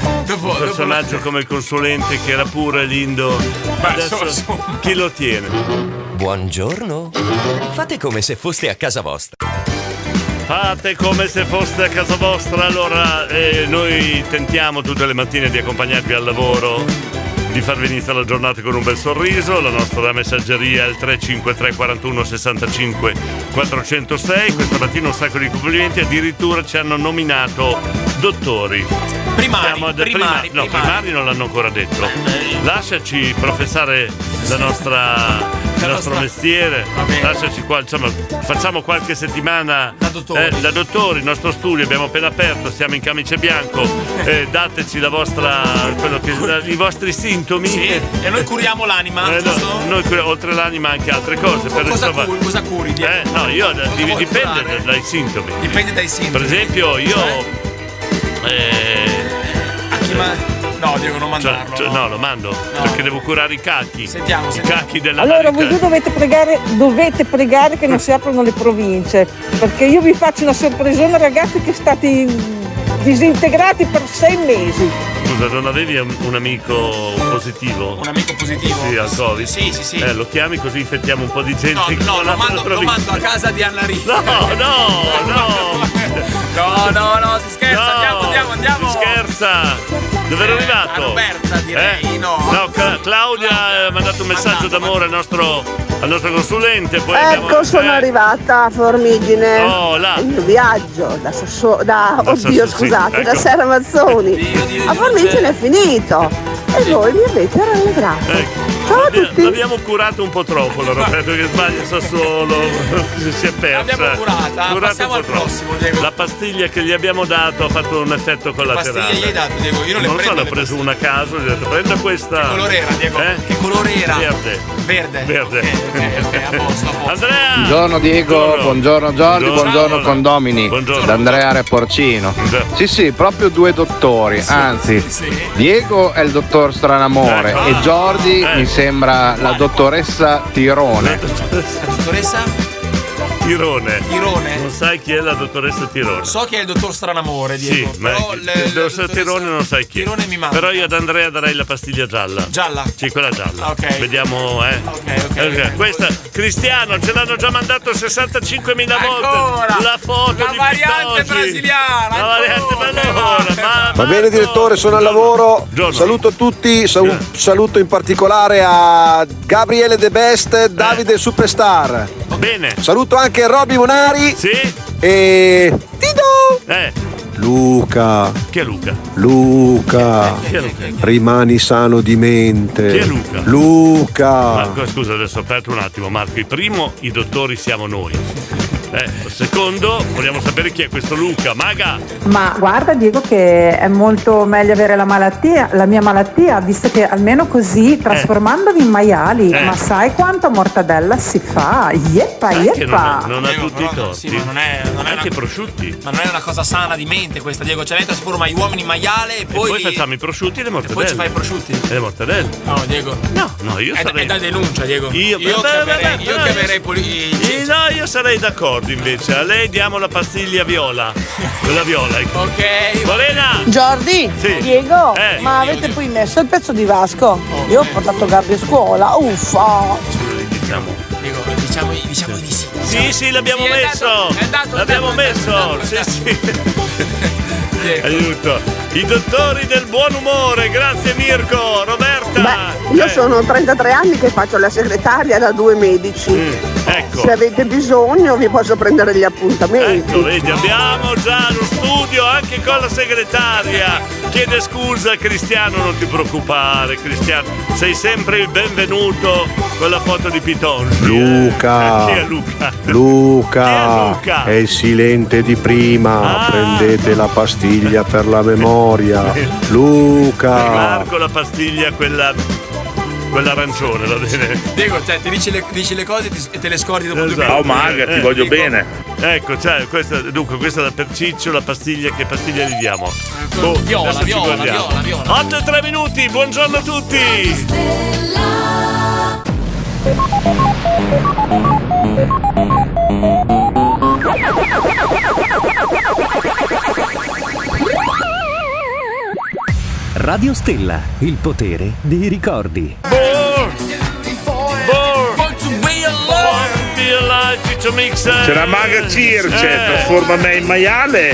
Speaker 2: un personaggio come il consulente che era pure lindo? Adesso chi lo tiene?
Speaker 26: Buongiorno. Fate come se foste a casa vostra.
Speaker 2: Fate come se foste a casa vostra, allora eh, noi tentiamo tutte le mattine di accompagnarvi al lavoro, di farvi iniziare la giornata con un bel sorriso, la nostra messaggeria è il 353 41 65 406, questa mattina un sacco di complimenti, addirittura ci hanno nominato dottori.
Speaker 3: Primari,
Speaker 2: Siamo ad-
Speaker 3: primari,
Speaker 2: no,
Speaker 3: primari.
Speaker 2: primari non l'hanno ancora detto. Lasciaci professare la nostra- il nostro mestiere, lasciaci qua, insomma, facciamo qualche settimana eh, da dottori. il nostro studio abbiamo appena aperto, siamo in camice bianco, eh, dateci la vostra, quello che- la- i vostri sintomi.
Speaker 3: E noi curiamo l'anima.
Speaker 2: Eh, no, noi cur- oltre l'anima anche altre cose. Però,
Speaker 3: cosa,
Speaker 2: insomma,
Speaker 3: curi, cosa curi?
Speaker 2: eh, no, io di-
Speaker 3: vuoi
Speaker 2: dipende
Speaker 3: curare?
Speaker 2: dai sintomi.
Speaker 3: Dipende dai sintomi. Cioè?
Speaker 2: Per esempio, io. eh,
Speaker 3: No, Diego, non
Speaker 2: cioè,
Speaker 3: mandarlo.
Speaker 2: cioè, no. lo mando perché devo curare i cacchi. Sentiamo, I cacchi della
Speaker 20: Allora voi due
Speaker 2: barrica-
Speaker 20: dovete pregare, dovete pregare che non si aprano le province, perché io vi faccio una sorpresona ragazzi che state disintegrati per sei mesi.
Speaker 2: Scusa, non avevi un, un amico positivo? Un
Speaker 3: amico positivo?
Speaker 2: Sì, al Covid.
Speaker 3: Sì, sì, sì.
Speaker 2: Eh, lo chiami così infettiamo un po' di gente.
Speaker 3: No,
Speaker 2: che
Speaker 3: no,
Speaker 2: non ha
Speaker 3: lo mando,
Speaker 2: la
Speaker 3: lo mando a
Speaker 2: provincia.
Speaker 3: casa di Anna Rita.
Speaker 2: No, no, no.
Speaker 3: No, no, no, si scherza, andiamo, andiamo, andiamo.
Speaker 2: Si scherza! Dove ero arrivato?
Speaker 3: a Roberta, direi,
Speaker 2: Eh?
Speaker 3: no.
Speaker 2: Cla- Claudia eh, ha mandato un messaggio d'amore al nostro, al nostro consulente. Poi abbiamo-
Speaker 11: Ecco, sono
Speaker 2: eh,
Speaker 11: arrivata a Formigine.
Speaker 2: Oh, là.
Speaker 11: Il mio viaggio da, Sasso- da-
Speaker 2: Da
Speaker 11: oddio,
Speaker 2: Sasso- sì,
Speaker 11: scusate, da
Speaker 2: ecco.
Speaker 11: Serra Mazzoni. A Formigine è finito. E voi mi avete rallegrato. Ciao a tutti.
Speaker 2: L'abbiamo curato un po' troppo la Roberto che sbaglia Sassuolo, si è persa.
Speaker 3: L'abbiamo curata, passiamo al
Speaker 2: prossimo. La pastiglia che gli abbiamo dato ha fatto un effetto collaterale.
Speaker 3: pastiglie gli hai dato, Diego? Io non le
Speaker 2: non so,
Speaker 3: prendo
Speaker 2: ne ho
Speaker 3: le
Speaker 2: preso una a caso, gli ho detto prenda questa. Che
Speaker 3: colore era, Diego? Che colore era?
Speaker 2: Verde.
Speaker 3: Verde.
Speaker 2: Verde. Andrea!
Speaker 22: Buongiorno Diego, buongiorno Giorgio, buongiorno Condomini, da Andrea Reporcino. Sì sì, proprio due dottori, anzi Diego è il dottor Stranamore
Speaker 3: Ecco.
Speaker 22: e Giorgi mi sembra la dottoressa Tirone.
Speaker 3: Dottoressa?
Speaker 2: Tirone.
Speaker 3: Tirone?
Speaker 2: Non sai chi è la dottoressa Tirone.
Speaker 3: So che è il dottor Stranamore, Diego.
Speaker 2: sì, ma
Speaker 3: però
Speaker 2: il dottoressa Tirone non sai chi. è. Però io ad Andrea darei la pastiglia gialla. Gialla? Sì, quella gialla.
Speaker 3: Ok.
Speaker 2: Vediamo, eh. Ok, Questa, Cristiano, ce l'hanno già mandato 65.000 volte. La foto
Speaker 3: La
Speaker 2: di
Speaker 3: variante
Speaker 2: Pistogi.
Speaker 3: brasiliana.
Speaker 2: La variante brasiliana. Ma
Speaker 6: Va bene direttore, sono al lavoro. Saluto tutti, sa- un
Speaker 2: Eh.
Speaker 6: saluto in particolare a Gabriele De Best,
Speaker 2: Eh.
Speaker 6: Davide Superstar.
Speaker 2: Bene.
Speaker 6: Saluto anche Robby Monari.
Speaker 2: Sì.
Speaker 6: E
Speaker 2: Tito. Eh,
Speaker 6: Luca.
Speaker 2: chi è Luca?
Speaker 6: Luca.
Speaker 2: Chi è Luca?
Speaker 6: Rimani sano di mente.
Speaker 2: Chi è Luca? Ah.
Speaker 6: Luca.
Speaker 2: Marco, scusa, adesso aperto un attimo, Marco. Il primo, i dottori siamo noi. Eh, secondo, vogliamo sapere chi è questo Luca. Maga!
Speaker 13: Ma guarda Diego che è molto meglio avere la malattia, la mia malattia, visto che almeno così trasformandovi in maiali,
Speaker 2: Eh.
Speaker 13: ma sai quanta mortadella si fa? Yeppa,
Speaker 2: Che non ha,
Speaker 13: yeppa!
Speaker 2: non ha tutti i torti.
Speaker 3: sì, ma non è, non è
Speaker 2: Anche i prosciutti.
Speaker 3: Ma non è una cosa sana di mente questa, Diego. Cioè, lei trasforma gli uomini in maiale e poi.
Speaker 2: Poi facciamo i prosciutti e le mortadelle.
Speaker 3: poi ci fai i prosciutti.
Speaker 2: E le mortadelle.
Speaker 3: No, Diego. Eh,
Speaker 2: No, no, io
Speaker 3: È da-
Speaker 2: sarei.
Speaker 3: è da denuncia, Diego.
Speaker 2: Io,
Speaker 3: Io
Speaker 2: beh, beh,
Speaker 3: chiamerei-
Speaker 2: beh,
Speaker 3: io
Speaker 2: beh,
Speaker 3: chiamerei
Speaker 2: io- Eh, No, io sarei d'accordo invece. A lei diamo la pastiglia viola. Quella viola. ecco.
Speaker 3: ok.
Speaker 2: Morena!
Speaker 20: Giordi,
Speaker 2: Sì.
Speaker 20: Diego,
Speaker 2: Eh.
Speaker 20: ma avete poi messo il pezzo di Vasco? Io ho portato Gabri a scuola, uffa!
Speaker 2: Diciamo.
Speaker 3: Diego, diciamo, diciamo di sì.
Speaker 2: Sì, sì, l'abbiamo
Speaker 3: Sì, è
Speaker 2: messo.
Speaker 3: andato, è andato,
Speaker 2: l'abbiamo
Speaker 3: è andato,
Speaker 2: messo.
Speaker 3: è andato,
Speaker 2: sì, sì. Aiuto. I dottori del buon umore. Grazie Mirko, Roberta.
Speaker 11: Io
Speaker 2: Eh.
Speaker 11: sono 33 anni che faccio la segretaria da due medici.
Speaker 2: Ecco.
Speaker 11: Se avete bisogno vi posso prendere gli appuntamenti.
Speaker 2: Ecco, vedi, abbiamo già lo studio anche con la segretaria. Chiede scusa Cristiano, non ti preoccupare Cristiano, sei sempre il benvenuto con la foto di Piton.
Speaker 6: Luca.
Speaker 2: Chi è Luca?
Speaker 6: Luca.
Speaker 2: Luca? Ah.
Speaker 6: È il silente di prima. Prendete la pastiglia per la memoria.
Speaker 2: Ah.
Speaker 6: Luca.
Speaker 2: Marco la pastiglia, quella, quella arancione, va bene?
Speaker 3: Diego, cioè, ti dici le, dici le cose e ti- e te le scordi dopo due
Speaker 2: Esatto.
Speaker 3: minuti. Eh, Diego,
Speaker 2: Ecco, cioè, questa, dunque, questa è la per Ciccio, la pastiglia, che pastiglia gli diamo? Boh,
Speaker 3: Ecco, viola,
Speaker 2: adesso ci
Speaker 3: viola,
Speaker 2: guardiamo.
Speaker 3: viola, viola.
Speaker 2: 8 e 3 minuti, buongiorno a tutti!
Speaker 1: Stella.
Speaker 36: Radio Stella, il potere dei ricordi.
Speaker 2: Ciccio Eh. Mix.
Speaker 1: C'è la maga Circe, trasforma me in maiale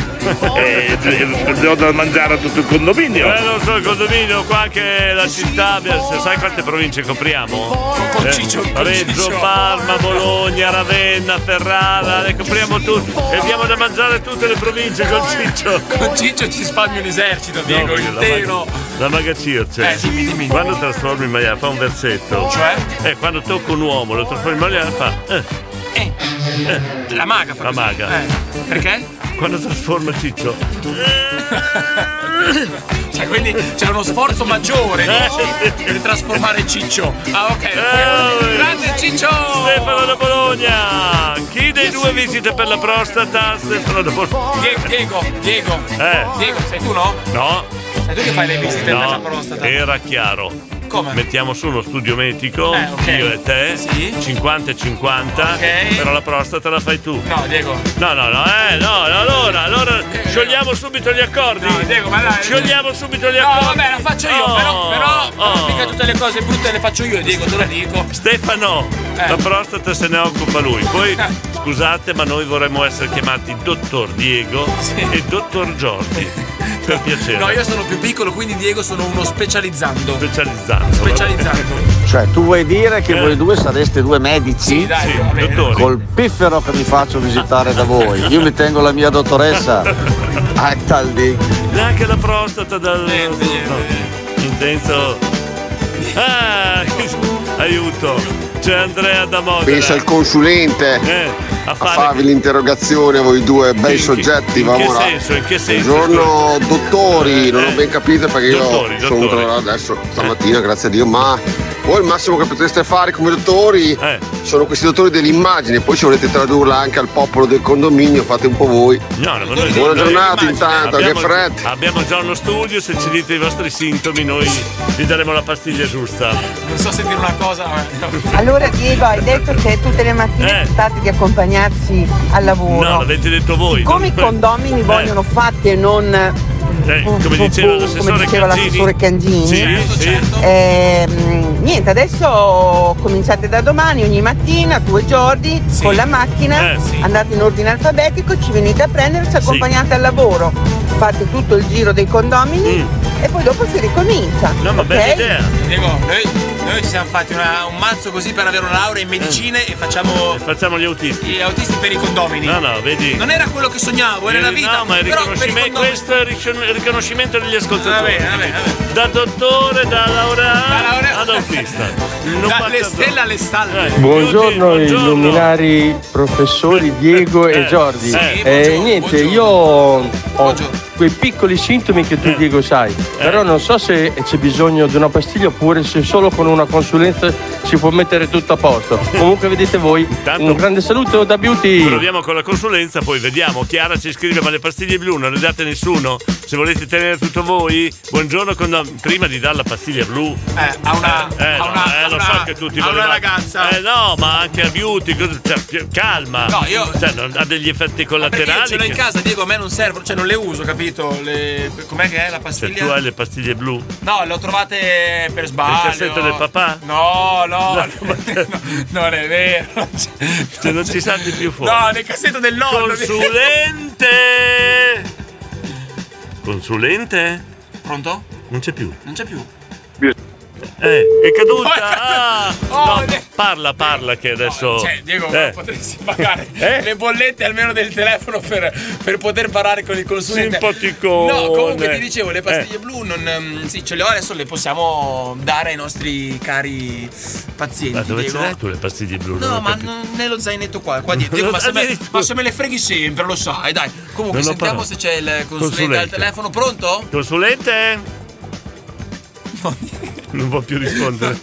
Speaker 1: e e- do da mangiare a tutto il condominio.
Speaker 2: Eh, lo so, il condominio, qua anche la città, beh, se sai quante province copriamo? Eh,
Speaker 1: Con Ciccio, con
Speaker 2: Reggio,
Speaker 1: Ciccio.
Speaker 2: Parma, Bologna, Ravenna, Ferrara, le copriamo tutte e diamo da mangiare a tutte le province con Ciccio.
Speaker 3: Con Ciccio ci spalmi un esercito, Diego,
Speaker 2: No,
Speaker 3: intero.
Speaker 2: La maga Circe.
Speaker 3: Eh, dimmi, dimmi.
Speaker 2: Quando trasformi in maiale fa un versetto. Cioè? Eh, quando tocca un uomo, lo trasformi in maiale fa. eh, eh.
Speaker 3: La maga fa
Speaker 2: La
Speaker 3: così.
Speaker 2: maga.
Speaker 3: Eh, perché?
Speaker 2: Quando trasforma Ciccio.
Speaker 3: Cioè, quindi c'è uno sforzo maggiore
Speaker 2: Eh.
Speaker 3: dici, per trasformare Ciccio. Ah, ok. Grande Ciccio!
Speaker 2: Stefano da Bologna! Chi dei due visite per la prostata? Stefano da Bologna.
Speaker 3: Die- Diego, Diego,
Speaker 2: Eh.
Speaker 3: Diego, sei tu no?
Speaker 2: No.
Speaker 3: Sei tu che fai le visite
Speaker 2: No,
Speaker 3: per la prostata?
Speaker 2: Era chiaro.
Speaker 3: Come? Eh,
Speaker 2: Mettiamo su uno studio medico, io e te, 50 e 50, però la prostata la fai tu.
Speaker 3: No, Diego. Eh,
Speaker 2: No, no, no, eh, no, no, allora, allora sciogliamo subito gli accordi. No,
Speaker 3: Diego, ma dai.
Speaker 2: Sciogliamo subito gli
Speaker 3: No,
Speaker 2: accordi.
Speaker 3: vabbè, la faccio io,
Speaker 2: Oh,
Speaker 3: però, però
Speaker 2: oh.
Speaker 3: mica tutte le cose brutte le faccio io, Diego, te lo dico. Eh.
Speaker 2: Stefano, la prostata se ne occupa lui. Poi scusate, ma noi vorremmo essere chiamati dottor Diego e dottor Giorgi. Per piacere.
Speaker 3: No, io sono più piccolo, quindi Diego sono uno specializzando.
Speaker 2: Specializzando.
Speaker 3: Specializzando.
Speaker 5: Cioè, tu vuoi dire che voi due sareste due medici?
Speaker 3: Eh. Sì, dai, Sì, va bene. dottori.
Speaker 5: Col piffero che mi faccio visitare da voi. Io mi tengo la mia dottoressa. A tal di.
Speaker 2: Neanche la prostata dal.
Speaker 3: Eh,
Speaker 2: no. Intenso. Ah, aiuto. C'è Andrea da Modena.
Speaker 24: Pensa il consulente
Speaker 2: Eh, a
Speaker 24: a
Speaker 2: fare-
Speaker 24: farvi l'interrogazione voi due bei
Speaker 2: In che-
Speaker 24: soggetti,
Speaker 2: in
Speaker 24: ma
Speaker 2: che
Speaker 24: ora.
Speaker 2: senso? In che senso?
Speaker 24: Buongiorno dottori, non
Speaker 2: Eh,
Speaker 24: ho ben capito perché
Speaker 2: dottori,
Speaker 24: io sono venuto
Speaker 2: dottori. Eh.
Speaker 24: adesso stamattina, grazie a Dio, ma voi il massimo che potreste fare come dottori
Speaker 2: Eh.
Speaker 24: sono questi dottori dell'immagine, poi se volete tradurla anche al popolo del condominio, fate un po' voi.
Speaker 2: No, no, ma noi-
Speaker 24: Buona
Speaker 2: noi-
Speaker 24: giornata
Speaker 2: immagina,
Speaker 24: intanto, che
Speaker 2: abbiamo-
Speaker 24: fretta.
Speaker 2: Abbiamo già uno studio, se ci dite i vostri sintomi noi vi daremo la pastiglia giusta.
Speaker 3: Non so se dire una cosa, ma.
Speaker 2: Ecco.
Speaker 18: Allora Diego hai detto che tutte le mattine state di accompagnarci al lavoro.
Speaker 2: Eh. No, l'avete detto voi.
Speaker 18: Come i
Speaker 2: non-
Speaker 18: condomini
Speaker 2: Eh.
Speaker 18: vogliono fatti e non
Speaker 2: Eh, come diceva
Speaker 18: come
Speaker 2: l'assessore
Speaker 18: diceva l'assessore Cangini.
Speaker 2: Sì,
Speaker 3: Certo,
Speaker 2: sì.
Speaker 18: Ehm, niente, adesso cominciate da domani, ogni mattina tu e Jordi con la macchina
Speaker 2: Eh,
Speaker 18: andate in ordine alfabetico, ci venite a prendere, ci accompagnate al lavoro, fate tutto il giro dei condomini e poi dopo si ricomincia.
Speaker 2: Mm. No, ma
Speaker 18: ok?
Speaker 2: bella idea.
Speaker 3: Diego, noi, noi ci siamo fatti una- un mazzo così per avere una laurea in medicine e facciamo.
Speaker 2: Facciamo gli autisti.
Speaker 3: Gli autisti per i condomini.
Speaker 2: No, no, vedi.
Speaker 3: Non era quello che sognavo, era la vita.
Speaker 2: Eh, No, ma il
Speaker 3: però per i
Speaker 2: riconoscimento,
Speaker 3: condomini.
Speaker 2: questo è il ricon- il riconoscimento degli ascoltatori.
Speaker 3: Va bene, va bene,
Speaker 2: Da dottore, da laureato ad autista. Non
Speaker 3: Dalle
Speaker 2: basta- Eh.
Speaker 3: stelle alle stalle.
Speaker 9: Buongiorno, illuminari professori Diego e
Speaker 2: eh,
Speaker 9: Jordi.
Speaker 2: sì,
Speaker 9: Eh,
Speaker 2: buongiorno,
Speaker 9: niente, io ho quei piccoli sintomi che tu
Speaker 2: Eh.
Speaker 9: Diego sai, però non so se c'è bisogno di una pastiglia oppure se solo con una consulenza si può mettere tutto a posto. Comunque vedete voi, un grande saluto da Beauty.
Speaker 2: Proviamo con la consulenza, poi vediamo. Chiara ci scrive: Ma le pastiglie blu non le date a nessuno? Se volete tenere tutto voi, buongiorno. con- Prima di dare la pastiglia blu,
Speaker 3: eh, a una,
Speaker 2: eh, no, eh, lo so che tutti
Speaker 3: a
Speaker 2: volevate-
Speaker 3: una ragazza.
Speaker 2: Eh no, ma anche a beauty, cosa- cioè, pi- calma.
Speaker 3: No, io-
Speaker 2: Cioè, non- ha degli effetti
Speaker 3: Perché
Speaker 2: collaterali.
Speaker 3: io ce l'ho in
Speaker 2: che-
Speaker 3: casa, Diego, a me non servono, cioè non le uso, capito? Le- Com'è che è la
Speaker 2: Se
Speaker 3: pastiglia?
Speaker 2: Cioè, tu hai le pastiglie blu,
Speaker 3: No, le ho trovate per
Speaker 2: il
Speaker 3: sbaglio.
Speaker 2: cassetto del papà?
Speaker 3: No, no, no, non è vero.
Speaker 2: Se Cioè, non ci salti più fuori.
Speaker 3: No, nel cassetto del nonno.
Speaker 2: Consulente! Consulente?
Speaker 3: Pronto?
Speaker 2: Non c'è più.
Speaker 3: Non c'è più.
Speaker 2: Eh, è caduta.
Speaker 3: Oh, è caduta.
Speaker 2: Ah!
Speaker 3: Oh,
Speaker 2: No, parla, parla che adesso.
Speaker 3: Cioè, Diego,
Speaker 2: Eh.
Speaker 3: potresti pagare le bollette almeno del telefono per, per poter parlare con il consulente.
Speaker 2: Simpaticone. Eh.
Speaker 3: No, comunque ti dicevo, le pastiglie blu non. ehm, Sì, ce le ho adesso, le possiamo dare ai nostri cari pazienti.
Speaker 2: Ma dove ce
Speaker 3: Diego.
Speaker 2: l'hai tu le pastiglie blu? Non
Speaker 3: No,
Speaker 2: ho
Speaker 3: ma
Speaker 2: capito.
Speaker 3: non- nello zainetto qua, qua dietro. Diego, ma, se me, ma se me le freghi sempre, lo sai, dai. Comunque,
Speaker 2: Non ho
Speaker 3: sentiamo
Speaker 2: parole.
Speaker 3: se c'è il consulente, al
Speaker 2: Consulente.
Speaker 3: telefono. Pronto?
Speaker 2: Consulente? Non può più rispondere.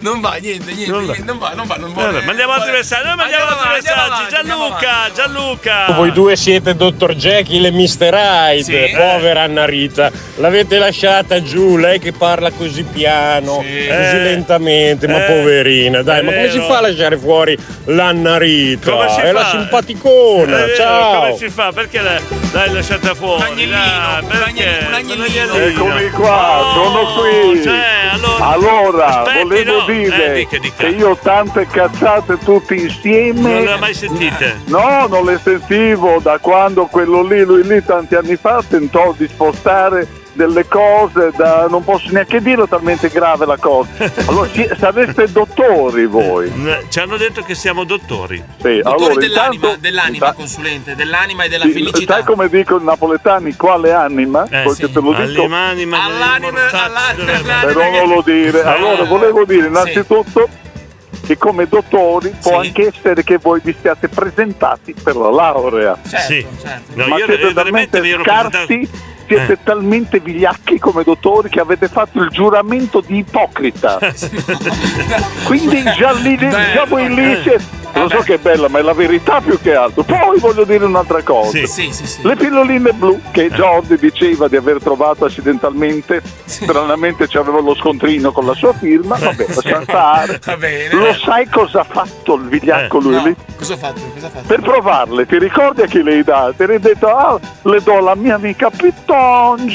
Speaker 3: Non va, niente, niente,
Speaker 2: Non va.
Speaker 3: niente, non va, non va, non va.
Speaker 2: Allora, Eh, mandiamo altri messaggi. Noi mandiamo altri messaggi. Gianluca, Gianluca.
Speaker 4: Ah. Voi due siete Dottor Jekyll e Mr. Hyde,
Speaker 2: Sì.
Speaker 4: povera Anna Rita. L'avete lasciata giù, lei che parla così piano, così
Speaker 2: Eh.
Speaker 4: lentamente, ma
Speaker 2: Eh.
Speaker 4: poverina. Dai,
Speaker 2: È
Speaker 4: ma come si
Speaker 2: vero.
Speaker 4: fa a lasciare fuori l'Anna Rita?
Speaker 2: Come si
Speaker 4: È la
Speaker 2: fa?
Speaker 4: simpaticona,
Speaker 2: Eh,
Speaker 4: ciao!
Speaker 2: Come si fa? Perché la- l'hai lasciata fuori? Dai, perché? Un agnellino. Oh, cioè,
Speaker 29: Eccomi qua, sono qui. allora, volevo
Speaker 2: Eh,
Speaker 29: dire che io ho tante cazzate tutte insieme.
Speaker 2: Non le ho mai sentite.
Speaker 29: No, non le sentivo da quando quello lì, lui lì tanti anni fa tentò di spostare delle cose da non posso neanche dirlo talmente grave la cosa. Allora si- sareste dottori voi.
Speaker 2: Eh, Ci hanno detto che siamo dottori.
Speaker 29: Sì,
Speaker 3: Dottore
Speaker 29: allora,
Speaker 3: dell'anima,
Speaker 29: intanto-
Speaker 3: dell'anima, consulente, dell'anima e della
Speaker 29: Sì,
Speaker 3: felicità.
Speaker 29: Sai come dicono i napoletani quale anima?
Speaker 2: Eh,
Speaker 29: Perché
Speaker 2: sì.
Speaker 29: te lo dico.
Speaker 2: All'anima, all'anima, all'anima.
Speaker 3: Ah,
Speaker 29: però non lo
Speaker 2: Eh.
Speaker 29: dire. Allora, volevo dire innanzitutto che come dottori può anche essere che voi vi siate presentati per la laurea.
Speaker 3: Certo.
Speaker 2: sì. No,
Speaker 29: Ma
Speaker 2: io,
Speaker 29: siete
Speaker 2: io veramente
Speaker 29: talmente
Speaker 2: mi ero presentato.
Speaker 29: scarsi, siete
Speaker 2: Eh.
Speaker 29: talmente vigliacchi come dottori che avete fatto il giuramento di ipocrita. Quindi già lì, già voi lì siete- Lo so che è bella, ma è la verità più che altro. Poi voglio dire un'altra cosa.
Speaker 3: Sì, sì, sì, sì. Eh.
Speaker 29: Le pilloline blu che Jordi diceva di aver trovato accidentalmente, stranamente ci aveva lo scontrino con la sua firma, vabbè, lasciamo stare.
Speaker 3: Eh, Va bene. eh.
Speaker 29: Lo sai cosa ha fatto il vigliacco lui lì?
Speaker 3: Cosa ho fatto? Cosa ho fatto?
Speaker 29: Per provarle, ti ricordi a chi le hai date? Le hai detto, ah, le do alla mia amica Pitongi.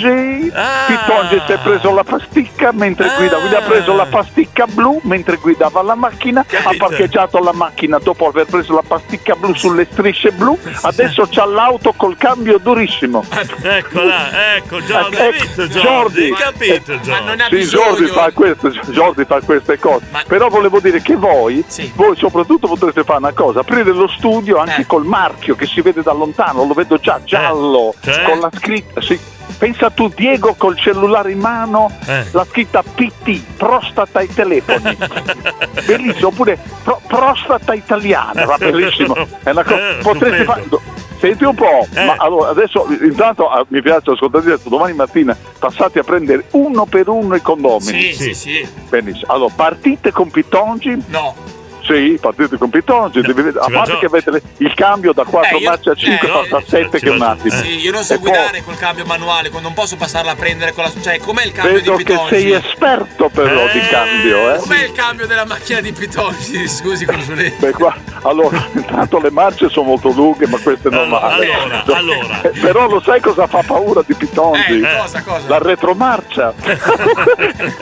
Speaker 29: Pitongi si è preso la pasticca mentre guidava, quindi ha preso la pasticca blu mentre guidava la macchina, ha parcheggiato la macchina dopo aver preso la pasticca blu sulle strisce blu, adesso c'ha l'auto col cambio durissimo.
Speaker 2: Ah, Eccola, eh, ecco Giordi,
Speaker 29: Ecco,
Speaker 2: hai visto Giordi? Hai capito Giordi?
Speaker 29: Sì, Jordi fa, questo, Jordi fa queste cose. Però volevo dire che voi, voi soprattutto potreste fare una cosa, aprire lo studio
Speaker 2: Eh.
Speaker 29: anche col marchio che si vede da lontano, lo vedo già giallo,
Speaker 2: cioè?
Speaker 29: con la scritta. sì. Pensa tu Diego col cellulare in mano,
Speaker 2: Eh.
Speaker 29: la scritta PT, prostata ai telefoni. bellissimo, oppure pro- prostata italiana, Ah, va bellissimo. È una co-
Speaker 2: Eh,
Speaker 29: potreste fare...
Speaker 2: stupendo.
Speaker 29: Senti un po',
Speaker 3: Eh.
Speaker 29: ma allora adesso intanto ah, mi piace ascoltare adesso, domani mattina passate a prendere uno per uno i
Speaker 3: Sì,
Speaker 29: condomini.
Speaker 3: sì, sì.
Speaker 29: Benissimo. Allora, partite con Pitongi?
Speaker 3: No.
Speaker 29: Sì, partite con Pitongi, devi vedere- a
Speaker 3: ci va
Speaker 29: parte
Speaker 3: Giorgio.
Speaker 29: che avete le- il cambio da 4
Speaker 3: Eh, io-
Speaker 29: marce a 5
Speaker 3: eh,
Speaker 29: passa a 7 che Eh, è un attimo.
Speaker 3: Sì, io non so
Speaker 29: E poi
Speaker 3: guidare col cambio manuale, quando non posso passarla a prendere con la. Cioè, com'è il cambio
Speaker 29: Vedo
Speaker 3: di
Speaker 29: che
Speaker 3: Pitongi?
Speaker 29: sei esperto però di cambio, eh.
Speaker 3: Com'è il cambio della macchina di Pitongi? Scusi, consulente.
Speaker 29: Beh, qua- allora, intanto le marce sono molto lunghe, ma questo è normale.
Speaker 3: allora,
Speaker 29: Cioè,
Speaker 3: allora.
Speaker 29: eh, Però lo sai cosa fa paura di Pitongi?
Speaker 3: Eh, cosa, cosa?
Speaker 29: La retromarcia.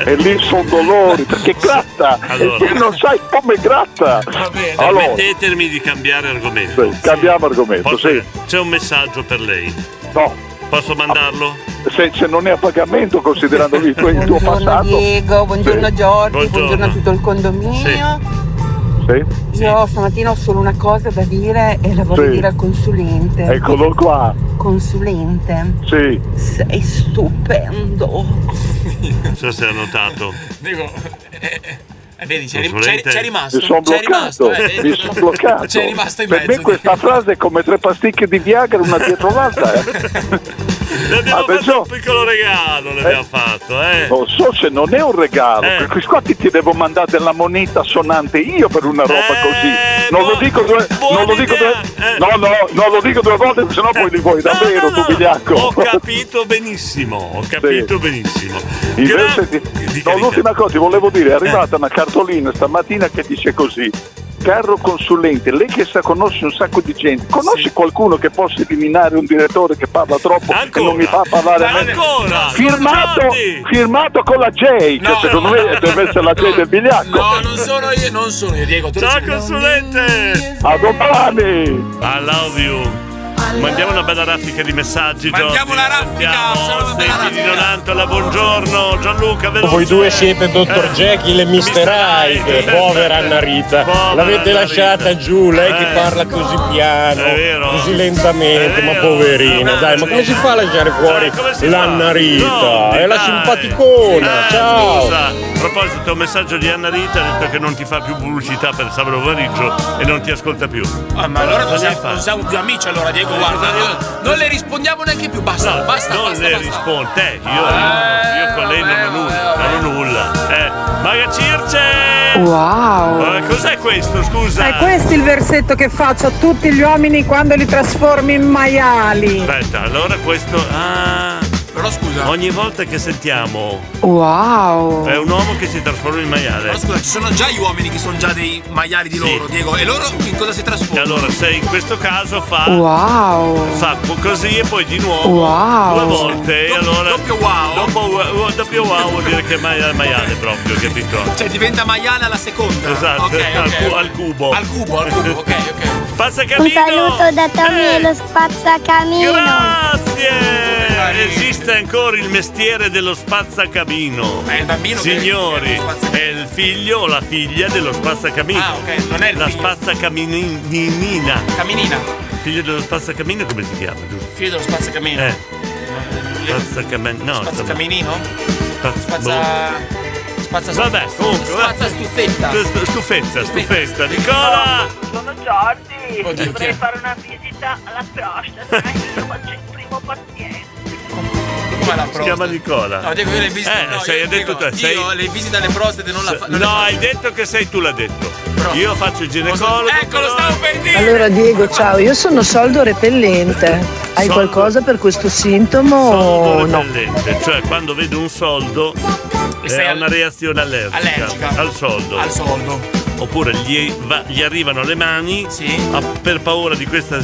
Speaker 29: e lì sono dolori, perché gratta.
Speaker 2: Allora.
Speaker 29: E tu non sai come gratta. Allora,
Speaker 2: Permettetemi di cambiare argomento.
Speaker 29: sì, cambiamo argomento.
Speaker 2: Posso-
Speaker 29: sì.
Speaker 2: C'è un messaggio per lei.
Speaker 29: No. Ah,
Speaker 2: Posso mandarlo?
Speaker 29: Se, se non è a pagamento, considerando il tuo, il tuo
Speaker 18: Buongiorno
Speaker 29: passato.
Speaker 18: Diego, buongiorno
Speaker 29: Sì.
Speaker 18: Giorgio, buongiorno.
Speaker 29: Buongiorno.
Speaker 18: a tutto il condominio.
Speaker 29: Sì?
Speaker 18: Io stamattina ho solo una cosa da dire e la voglio
Speaker 29: Sì.
Speaker 18: dire al consulente.
Speaker 29: Eccolo qua.
Speaker 18: Consulente,
Speaker 29: Sì.
Speaker 18: sei stupendo.
Speaker 2: Non so se ha notato.
Speaker 3: Dico, eh, eh, eh, vedi, c'è, ri- c'è,
Speaker 2: Consulente?
Speaker 3: c'è rimasto.
Speaker 29: Mi sono
Speaker 3: c'è rimasto,
Speaker 29: bloccato,
Speaker 3: eh, vedi?
Speaker 29: mi sono bloccato.
Speaker 3: C'è rimasto in
Speaker 29: per me
Speaker 3: mezzo.
Speaker 29: questa frase è come tre pasticche di Viagra una dietro l'altra. eh.
Speaker 2: Le abbiamo fatto
Speaker 29: Attenzione.
Speaker 2: un piccolo regalo, le abbiamo fatto, eh.
Speaker 29: Non so se non è un regalo,
Speaker 2: Eh.
Speaker 29: perché qua ti, ti devo mandare della moneta sonante io per una roba
Speaker 2: Eh,
Speaker 29: così. Non lo dico due, non lo dico due, no, no, non lo dico due volte, sennò poi li
Speaker 2: Eh.
Speaker 29: vuoi davvero, tu vigliacco.
Speaker 2: Ho capito benissimo, ho capito benissimo.
Speaker 29: Invece ti- no, l'ultima cosa ti volevo
Speaker 2: Eh.
Speaker 29: dire, è arrivata una cartolina stamattina che dice così. Caro consulente, lei che sa conosce un sacco di gente, conosce qualcuno che possa eliminare un direttore che parla troppo e non mi fa parlare a me?
Speaker 2: Ancora?
Speaker 29: Firmato,
Speaker 2: Giordi!
Speaker 29: firmato con la J, che secondo me deve essere la J del bigliacco.
Speaker 3: No, non sono io, non sono io, Diego. te lo
Speaker 2: Ciao
Speaker 3: giuro.
Speaker 2: consulente!
Speaker 29: A domani!
Speaker 2: I love you! Mandiamo una bella raffica di messaggi, Giorgio. Mandiamo la raffica! Senti di Donantola, buongiorno! Gianluca, veloce!
Speaker 4: Voi due siete Dottor Jekyll e Mr. Hyde, povera Anna Rita. L'avete lasciata giù, lei che parla così piano, così lentamente,
Speaker 2: Eh,
Speaker 4: ma poverina. Dai, ma come si fa a lasciare fuori l'Anna Rita? È la simpaticona,
Speaker 2: Eh,
Speaker 4: ciao.
Speaker 2: scusa, a proposito, un messaggio di Anna Rita ha detto che non ti fa più pubblicità per sabato pomeriggio e non ti ascolta più.
Speaker 3: Ah, ma allora non
Speaker 2: Cosa
Speaker 3: siamo,
Speaker 2: fa?
Speaker 3: non siamo più amici, allora, Diego, guarda. io- non le rispondiamo neanche più, basta, basta,
Speaker 2: non
Speaker 3: basta.
Speaker 2: le
Speaker 3: basta.
Speaker 2: risponde, te, io, io con lei non ho nulla, eh. non ho nulla. Wow! cos'è questo, scusa?
Speaker 16: È questo il versetto che faccio a tutti gli uomini quando li trasformi in maiali.
Speaker 2: Aspetta, allora questo. Ah. Però scusa. Ogni volta che sentiamo.
Speaker 16: Wow!
Speaker 2: È un uomo che si trasforma in maiale.
Speaker 3: Ma scusa, ci sono già gli uomini che sono già dei maiali di loro, Diego, e loro in cosa si
Speaker 2: E
Speaker 3: trasformano?
Speaker 2: allora, se in questo caso fa.
Speaker 3: Wow.
Speaker 2: Fa così e poi di nuovo.
Speaker 3: Wow.
Speaker 2: Due volte. e allora. Doppio wow. Dopo, wow- doppio wow vuol dire che è mai- maiale proprio, capito?
Speaker 3: Cioè diventa maiale alla seconda.
Speaker 2: Esatto,
Speaker 3: Ok, ok.
Speaker 2: al, cu- al cubo. Al
Speaker 3: cubo, al cubo, ok, ok.
Speaker 2: Passa
Speaker 1: Un
Speaker 2: camino.
Speaker 1: saluto da Tommy e
Speaker 2: Eh.
Speaker 1: lo spazzacamino.
Speaker 2: Grazie! Esiste ancora il mestiere dello spazzacamino. È il bambino Signori, è il figlio o la figlia dello spazzacamino. Ah, ok, non è il La spazzacaminina. Caminina. Il figlio dello spazzacamino come si chiama? giusto?
Speaker 3: Figlio dello spazzacamino.
Speaker 2: Eh. Spazzacamino. Eh. No,
Speaker 3: Spazzacaminino?
Speaker 2: spazz-
Speaker 3: Spazza. Spazza
Speaker 2: boh. Vabbè, comunque,
Speaker 3: Spazza stufetta.
Speaker 2: boh. Stu- Stufetta, stufetta. Nicola!
Speaker 37: Sono Giorgi, vorrei fare una visita alla prostata io faccio il primo paziente.
Speaker 2: Si chiama Nicola.
Speaker 3: No, Diego, io le visite-
Speaker 2: Eh,
Speaker 3: no, io-
Speaker 2: sei, hai detto te, sei-
Speaker 3: Io le visite alle prostate non la fa. non le
Speaker 2: No,
Speaker 3: faccio.
Speaker 2: hai detto che sei tu l'ha detto. Io faccio il ginecologo. Ecco, lo stavo per
Speaker 18: Allora Diego, ciao, io sono soldo repellente. Hai
Speaker 2: Soldo-
Speaker 18: qualcosa per questo sintomo o Oh, no?
Speaker 2: repellente, cioè quando vedo un soldo
Speaker 18: sei
Speaker 2: è
Speaker 18: al-
Speaker 2: una reazione allergica, al soldo. Oppure gli, va- gli arrivano le mani a- per paura di questa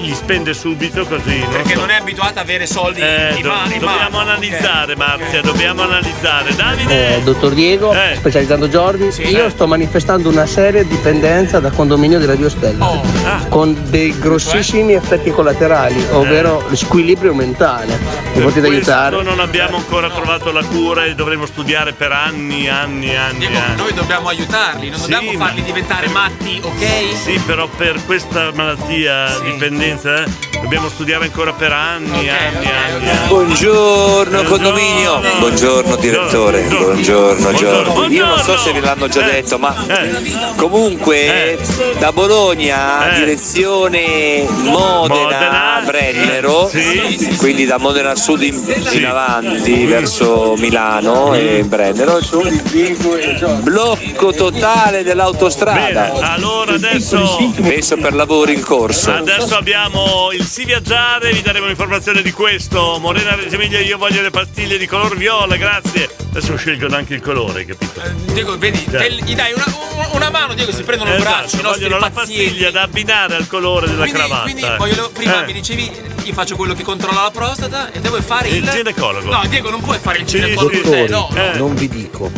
Speaker 2: li spende subito così. non
Speaker 3: Perché
Speaker 2: so.
Speaker 3: non è abituata a avere soldi
Speaker 2: Eh,
Speaker 3: in
Speaker 2: do-
Speaker 3: mano. in
Speaker 2: dobbiamo
Speaker 3: mano.
Speaker 2: analizzare Marzia, dobbiamo analizzare. Davide!
Speaker 9: Eh, dottor Diego, specializzando Jordi, io
Speaker 2: Eh.
Speaker 9: sto manifestando una seria dipendenza da condominio della Biostella
Speaker 2: Oh, ah.
Speaker 9: con dei
Speaker 2: Eh.
Speaker 9: grossissimi effetti collaterali, ovvero squilibrio mentale. Mi potete
Speaker 2: Questo
Speaker 9: aiutare?
Speaker 2: non abbiamo ancora trovato la cura e dovremo studiare per anni, anni, anni, anni.
Speaker 3: Noi dobbiamo aiutarli, non dobbiamo farli diventare matti, ok?
Speaker 2: Sì, però per questa malattia, dipendenza, eh, dobbiamo studiare ancora per anni, anni, anni.
Speaker 21: Buongiorno condominio. Buongiorno direttore. Buongiorno Eh. Giorgio. Io non so se ve l'hanno già detto, ma comunque da Bologna direzione Modena Brennero, quindi da Modena Sud in, in avanti verso Milano e Brennero, su- blocco totale dell'autostrada.
Speaker 2: allora adesso
Speaker 21: penso per lavori in corso.
Speaker 2: Adesso abbiamo il sì viaggiare, vi daremo informazione di questo. Morena Reggio Emilia, io voglio le pastiglie di color viola, grazie. Adesso scelgono anche il colore, capito?
Speaker 3: Diego, vedi, te- gli dai una, un- una mano, Diego, si prendono il
Speaker 2: Esatto,
Speaker 3: braccio, i nostri
Speaker 2: vogliono la
Speaker 3: pazienti.
Speaker 2: pastiglia da abbinare al colore della
Speaker 3: Quindi-
Speaker 2: cravatta.
Speaker 3: quindi voglio- prima
Speaker 2: Eh.
Speaker 3: mi dicevi, io faccio quello che controlla la prostata e devo fare il.
Speaker 2: Il ginecologo.
Speaker 3: No, Diego, non puoi fare il ginecologo.
Speaker 6: Dottori,
Speaker 2: Eh,
Speaker 3: te, no, no.
Speaker 6: non vi dico.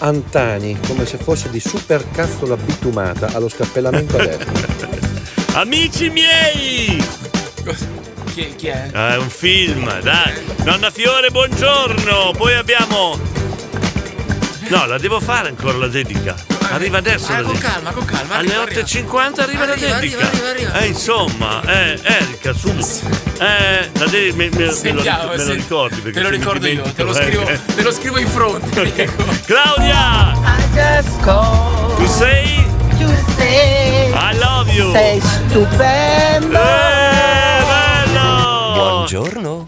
Speaker 6: Antani, come se fosse di supercazzola bitumata allo scappellamento a destra.
Speaker 2: Amici miei!
Speaker 3: Chi, chi è?
Speaker 2: Ah, è un film, dai. Nonna Fiore, buongiorno. Poi abbiamo. No, la devo fare ancora la dedica. Arriva adesso.
Speaker 3: Ah,
Speaker 2: la
Speaker 3: con
Speaker 2: dedica.
Speaker 3: calma, con calma.
Speaker 2: Alle
Speaker 3: arriva,
Speaker 2: 8.50 arriva la
Speaker 3: Arriva,
Speaker 2: dedica.
Speaker 3: arriva, arriva, arriva.
Speaker 2: Eh, insomma, eh, Erika, su. Eh, la dedica me, me- me lo,
Speaker 3: Sentiamo,
Speaker 2: me lo
Speaker 3: senti-
Speaker 2: ricordi perché
Speaker 3: te lo
Speaker 2: se mi
Speaker 3: ricordo io,
Speaker 2: dimentico,
Speaker 3: te lo
Speaker 2: eh.
Speaker 3: scrivo, te lo scrivo in fronte. Diego.
Speaker 2: Claudia!
Speaker 9: Tu
Speaker 2: sei?
Speaker 9: Tu sei.
Speaker 2: I love you. Eh,
Speaker 9: Sei stupendo.
Speaker 38: Buongiorno.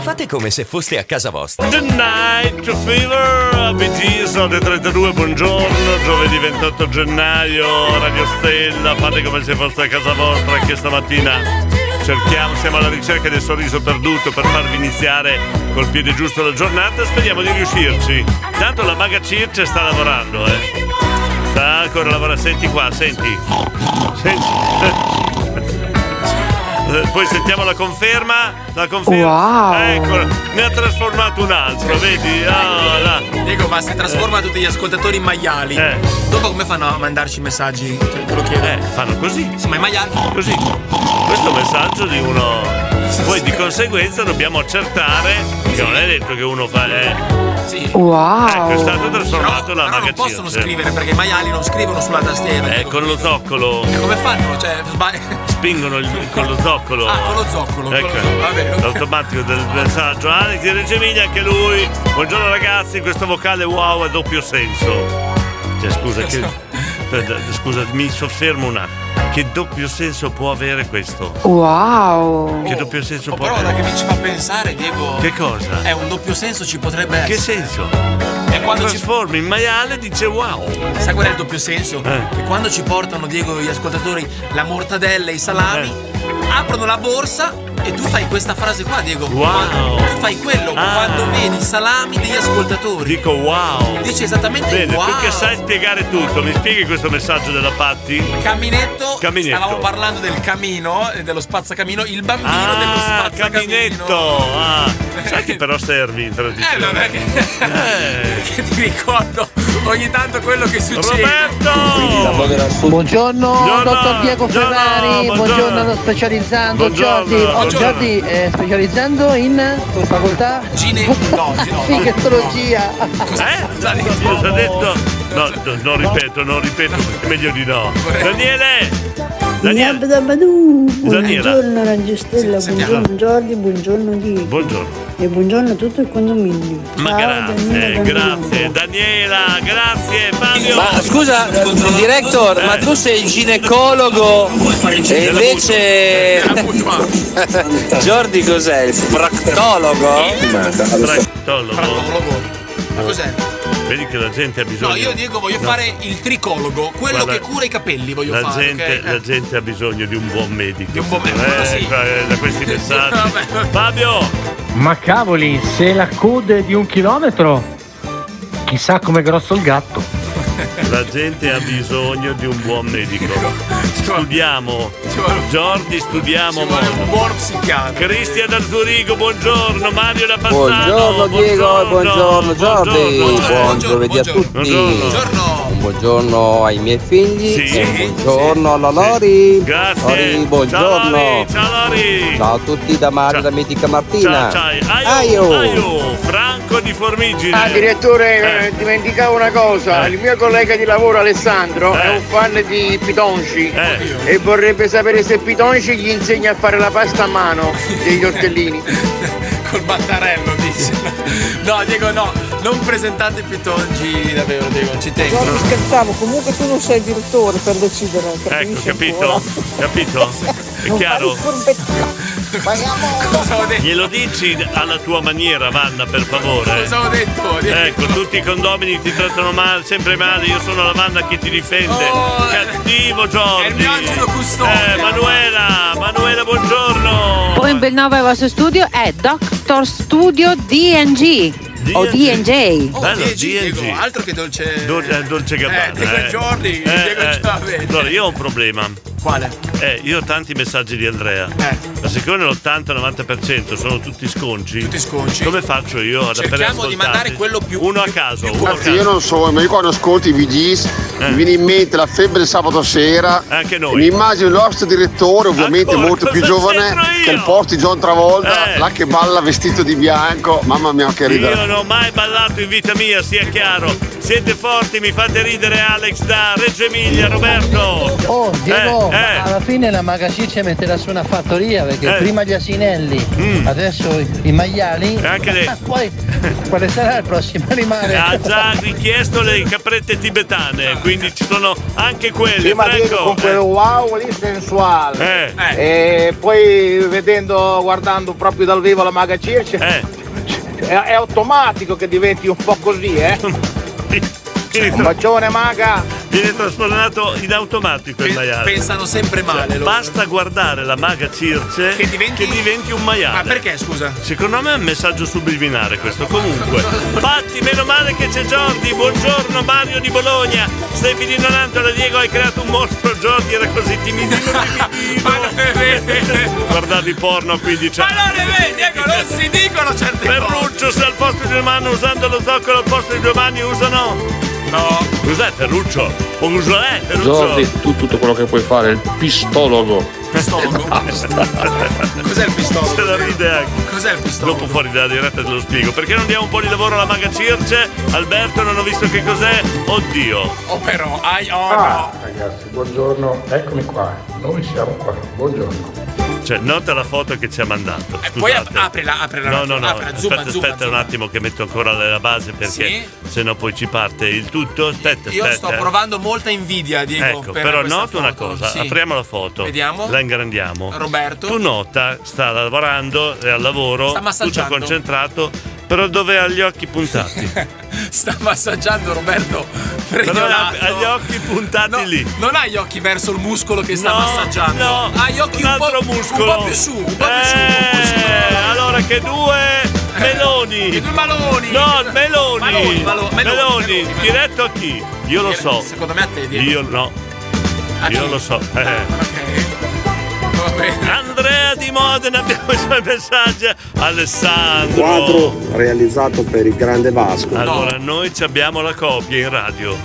Speaker 38: Fate come se foste a casa vostra.
Speaker 2: The Night Fever, BG, sono le 32, buongiorno, giovedì 28 gennaio, Radio Stella, fate come se fosse a casa vostra anche stamattina. Cerchiamo, siamo alla ricerca del sorriso perduto per farvi iniziare col piede giusto la giornata, speriamo di riuscirci. Tanto la maga Circe sta lavorando, eh. Sta ancora lavorando, senti qua, senti. Senti. Eh, Poi sentiamo la conferma, la Ecco. conferma.
Speaker 1: Oh.
Speaker 3: Wow.
Speaker 2: Eccola, ne ha trasformato un altro, vedi? Ah, là. Eh.
Speaker 3: Diego, ma se trasforma tutti gli ascoltatori in maiali, dopo come fanno a mandarci messaggi? Cioè, te lo chiedo. Eh,
Speaker 2: fanno così.
Speaker 3: Sì, ma i maiali.
Speaker 2: Così. Questo è un messaggio di uno. Poi di conseguenza dobbiamo accertare che non è detto che uno fa. Eh.
Speaker 3: Sì.
Speaker 2: Wow. Ecco, è stato trasformato la magazzina.
Speaker 3: Non possono scrivere perché i maiali non scrivono sulla tastiera.
Speaker 2: Eh, con lo zoccolo.
Speaker 3: Come fanno? Cioè, sbag-
Speaker 2: Spingono il- con lo zoccolo.
Speaker 3: Ah, con lo zoccolo, con
Speaker 2: Ecco.
Speaker 3: lo zoccolo, va bene.
Speaker 2: L'automatico del messaggio. Alex di Reggio Emilia, anche lui. Buongiorno ragazzi, questo vocale wow a doppio senso. Cioè, scusa, che- aspetta, scusa, mi soffermo un attimo. Che doppio senso può avere questo?
Speaker 18: Wow!
Speaker 2: Che doppio senso può
Speaker 3: Oh, però
Speaker 2: avere?
Speaker 3: ora che mi ci fa pensare, Diego.
Speaker 2: Che cosa?
Speaker 3: È un doppio senso ci potrebbe essere.
Speaker 2: Che senso?
Speaker 3: È
Speaker 2: quando trasforma in maiale dice wow. Eh.
Speaker 3: Sai qual è il doppio senso? Che quando ci portano, Diego, gli ascoltatori, la mortadella e i salami,
Speaker 2: Eh.
Speaker 3: aprono la borsa e tu fai questa frase qua, Diego.
Speaker 2: Wow. Ah.
Speaker 3: Tu fai quello quando vedi i salami degli ascoltatori.
Speaker 2: Dico wow.
Speaker 3: Dice esattamente
Speaker 2: Bene,
Speaker 3: wow.
Speaker 2: tu che sai spiegare tutto, mi spieghi questo messaggio della Patti?
Speaker 3: Caminetto,
Speaker 2: Caminetto.
Speaker 3: stavamo parlando del camino, eh, dello spazzacamino, il bambino dello
Speaker 2: Ah,
Speaker 3: spazzacamino.
Speaker 2: caminetto! Ah, sai che però servi in
Speaker 3: Eh,
Speaker 2: tradizione.
Speaker 3: vabbè, che,
Speaker 2: Eh.
Speaker 3: che ti ricordo ogni tanto quello che succede.
Speaker 2: Roberto!
Speaker 9: Buongiorno,
Speaker 2: Buongiorno,
Speaker 9: dottor Diego
Speaker 2: buongiorno,
Speaker 9: Ferrari, buongiorno,
Speaker 2: buongiorno.
Speaker 9: allo specializzando
Speaker 2: Buongiorno,
Speaker 9: Giordi,
Speaker 2: buongiorno.
Speaker 9: Giordi eh, specializzando in facoltà
Speaker 3: Gine, no, no,
Speaker 9: fichettologia.
Speaker 2: Eh? Cosa ha detto? No, no, non ripeto, non ripeto, perché meglio di no. Daniele! Daniele!
Speaker 18: Dabadabadù.
Speaker 2: Daniela.
Speaker 18: Buongiorno Radio Stella,
Speaker 2: Sì, sentiamo.
Speaker 18: buongiorno Giordi, buongiorno Diego
Speaker 2: Buongiorno.
Speaker 18: e buongiorno a tutto il condominio.
Speaker 2: Ma
Speaker 3: Eh,
Speaker 2: grazie, Eh, grazie, Daniela, grazie Fabio!
Speaker 39: Ma scusa, director, ma tu sei ginecologo e invece. Giordi cos'è? Il proctologo?
Speaker 2: Frattologo.
Speaker 3: Ma cos'è?
Speaker 2: Vedi che la gente ha bisogno.
Speaker 3: No, io Diego voglio
Speaker 2: No.
Speaker 3: fare il tricologo, quello
Speaker 2: Guarda,
Speaker 3: che cura i capelli voglio
Speaker 2: la
Speaker 3: fare.
Speaker 2: gente,
Speaker 3: ok? Eh.
Speaker 2: la gente ha bisogno di un buon medico. Di un
Speaker 3: buon
Speaker 2: medico. Da questi messaggi. Fabio!
Speaker 40: Ma cavoli, se la coda è di un chilometro, chissà com'è grosso il gatto.
Speaker 2: La gente ha bisogno di un buon medico. Studiamo. Giordi, studiamo. un buon psichiatra. Cristian da Zurigo, buongiorno. Mario da Passano.
Speaker 1: Buongiorno Diego e buongiorno Jordi.
Speaker 2: Buongiorno.
Speaker 1: Buon giovedì a tutti.
Speaker 3: Buongiorno.
Speaker 1: Un buongiorno ai miei figli.
Speaker 2: Sì.
Speaker 1: E un buongiorno alla Lori.
Speaker 2: Grazie.
Speaker 1: Lori, buongiorno.
Speaker 2: Ciao, Lori, ciao, Lori.
Speaker 1: Ciao a tutti da Mario da Mitica Martina.
Speaker 2: Ciao, ciao. Aio, aio. Franco di Formigine.
Speaker 5: Ah, direttore, eh, dimenticavo una
Speaker 2: Eh.
Speaker 5: cosa. Il mio collega di lavoro Alessandro è un fan di Pitonci
Speaker 2: Eh.
Speaker 5: e vorrebbe sapere se Pitonci gli insegna a fare la pasta a mano degli ortellini.
Speaker 3: Col battarello dice. No, Diego no, non presentate i pitongi, davvero Diego, ci tengo.
Speaker 23: Giordi scherzavo, comunque tu non sei direttore per decidere,
Speaker 2: Ecco,
Speaker 23: capisci?
Speaker 2: capito? Capito? È chiaro? Glielo dici alla tua maniera, Vanna, per favore.
Speaker 3: Cosa ho detto?
Speaker 2: Ecco, tutti i condomini ti trattano male, sempre male, io sono la Vanna che ti difende. Cattivo Giorgio. Oh, eh. È il mio angelo custode. Eh, Manuela, Manuela, buongiorno.
Speaker 13: Poi un bel nome al vostro studio è Doctor Studio DNG o DNJ.
Speaker 2: Oh, Bello, DNG.
Speaker 3: altro che dolce.
Speaker 2: Dolce, eh, dolce
Speaker 3: Eh,
Speaker 2: Gabbana.
Speaker 3: Diego Giordi, Diego Giordi.
Speaker 2: Allora, io ho un problema.
Speaker 3: Quale? Eh.
Speaker 2: Eh, io ho tanti messaggi di Andrea. Ma siccome l'80-90% sono tutti sconci. Tutti
Speaker 3: sconci.
Speaker 2: Come faccio io ad avere
Speaker 3: Cerchiamo di mandare quello più. Uno
Speaker 2: a caso, uno a
Speaker 24: Ragazzi,
Speaker 2: caso.
Speaker 24: io non so, ma io quando ascolto i VGs mi viene in mente la febbre del sabato sera.
Speaker 2: Eh. Anche noi.
Speaker 24: Mi immagino il nostro direttore, ovviamente
Speaker 2: Ancora,
Speaker 24: molto più
Speaker 2: cosa
Speaker 24: giovane,
Speaker 2: c'entro io?
Speaker 24: che il posto di John Travolta,
Speaker 2: Eh.
Speaker 24: là che balla vestito di bianco. Mamma mia, che ridere.
Speaker 2: Io non ho mai ballato in vita mia, sia chiaro. Siete forti, mi fate ridere Alex da Reggio Emilia, Roberto.
Speaker 9: Oh Diego,
Speaker 2: Eh, eh.
Speaker 9: ma alla fine la magazziccia metterà su una fattoria perché
Speaker 2: Eh. Mm.
Speaker 9: prima gli asinelli, adesso i- i maiali,
Speaker 2: anche le-
Speaker 9: poi quale sarà il prossimo animale?
Speaker 2: Ha già richiesto le caprette
Speaker 3: Ah,
Speaker 2: tibetane,
Speaker 3: ecco.
Speaker 2: quindi ci sono anche quelle,
Speaker 5: Prima Diego
Speaker 2: Franco. eh,
Speaker 5: con
Speaker 3: eh.
Speaker 5: quel wow lì sensuale. E poi vedendo, guardando proprio dal vivo la maga Circe,
Speaker 2: Eh.
Speaker 5: è, è automatico che diventi un po' così, eh? un bacione maga!
Speaker 2: Viene trasformato in automatico il maiale.
Speaker 3: pensano sempre male loro.
Speaker 2: basta guardare la maga Circe che diventi... un maiale. Ma
Speaker 3: perché scusa?
Speaker 2: Secondo me è un messaggio subliminare questo. Comunque, Patti, meno male che c'è Giordi. Buongiorno Mario di Bologna. Stai finendo l'antola, Diego. Hai creato un mostro. Giordi era così timidino. timidino. Guardavi porno a 15 anni. Ma non
Speaker 3: è vero, Diego, non si dicono certe
Speaker 2: cose. Ferruccio, se al posto di una mano usando lo zoccolo al posto di due mani usano.
Speaker 3: No.
Speaker 2: Cos'è Ferruccio? O cos'è Ferruccio?
Speaker 13: Jordi, tu tutto quello che puoi fare, il pistologo.
Speaker 3: Pistologo? Cos'è il pistologo?
Speaker 2: Se la ride anche.
Speaker 3: Cos'è il pistologo?
Speaker 2: Dopo fuori dalla diretta te lo spiego. Perché non diamo un po' di lavoro alla maga Circe? Alberto non ho visto che cos'è. Oddio.
Speaker 3: Oh però, ai oh
Speaker 41: Ah, ragazzi, buongiorno, eccomi qua, noi siamo qua, buongiorno.
Speaker 2: Cioè, nota la foto che ci ha mandato. Scusate.
Speaker 3: Eh, Poi ap- aprila, aprila.
Speaker 2: No, no, no,
Speaker 3: Aprila,
Speaker 2: aspetta,
Speaker 3: zoom,
Speaker 2: aspetta
Speaker 3: zoom.
Speaker 2: un attimo che metto ancora la base perché se no poi ci parte il tutto. Aspetta,
Speaker 3: Io
Speaker 2: aspetta. eh.
Speaker 3: sto provando molta invidia, Diego.
Speaker 2: Ecco,
Speaker 3: per
Speaker 2: però
Speaker 3: questa
Speaker 2: nota una
Speaker 3: foto.
Speaker 2: cosa,
Speaker 3: Sì.
Speaker 2: apriamo la foto.
Speaker 3: Vediamo.
Speaker 2: La ingrandiamo.
Speaker 3: Roberto.
Speaker 2: Tu nota, sta lavorando, è al lavoro,
Speaker 3: Sta
Speaker 2: tutto
Speaker 3: massaggiando.
Speaker 2: concentrato, però dove ha gli occhi puntati?
Speaker 3: sta massaggiando Roberto Fregnolato.
Speaker 2: ha- ha gli occhi puntati lì.
Speaker 3: Non ha gli occhi verso il muscolo che sta
Speaker 2: No,
Speaker 3: massaggiando.
Speaker 2: no,
Speaker 3: ha gli occhi
Speaker 2: un
Speaker 3: un, po',
Speaker 2: altro muscolo.
Speaker 3: un po' più su, un po' più su. Eh,
Speaker 2: Eh, allora che due meloni. Che
Speaker 3: due maloni.
Speaker 2: No, meloni.
Speaker 3: Maloni, Malo- Meloni,
Speaker 2: Meloni,
Speaker 3: Meloni,
Speaker 2: diretto a chi? Io lo so.
Speaker 3: Secondo me a te, Diego.
Speaker 2: Io no. Io
Speaker 3: chi?
Speaker 2: lo so.
Speaker 3: Ah,
Speaker 2: Eh. Andrea di Modena, abbiamo i suoi messaggi. Alessandro.
Speaker 6: Quadro realizzato per il grande Vasco.
Speaker 2: Allora, noi ci abbiamo la copia in radio.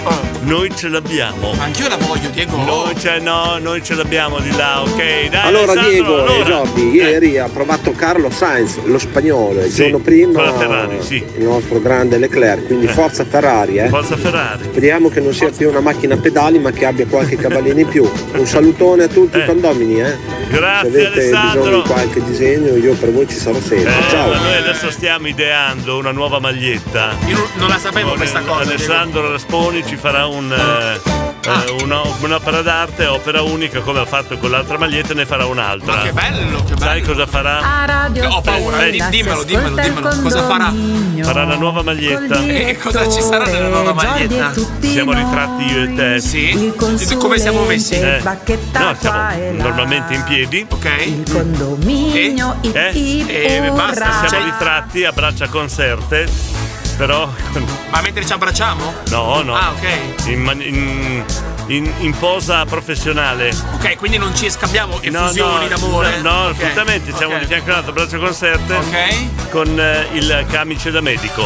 Speaker 2: Noi ce l'abbiamo.
Speaker 3: Ah. Anch'io la voglio, Diego.
Speaker 2: Noi ce, no, noi ce l'abbiamo di là, ok? Dai,
Speaker 6: Allora
Speaker 2: Alessandro,
Speaker 6: Diego e
Speaker 2: allora.
Speaker 6: Jordi, ieri ha provato Carlo Sainz, lo spagnolo, il
Speaker 2: Sì,
Speaker 6: giorno prima
Speaker 2: con la Ferrari, sì.
Speaker 6: il nostro grande Leclerc, quindi
Speaker 2: Eh.
Speaker 6: forza Ferrari. Eh.
Speaker 2: Forza Ferrari.
Speaker 6: Speriamo che non sia più una macchina a pedali ma che abbia qualche cavallino in più. Un salutone a tutti i condomini. Eh.
Speaker 2: Grazie,
Speaker 6: Se avete bisogno
Speaker 2: Alessandro.
Speaker 6: di qualche disegno io per voi ci sarò sempre.
Speaker 2: Eh,
Speaker 6: Ciao.
Speaker 2: ma noi adesso stiamo ideando una nuova maglietta.
Speaker 3: Io non la sapevo questa cosa, Ah.
Speaker 2: Alessandro Rasponi ci farà un, eh, eh, una- un'opera d'arte, opera unica come ha fatto con l'altra maglietta, e ne farà un'altra. Ma che
Speaker 3: bello,
Speaker 2: Sai cosa farà?
Speaker 6: A
Speaker 18: Ah,
Speaker 6: radio
Speaker 3: Ho paura,
Speaker 18: Eh,
Speaker 6: Stella
Speaker 3: di-
Speaker 6: si
Speaker 3: dimmelo, dimmelo,
Speaker 6: ascolta
Speaker 3: dimmelo,
Speaker 6: il
Speaker 3: cosa farà?
Speaker 6: condominio.
Speaker 2: Farà la nuova maglietta.
Speaker 6: Col
Speaker 3: E cosa ci sarà nella nuova
Speaker 6: Giordi e
Speaker 3: maglietta?
Speaker 2: Siamo ritratti io e te.
Speaker 3: Sì. Come siamo messi?
Speaker 2: Eh, No, siamo normalmente in piedi.
Speaker 3: Ok.
Speaker 6: Il condominio
Speaker 2: Eh?
Speaker 3: e basta,
Speaker 2: Siamo
Speaker 3: siamo
Speaker 2: ritratti a braccia concerte, però
Speaker 3: Ma mentre ci abbracciamo?
Speaker 2: no, no.
Speaker 3: Ah, ok.
Speaker 2: In, man- in- in- in posa professionale.
Speaker 3: Ok, quindi non ci scambiamo
Speaker 2: No,
Speaker 3: effusioni
Speaker 2: no,
Speaker 3: d'amore.
Speaker 2: No, no,
Speaker 3: Ok.
Speaker 2: assolutamente, siamo
Speaker 3: Ok.
Speaker 2: di fianco all'altro, braccio concerte.
Speaker 3: Ok. Oh.
Speaker 2: Con eh, il camice da medico.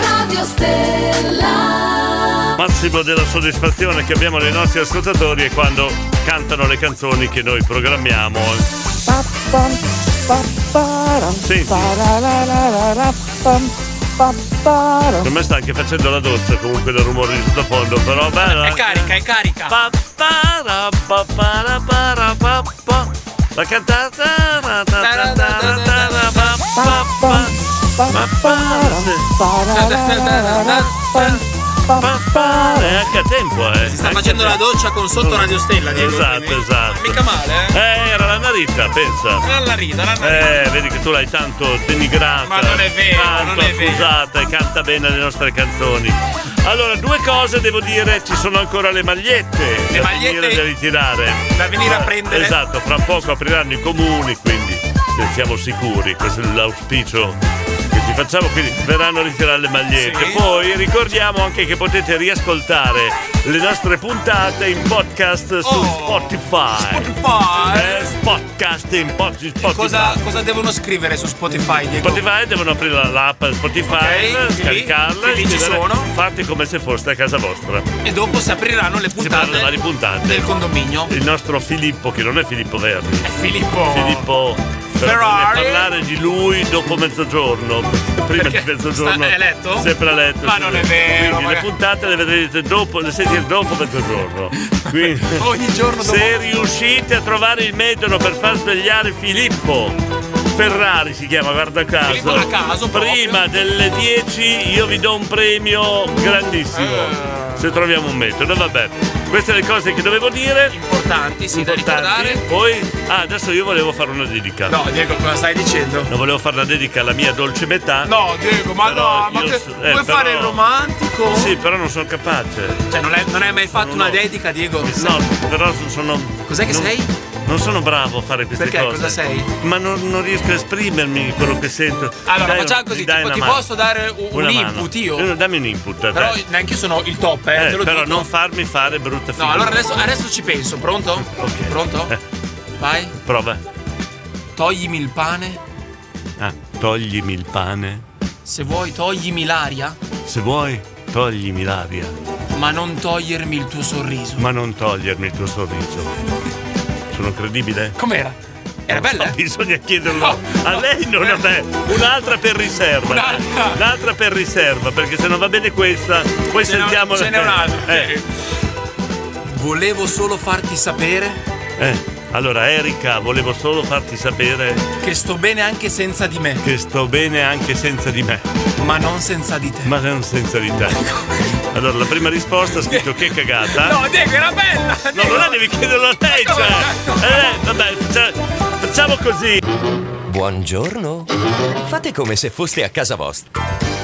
Speaker 1: Radio Stella.
Speaker 2: Massimo della soddisfazione che abbiamo dei nostri ascoltatori è quando cantano le canzoni che noi programmiamo. Per me sta anche facendo la doccia comunque del rumore di sottofondo, però bella.
Speaker 3: È carica, è carica.
Speaker 2: La cantata. È anche a tempo, eh.
Speaker 3: Sta facendo la doccia con sotto Radio Stella, Diego.
Speaker 2: Esatto, esatto.
Speaker 3: Mica male, eh?
Speaker 2: Eh, era la narita, pensa.
Speaker 3: Era la narita, la narita.
Speaker 2: Eh, vedi che tu l'hai tanto denigrata.
Speaker 3: Ma non è vero,
Speaker 2: tanto
Speaker 3: non è vero.
Speaker 2: accusata e canta bene le nostre canzoni. Allora, due cose devo dire, ci sono ancora le magliette.
Speaker 3: Le
Speaker 2: da
Speaker 3: magliette
Speaker 2: venire da ritirare.
Speaker 3: da venire a
Speaker 2: Eh,
Speaker 3: prendere.
Speaker 2: Esatto, fra poco apriranno i comuni, quindi ne siamo sicuri, questo è l'auspicio che ci facciamo, quindi verranno a ritirare le magliette. Poi ricordiamo anche che potete riascoltare le nostre puntate in podcast
Speaker 3: Oh.
Speaker 2: su Spotify.
Speaker 3: Poi.
Speaker 2: Eh, podcast in pod- Spotify.
Speaker 3: Cosa, cosa devono scrivere su Spotify, Diego?
Speaker 2: Spotify devono aprire la- l'app Spotify, eh,
Speaker 3: Ok, sì,
Speaker 2: scaricarla
Speaker 3: sì,
Speaker 2: e
Speaker 3: lì ci
Speaker 2: scrivere,
Speaker 3: sono.
Speaker 2: Fate come se foste a casa vostra.
Speaker 3: E dopo si apriranno le
Speaker 2: Si parla di
Speaker 3: puntate.
Speaker 2: varie puntate.
Speaker 3: del condominio.
Speaker 2: Il nostro Filippo, che non è Filippo Verdi. È
Speaker 3: Eh, Filippo.
Speaker 2: Filippo. per
Speaker 3: Ferrari.
Speaker 2: parlare di lui dopo mezzogiorno. Prima
Speaker 3: Perché
Speaker 2: di mezzogiorno.
Speaker 3: sta- è letto?
Speaker 2: Sempre a letto.
Speaker 3: Ma
Speaker 2: sì.
Speaker 3: non è vero,
Speaker 2: Quindi le
Speaker 3: magari-
Speaker 2: puntate le vedrete dopo, le sentite dopo mezzogiorno. Quindi,
Speaker 3: Ogni giorno dopo-
Speaker 2: Se riuscite a trovare il metodo per far svegliare Filippo. Ferrari si chiama, guarda caso.
Speaker 3: Filippo a caso, proprio.
Speaker 2: Prima delle 10 io vi do un premio grandissimo.
Speaker 3: Eh.
Speaker 2: Se troviamo un metodo, vabbè. Queste le cose che dovevo dire.
Speaker 3: Importanti, sì, da ricordare.
Speaker 2: Poi, ah, adesso io volevo fare una dedica.
Speaker 3: No, Diego, cosa stai dicendo?
Speaker 2: Non volevo fare una dedica alla mia dolce metà.
Speaker 3: No, Diego, ma
Speaker 2: Però
Speaker 3: no, ma
Speaker 2: io
Speaker 3: che-
Speaker 2: so-
Speaker 3: vuoi fare il romantico?
Speaker 2: Sì, però non sono capace.
Speaker 3: Cioè, non hai, non hai mai fatto una dedica, Diego?
Speaker 2: No, però sono.
Speaker 3: Cos'è che
Speaker 2: non-
Speaker 3: sei?
Speaker 2: Non sono bravo a fare queste
Speaker 3: Perché?
Speaker 2: cose. Cioè,
Speaker 3: Cosa sei?
Speaker 2: Ma non, non riesco a esprimermi quello che sento.
Speaker 3: Allora,
Speaker 2: Dai,
Speaker 3: facciamo
Speaker 2: mi
Speaker 3: così,
Speaker 2: dai
Speaker 3: tipo,
Speaker 2: una
Speaker 3: ti
Speaker 2: mano.
Speaker 3: posso dare un- un
Speaker 2: Una mano.
Speaker 3: input io?
Speaker 2: Eh, Dammi un input. dai.
Speaker 3: Però neanche io sono il top, eh,
Speaker 2: Eh,
Speaker 3: te lo
Speaker 2: però
Speaker 3: dico.
Speaker 2: non farmi fare brutta figura.
Speaker 3: No, allora adesso, adesso ci penso, pronto? Pronto?
Speaker 2: Eh.
Speaker 3: Vai,
Speaker 2: Prova.
Speaker 3: toglimi il pane,
Speaker 2: Ah, toglimi il pane.
Speaker 3: se vuoi toglimi l'aria,
Speaker 2: Se vuoi, toglimi l'aria,
Speaker 3: ma non togliermi il tuo sorriso.
Speaker 2: ma non togliermi il tuo sorriso. Sono credibile?
Speaker 3: Com'era? Era bella?
Speaker 2: Bisogna chiederlo a lei, non a me. Un'altra per riserva. Un'altra. per riserva, perché se non va bene questa, poi
Speaker 3: Ce n'è-
Speaker 2: sentiamo
Speaker 3: ce n'è un'altra,
Speaker 2: Eh,
Speaker 3: Volevo solo farti sapere
Speaker 2: eh. Allora, Erika, volevo solo farti sapere
Speaker 3: che sto bene anche senza di me,
Speaker 2: che sto bene anche senza di me,
Speaker 3: ma non senza di te.
Speaker 2: ma non senza di te. Allora, la prima risposta ha scritto che cagata.
Speaker 3: No, Diego, era bella!
Speaker 2: Ah. No, non la devi chiederlo a lei, cioè. Eh, vabbè, cioè, facciamo così.
Speaker 42: Buongiorno. Fate come se foste a casa vostra.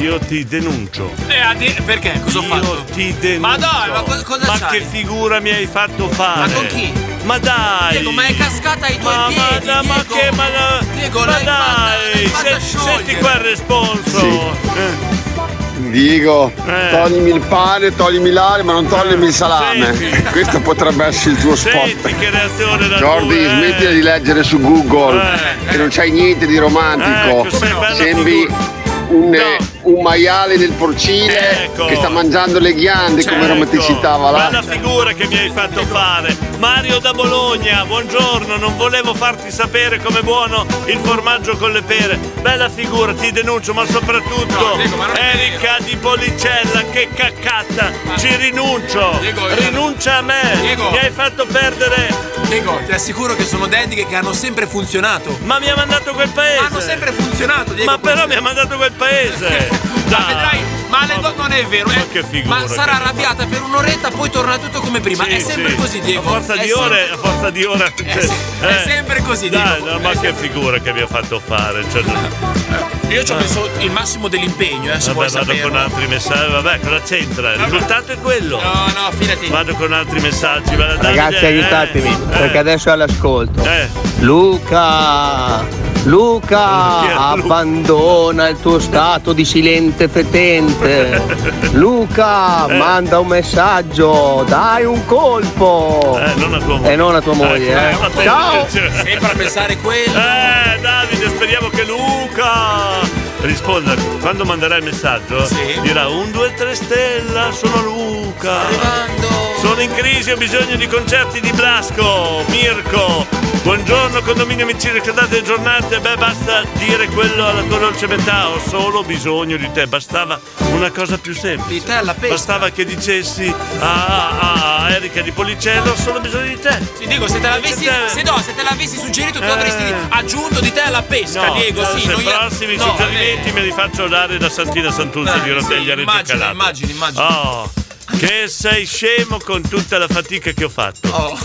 Speaker 2: Io ti denuncio.
Speaker 3: Eh, adi- perché? Cosa ho fatto?
Speaker 2: Ti denuncio.
Speaker 3: Ma dai, ma co- cosa
Speaker 2: Ma
Speaker 3: c'hai?
Speaker 2: che figura mi hai fatto fare?
Speaker 3: Ma con chi?
Speaker 2: Ma dai!
Speaker 3: Diego, ma è cascata ai tuoi
Speaker 2: Ma-
Speaker 3: piedi,
Speaker 2: ma, ma
Speaker 3: Diego.
Speaker 2: che, ma, la-
Speaker 3: Diego,
Speaker 2: ma
Speaker 3: l'hai
Speaker 2: dai,
Speaker 3: fatta
Speaker 2: se- senti qua il responso. Eh,
Speaker 24: Diego, toglimi il pane, toglimi l'aria, ma non toglimi il salame. Questo potrebbe essere il tuo spot.
Speaker 2: senti che reazione da
Speaker 24: Jordi,
Speaker 2: tua, eh.
Speaker 24: smettila di leggere su Google,
Speaker 2: Eh.
Speaker 24: che non c'hai niente di romantico.
Speaker 2: Ecco, sei bella
Speaker 24: Sembri un, un maiale del porcile
Speaker 2: Ecco.
Speaker 24: che sta mangiando le ghiande come
Speaker 2: Ecco.
Speaker 24: romanticità, va là.
Speaker 2: Bella figura che mi hai fatto fare. Mario da Bologna, buongiorno, non volevo farti sapere com'è buono il formaggio con le pere. Bella figura, ti denuncio, ma soprattutto Erika di Policella, che caccata, ci rinuncio. Rinuncia a me.
Speaker 3: Diego.
Speaker 2: Mi hai fatto perdere.
Speaker 3: Diego, ti assicuro che sono dediche che hanno sempre funzionato.
Speaker 2: Ma mi ha mandato quel paese.
Speaker 3: Hanno sempre funzionato, Diego.
Speaker 2: Ma però mi ha mandato quel paese.
Speaker 3: Ma vedrai, ma le do- non è vero, eh.
Speaker 2: che figura
Speaker 3: Ma sarà
Speaker 2: che-
Speaker 3: arrabbiata per un'oretta, poi torna tutto come prima.
Speaker 2: Sì,
Speaker 3: è sempre
Speaker 2: sì.
Speaker 3: così, Diego.
Speaker 2: A forza
Speaker 3: È
Speaker 2: di
Speaker 3: sempre- Eh,
Speaker 2: ore, a forza di ore.
Speaker 3: È se- è sempre così,
Speaker 2: Eh, Dai,
Speaker 3: Diego.
Speaker 2: no, ma che figura che mi ha fatto fare. Cioè,
Speaker 3: Io ci ho messo il massimo dell'impegno, eh, se vuoi
Speaker 2: vabbè, vado
Speaker 3: sapere.
Speaker 2: con altri messaggi. Vabbè, cosa c'entra? Il risultato è quello. No,
Speaker 3: no, fidati.
Speaker 2: Vado con altri messaggi. vado a dare
Speaker 9: Ragazzi
Speaker 2: idee, eh.
Speaker 9: aiutatemi, perché adesso è all'ascolto. Luca!
Speaker 2: Chi è
Speaker 9: Luca,
Speaker 2: Luca?
Speaker 9: abbandona il tuo stato di silente fetente. Luca,
Speaker 2: Eh.
Speaker 9: manda un messaggio, dai un colpo. E non a tua moglie.
Speaker 2: Ecco,
Speaker 9: eh.
Speaker 2: vabbè,
Speaker 9: Ciao!
Speaker 2: cioè-
Speaker 3: Sempre a pensare quello.
Speaker 2: Eh, Davide, speriamo che Luca risponda. Quando manderà il messaggio, dirà un 2 3 stella, sono Luca. Sono in crisi, ho bisogno di concerti di Blasco, Mirko. Buongiorno condominio amici, ricordate le giornate? Beh, basta dire quello alla tua dolce metà, ho solo bisogno di te. Bastava una cosa più semplice.
Speaker 3: Di te alla pesca.
Speaker 2: Bastava che dicessi a, a- a Erika di Policello, ho solo bisogno di te.
Speaker 3: Sì, Diego, se te l'avessi,
Speaker 2: Cioè,
Speaker 3: se no, se te l'avessi suggerito, tu
Speaker 2: Eh.
Speaker 3: avresti aggiunto di te alla pesca,
Speaker 2: No, eh,
Speaker 3: Diego. Sì,
Speaker 2: se
Speaker 3: non gli-
Speaker 2: prossimi
Speaker 3: no,
Speaker 2: suggerimenti me li faccio dare da Santina Santuzzi di Roteglia Reggio
Speaker 3: immagino,
Speaker 2: Calabria.
Speaker 3: immagino, immagino.
Speaker 2: Oh, che sei scemo con tutta la fatica che ho fatto.
Speaker 3: Oh.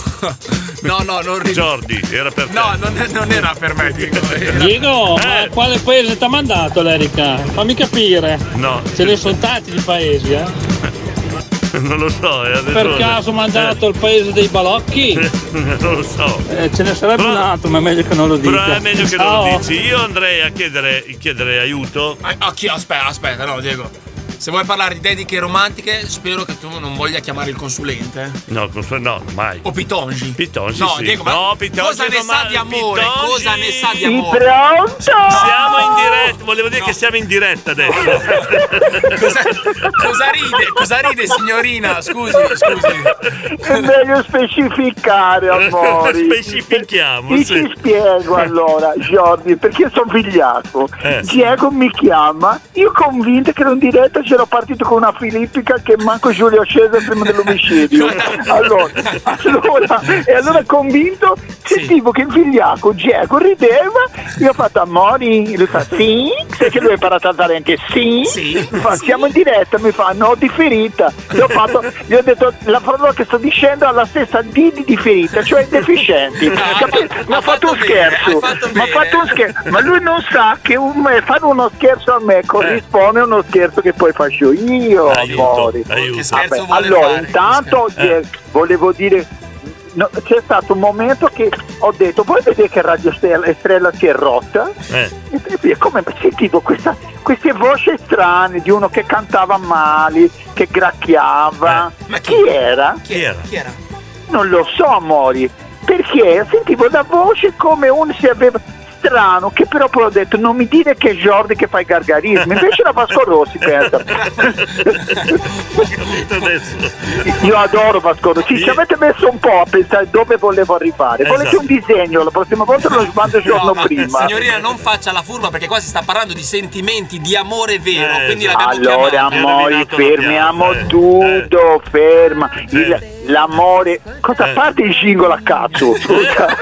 Speaker 3: No, no, non ridi.
Speaker 2: Jordi, era per te. Eh,
Speaker 3: No, non, non era per me, Diego.
Speaker 1: Diego, ma a quale paese ti ha mandato l'Erica? Fammi capire.
Speaker 2: No.
Speaker 1: Ce ne sono tanti di paesi, eh.
Speaker 2: Non lo so, eh, adesso-
Speaker 1: Per caso ha mandato il paese dei balocchi?
Speaker 2: non lo so.
Speaker 1: Eh, ce ne sarebbe un altro, ma è meglio che non lo dica.
Speaker 2: Però è meglio che non
Speaker 1: Ciao.
Speaker 2: lo dici. Io andrei a chiedere, chiedere aiuto.
Speaker 3: Ah, chi- aspetta, aspetta, no, Diego. Se vuoi parlare di dediche romantiche, spero che tu non voglia chiamare il consulente.
Speaker 2: No, non so- no, mai.
Speaker 3: O Pitongi.
Speaker 2: Pitongi,
Speaker 3: No,
Speaker 2: Oh, sì.
Speaker 3: Diego, ma
Speaker 2: no, Pitongi
Speaker 3: cosa ne
Speaker 2: domani-
Speaker 3: sa di amore?
Speaker 2: Pitongi!
Speaker 3: Cosa ne sa di amore?
Speaker 2: Siamo in diretta, volevo dire che siamo in diretta adesso.
Speaker 3: Cosa ride? Cosa ride, signorina? Scusi, scusi.
Speaker 8: È meglio specificare, amori.
Speaker 2: Specifichiamo,
Speaker 8: Ti
Speaker 2: sì.
Speaker 8: ti spiego allora, Jordi, perché sono vigliaco. Diego mi chiama, io convinto che ero in diretta c'ero partito con una filippica che manco Giulio Cesare prima dell'omicidio. Allora, allora, e allora convinto sentivo che il vigliaco Diego rideva, io ho fatto amori, lui fa sì, perché lui ha imparato a dare anche sì, Mi fa, siamo in diretta, mi fa no di ferita, gli ho, fatto, gli ho detto la parola che sto dicendo ha la stessa D di, di ferita, cioè deficienti, capito? Mi ha fatto un scherzo, mi ha fatto un scherzo, ma lui non sa che un- fare uno scherzo a me corrisponde a uno scherzo che poi faccio io, amori.
Speaker 2: Aiuto.
Speaker 8: Vabbè, allora, intanto eh, volevo dire, no, c'è stato un momento che ho detto, vuoi vedere che Radio Stella, Estrella si è rotta? E poi, come sentivo questa- queste voci strane di uno che cantava male, che gracchiava. Eh. Ma chi, era?
Speaker 3: Chi era? Chi era?
Speaker 8: Non lo so, Mori, perché sentivo la voce come uno si aveva strano, che però poi ho detto non mi dire che è Jordi che fa i gargarismi, invece era Vasco Rossi, pensa. Io adoro Vasco Rossi, ci avete messo un po' a pensare dove volevo arrivare. Volete
Speaker 3: Esatto.
Speaker 8: un disegno, la prossima volta lo mando il giorno
Speaker 3: No, ma,
Speaker 8: prima.
Speaker 3: Signorina, non faccia la furba perché qua si sta parlando di sentimenti, di amore
Speaker 8: esatto.
Speaker 3: vero. quindi l'abbiamo
Speaker 8: Allora,
Speaker 3: chiamata.
Speaker 8: eh.
Speaker 3: Eh.
Speaker 8: amori, fermiamo tutto, ferma. Il- l'amore. Cosa parte in singolo a cazzo? Scusa.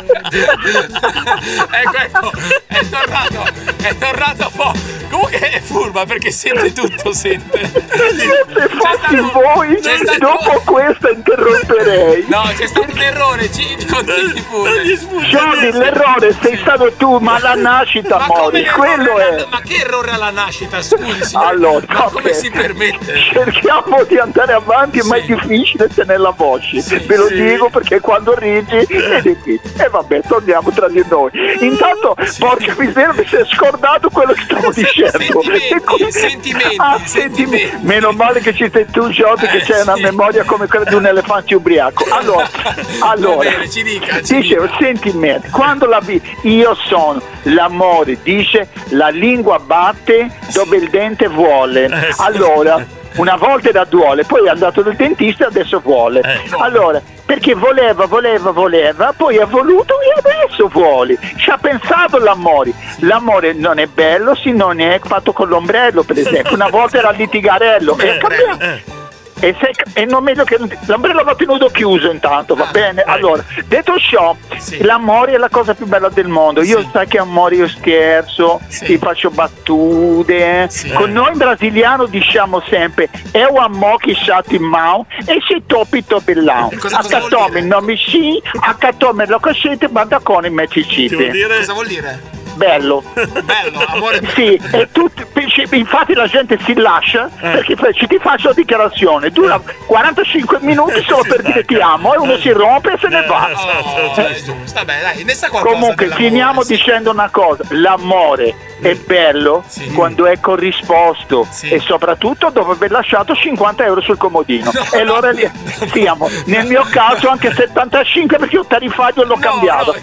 Speaker 3: ecco, ecco, è tornato, è tornato un po'. Comunque è furba perché sente tutto, sente.
Speaker 8: Se fossi voi, dopo questa interromperei.
Speaker 3: No, c'è stato un errore, ci continui pure.
Speaker 8: Jordi, l'errore sei stato tu, ma la nascita,
Speaker 3: Ma come
Speaker 8: Mori,
Speaker 3: l'errore
Speaker 8: quello
Speaker 3: alla-
Speaker 8: è.
Speaker 3: Ma che errore alla nascita, scusi signore.
Speaker 8: Allora,
Speaker 3: ma come
Speaker 8: vabbè.
Speaker 3: si permette?
Speaker 8: Cerchiamo di andare avanti, ma è difficile tenere la voce. Ve lo
Speaker 3: sì. Eh.
Speaker 8: dico perché quando ridi è difficile. E vabbè, torniamo tra di noi. Intanto, porca miseria, mi si è scordato quello che stavo dicendo. E quindi- Ah, sentimenti. Meno male che ci sei tu, Giotto,
Speaker 3: Eh,
Speaker 8: che c'è una memoria come quella di un elefante ubriaco. Allora, allora
Speaker 3: bene, ci dica, ci
Speaker 8: dicevo, sentimenti. Quando la vi- io sono l'amore, dice la lingua batte dove il dente vuole.
Speaker 27: Eh, sì.
Speaker 8: Allora, una volta era duole, poi è andato dal dentista e adesso vuole.
Speaker 3: Eh,
Speaker 8: Allora, perché voleva, voleva, voleva, poi ha voluto e adesso vuole. Ci ha pensato l'amore. L'amore non è bello se non è fatto con l'ombrello, per esempio. Una volta era
Speaker 31: eh,
Speaker 8: litigarello. eh,
Speaker 3: Eh,
Speaker 8: E, cambiamo- e se- e non meglio che l'ombrello va tenuto chiuso intanto, va bene? Allora, detto ciò, l'amore è la cosa più bella del mondo. Io sai che amore io scherzo, ti faccio battute. eh. Con noi in brasiliano diciamo sempre eu amo che chati mao e se topi topi lao. Accatome non mi si, accatome lo cosciente, ma da con in meticite.
Speaker 31: Cosa vuol dire?
Speaker 8: Bello.
Speaker 31: Bello, amore.
Speaker 8: Sì, e tutti- ci- infatti la gente si lascia
Speaker 31: Eh.
Speaker 8: perché poi ci ti faccio la dichiarazione, dura 45 minuti solo per dire ti amo e uno si rompe e se ne
Speaker 3: Eh,
Speaker 8: va.
Speaker 3: esatto,
Speaker 31: Oh, è giusto. Vabbè, dai, ne sa qualcosa.
Speaker 8: Comunque
Speaker 31: dell'amore.
Speaker 8: finiamo dicendo una cosa, l'amore è bello quando è corrisposto e soprattutto dopo aver lasciato 50 euro sul comodino. E allora lì siamo, nel mio caso anche 75 perché io tariffario l'ho cambiato.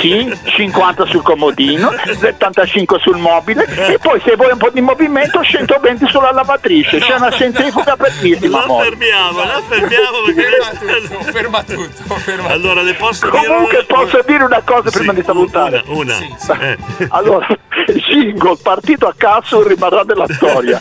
Speaker 8: Sì, 50 sul comodino, 75 sul mobile e poi se vuoi un po' di movimento 120 sulla lavatrice, c'è una centrifuga bellissima.
Speaker 2: La
Speaker 8: amore.
Speaker 2: fermiamo, la fermiamo perché ferma tutto, ferma tutto, Allora le posso dire
Speaker 8: Comunque posso dire una cosa prima di salutare.
Speaker 2: una. Eh.
Speaker 8: Allora, Jingle, partito a cazzo rimarrà della storia.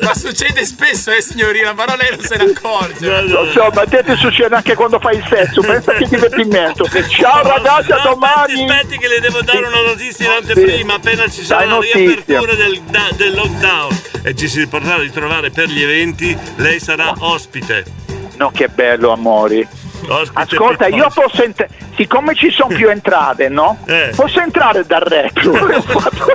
Speaker 3: Ma succede spesso, eh signorina, però lei non se ne accorge.
Speaker 8: Lo so, ma a te ti succede anche quando fai il sesso, pensa che divertimento. Ciao Ah, ragazzi, a domani!
Speaker 2: Aspetti che le devo dare una notizia in anteprima appena ci sarà
Speaker 8: Dai
Speaker 2: la
Speaker 8: notizia.
Speaker 2: riapertura del, da- del lockdown e ci si potrà ritrovare per gli eventi, lei sarà ospite.
Speaker 8: No, che bello, amori. Ascolta,
Speaker 2: per
Speaker 8: io posso entrare, siccome ci sono più entrate, no?
Speaker 2: Eh.
Speaker 8: Posso entrare dal retro, è un fatto,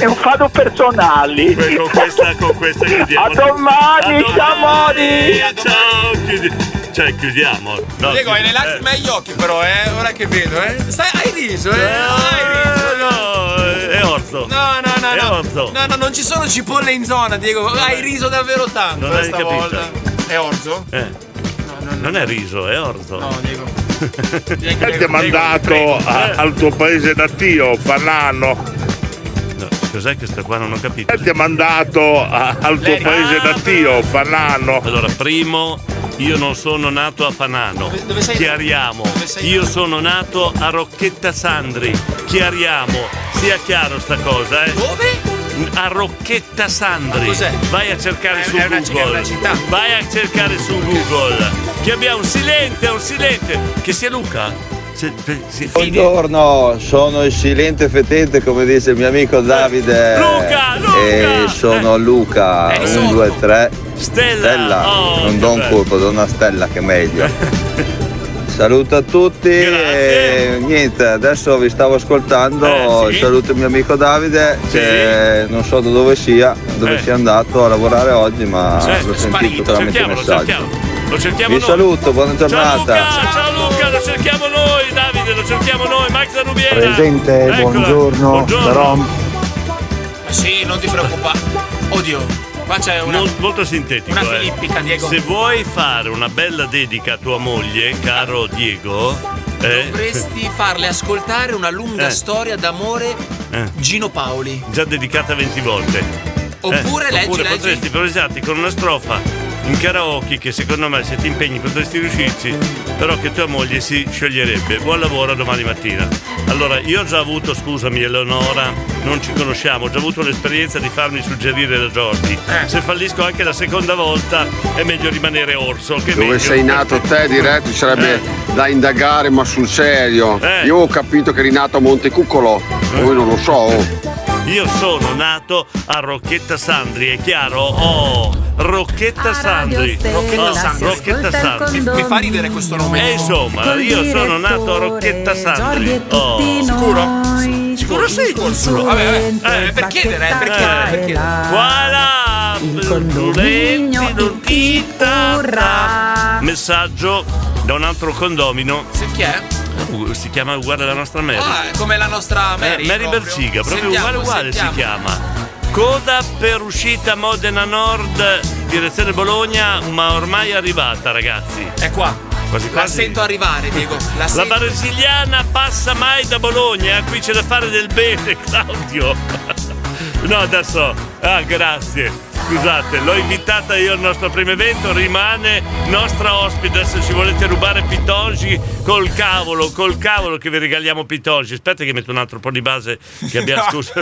Speaker 8: è un fatto personali.
Speaker 2: Con questa, con questa chiudiamo.
Speaker 8: A domani, ciao, amori!
Speaker 2: Ciao, chiudi- cioè chiudiamo. No, eh.
Speaker 3: Diego, hai le
Speaker 2: chiudi-
Speaker 3: lacrime agli occhi però, eh, ora che vedo, eh. Stai, hai riso, eh.
Speaker 2: No, è orzo.
Speaker 3: No, no, no,
Speaker 2: È
Speaker 3: no.
Speaker 2: orzo.
Speaker 3: No, no, non ci sono cipolle in zona, Diego. Hai riso davvero tanto eh,
Speaker 2: Non hai
Speaker 3: stavolta. È orzo?
Speaker 2: Eh. Non è riso, è orzo. No,
Speaker 3: Diego.
Speaker 9: Avete mandato
Speaker 2: Eh.
Speaker 9: a- al tuo paese natio, Fanano.
Speaker 2: No, cos'è questa qua? Non ho capito.
Speaker 9: Avete mandato a- al tuo
Speaker 3: Ah,
Speaker 9: paese natio, Fanano.
Speaker 2: Allora, primo, io non sono nato a Fanano.
Speaker 9: dove sei-
Speaker 2: Chiariamo. io sono nato a Rocchetta Sandri. Chiariamo. Sia chiaro sta cosa, eh. Dove? A Rocchetta Sandri. Vai a cercare su Google. Vai a cercare su Google. Che abbiamo un silente, un silente. Che sia Luca. Se- se- se-
Speaker 21: Buongiorno, sono il silente fetente come dice il mio amico Davide. Luca, E sono Luca, 1, 2, 3.
Speaker 2: Eh. Stella, Oh,
Speaker 21: non do un colpo, do una stella che è meglio. Saluto a tutti e niente, adesso vi stavo
Speaker 2: Eh,
Speaker 21: ascoltando, saluto il mio amico Davide che non so da dove sia,
Speaker 2: Eh.
Speaker 21: dove sia andato a lavorare oggi, ma l'ho Ah, sentito tramite i
Speaker 2: cerchiamolo,
Speaker 21: messaggio.
Speaker 2: cerchiamo. Lo cerchiamo
Speaker 21: Vi
Speaker 2: noi.
Speaker 21: saluto, buona
Speaker 2: Ciao
Speaker 21: giornata.
Speaker 2: Luca, ciao Luca, lo cerchiamo noi, Davide, lo cerchiamo noi, Max da Rubiera.
Speaker 29: Presente,
Speaker 2: Eccola.
Speaker 29: buongiorno,
Speaker 2: Buongiorno.
Speaker 29: Rom.
Speaker 3: Ma sì, non ti preoccupare. Oddio, qua c'è una.
Speaker 2: Mol- molto sintetico.
Speaker 3: Una
Speaker 2: eh.
Speaker 3: filippica, Diego.
Speaker 2: Se vuoi fare una bella dedica a tua moglie, caro Diego, eh,
Speaker 31: Dovresti farle ascoltare una lunga
Speaker 2: Eh.
Speaker 31: storia d'amore
Speaker 2: eh,
Speaker 31: Gino Paoli.
Speaker 2: già dedicata 20 volte. Eh,
Speaker 31: Oppure leggi,
Speaker 2: oppure
Speaker 31: leggi.
Speaker 2: potresti improvvisarti con una strofa in karaoke che secondo me se ti impegni potresti riuscirci, però che tua moglie si scioglierebbe. Buon lavoro domani mattina. Allora, io ho già avuto, scusami Eleonora, non ci conosciamo, ho già avuto l'esperienza di farmi suggerire da Jordi.
Speaker 31: Eh.
Speaker 2: Se fallisco anche la seconda volta è meglio rimanere orso. Che
Speaker 24: Dove
Speaker 2: meglio.
Speaker 24: sei nato te diretto ci sarebbe da indagare ma sul serio.
Speaker 2: Eh.
Speaker 24: Io ho capito che eri nato a Montecuccolo, voi non lo so. oh.
Speaker 2: Io sono nato a Rocchetta Sandri, è chiaro? Oh, Rocchetta Sandri.
Speaker 31: Stella
Speaker 2: Oh,
Speaker 31: si ascolta
Speaker 2: Rocchetta
Speaker 31: il
Speaker 2: Sandri.
Speaker 31: condominio. Mi- mi fa ridere questo nome.
Speaker 2: Eh, insomma,
Speaker 31: Col
Speaker 2: io sono nato a Rocchetta Sandri. Oh. Sicuro? Sicuro sei sicuro.
Speaker 31: Vabbè, vabbè. Eh, per chiedere, eh, per chiedere, per chiedere.
Speaker 2: Voilà! Lorenzi, Lorchita, ta. Messaggio da un altro condomino.
Speaker 31: Chi è?
Speaker 2: Uh, Si chiama uguale alla nostra Mary.
Speaker 31: Ah, è come la nostra Mary.
Speaker 2: Eh, Mary
Speaker 31: proprio.
Speaker 2: Berciga, proprio
Speaker 31: Sentiamo,
Speaker 2: uguale uguale
Speaker 31: sentiamo.
Speaker 2: si chiama. Coda per uscita Modena Nord, direzione Bologna, ma ormai è arrivata ragazzi.
Speaker 31: È qua.
Speaker 2: Quasi
Speaker 31: La
Speaker 2: quasi.
Speaker 31: sento arrivare, Diego. La
Speaker 2: La,
Speaker 31: sento.
Speaker 2: brasiliana passa mai da Bologna, eh? qui c'è da fare del bene, Claudio. No, adesso. Ah, grazie. Scusate, l'ho invitata io al nostro primo evento, rimane nostra ospite. Adesso ci volete rubare Pitongi col cavolo, col cavolo che vi regaliamo Pitongi. Aspetta che metto un altro po' di base che abbiamo,
Speaker 9: No.
Speaker 2: scusa.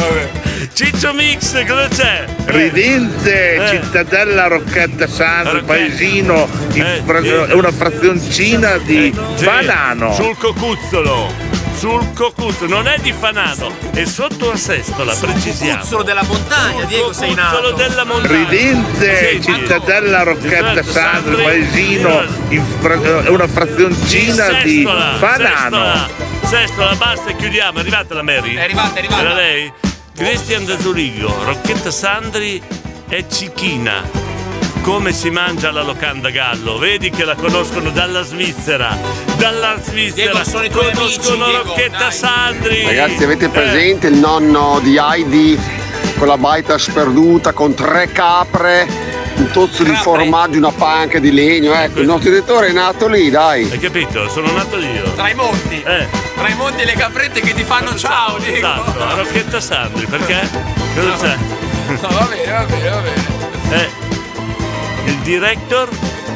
Speaker 5: Eh.
Speaker 2: Ciccio Mix, cosa c'è?
Speaker 9: Ridente,
Speaker 2: Eh.
Speaker 9: cittadella Rocchetta Sandri, paesino, in
Speaker 2: eh,
Speaker 9: fra-
Speaker 2: sì.
Speaker 9: una frazioncina di
Speaker 2: Eh, Sì,
Speaker 9: Banano.
Speaker 2: Sul cocuzzolo. Sul cocuzzolo. Non è di Fanano, è sotto a sestola, precisiamo.
Speaker 31: Cuzzolo della montagna, Diego, sei nato.
Speaker 2: Cuzzolo della montagna.
Speaker 9: Ridente,
Speaker 2: Sì, sì.
Speaker 9: cittadella Rocchetta
Speaker 2: Esatto,
Speaker 9: Sandri,
Speaker 2: Sandri.
Speaker 9: paesino, in fra- una frazioncina di
Speaker 2: Sestola,
Speaker 9: Banano.
Speaker 2: Sestola, Sestola, basta e chiudiamo. È arrivata la Mary? È
Speaker 31: arrivata, è arrivata.
Speaker 2: Era lei? Cristian da Zurigo, Rocchetta Sandri e Cichina. Come si mangia la locanda gallo? Vedi che la conoscono dalla Svizzera. Dalla Svizzera
Speaker 31: Diego, sono i tuoi amici,
Speaker 2: conoscono
Speaker 31: Diego,
Speaker 2: Rocchetta Sandri.
Speaker 24: Ragazzi
Speaker 2: Eh.
Speaker 24: avete presente il nonno di Heidi con la baita sperduta, con tre capre, un tozzo di formaggio, una panca di legno, ecco, il nostro direttore è nato lì, dai.
Speaker 2: Hai capito? Sono nato io. Eh.
Speaker 31: Tra i monti. Tra i monti e le caprette che ti fanno ciao, Diego.
Speaker 2: Esatto, a Rocchetta Sandri, perché? Cosa c'è?
Speaker 31: No, va bene, va bene, va bene.
Speaker 2: Eh, il director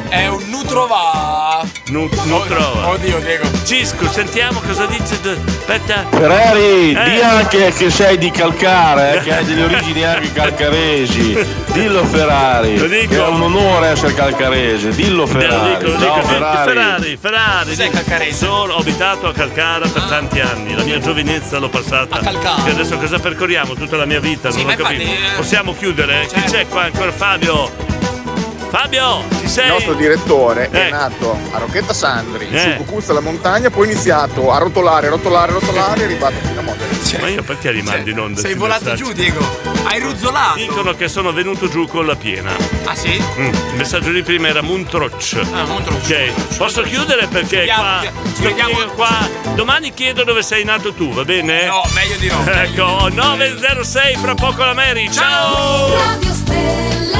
Speaker 31: È un nutrova.
Speaker 2: non, non trova.
Speaker 31: Oddio, Diego.
Speaker 2: Cisco, sentiamo cosa dice. d- Aspetta.
Speaker 27: Ferrari,
Speaker 2: Eh.
Speaker 27: di anche che sei di Calcare, eh, che hai delle origini anche calcaresi. Dillo Ferrari,
Speaker 2: Lo dico.
Speaker 27: che è un onore essere calcarese. Dillo Ferrari.
Speaker 2: Dico, lo dico,
Speaker 27: Ciao Ferrari.
Speaker 2: Ferrari, Ferrari. Sono ho abitato a Calcara
Speaker 31: Ah.
Speaker 2: per tanti anni, la mia giovinezza l'ho passata. A Calcara. E adesso cosa percorriamo? Tutta la mia vita, non ho capito.
Speaker 31: eh.
Speaker 2: Possiamo chiudere?
Speaker 31: Certo.
Speaker 2: Chi c'è qua ancora Fabio? Fabio, ci sei?
Speaker 29: Il nostro direttore è
Speaker 2: Eh.
Speaker 29: nato a Rocchetta Sandri,
Speaker 2: Eh.
Speaker 29: sul Cucuzza alla montagna, poi ha iniziato a rotolare, rotolare, rotolare e è arrivato fino a Modena.
Speaker 2: Ma io perché li mando in onda?
Speaker 29: sei
Speaker 2: sti
Speaker 29: volato
Speaker 2: messaggi?
Speaker 29: giù,
Speaker 31: Diego. Hai ruzzolato.
Speaker 2: Dicono che sono venuto giù con la piena. Mm.
Speaker 31: Ah sì?
Speaker 2: Il messaggio di prima era Muntroch.
Speaker 31: Ah, Muntroch.
Speaker 2: Ok, posso chiudere perché
Speaker 31: Chiudiamo,
Speaker 2: qua,
Speaker 31: chi-
Speaker 2: sto
Speaker 31: chiudiamo.
Speaker 2: chiudendo qua. Domani chiedo dove sei nato tu, va bene?
Speaker 31: No, meglio di no.
Speaker 2: Ecco, 906, fra poco la Mary. Ciao!
Speaker 5: Radio Stella.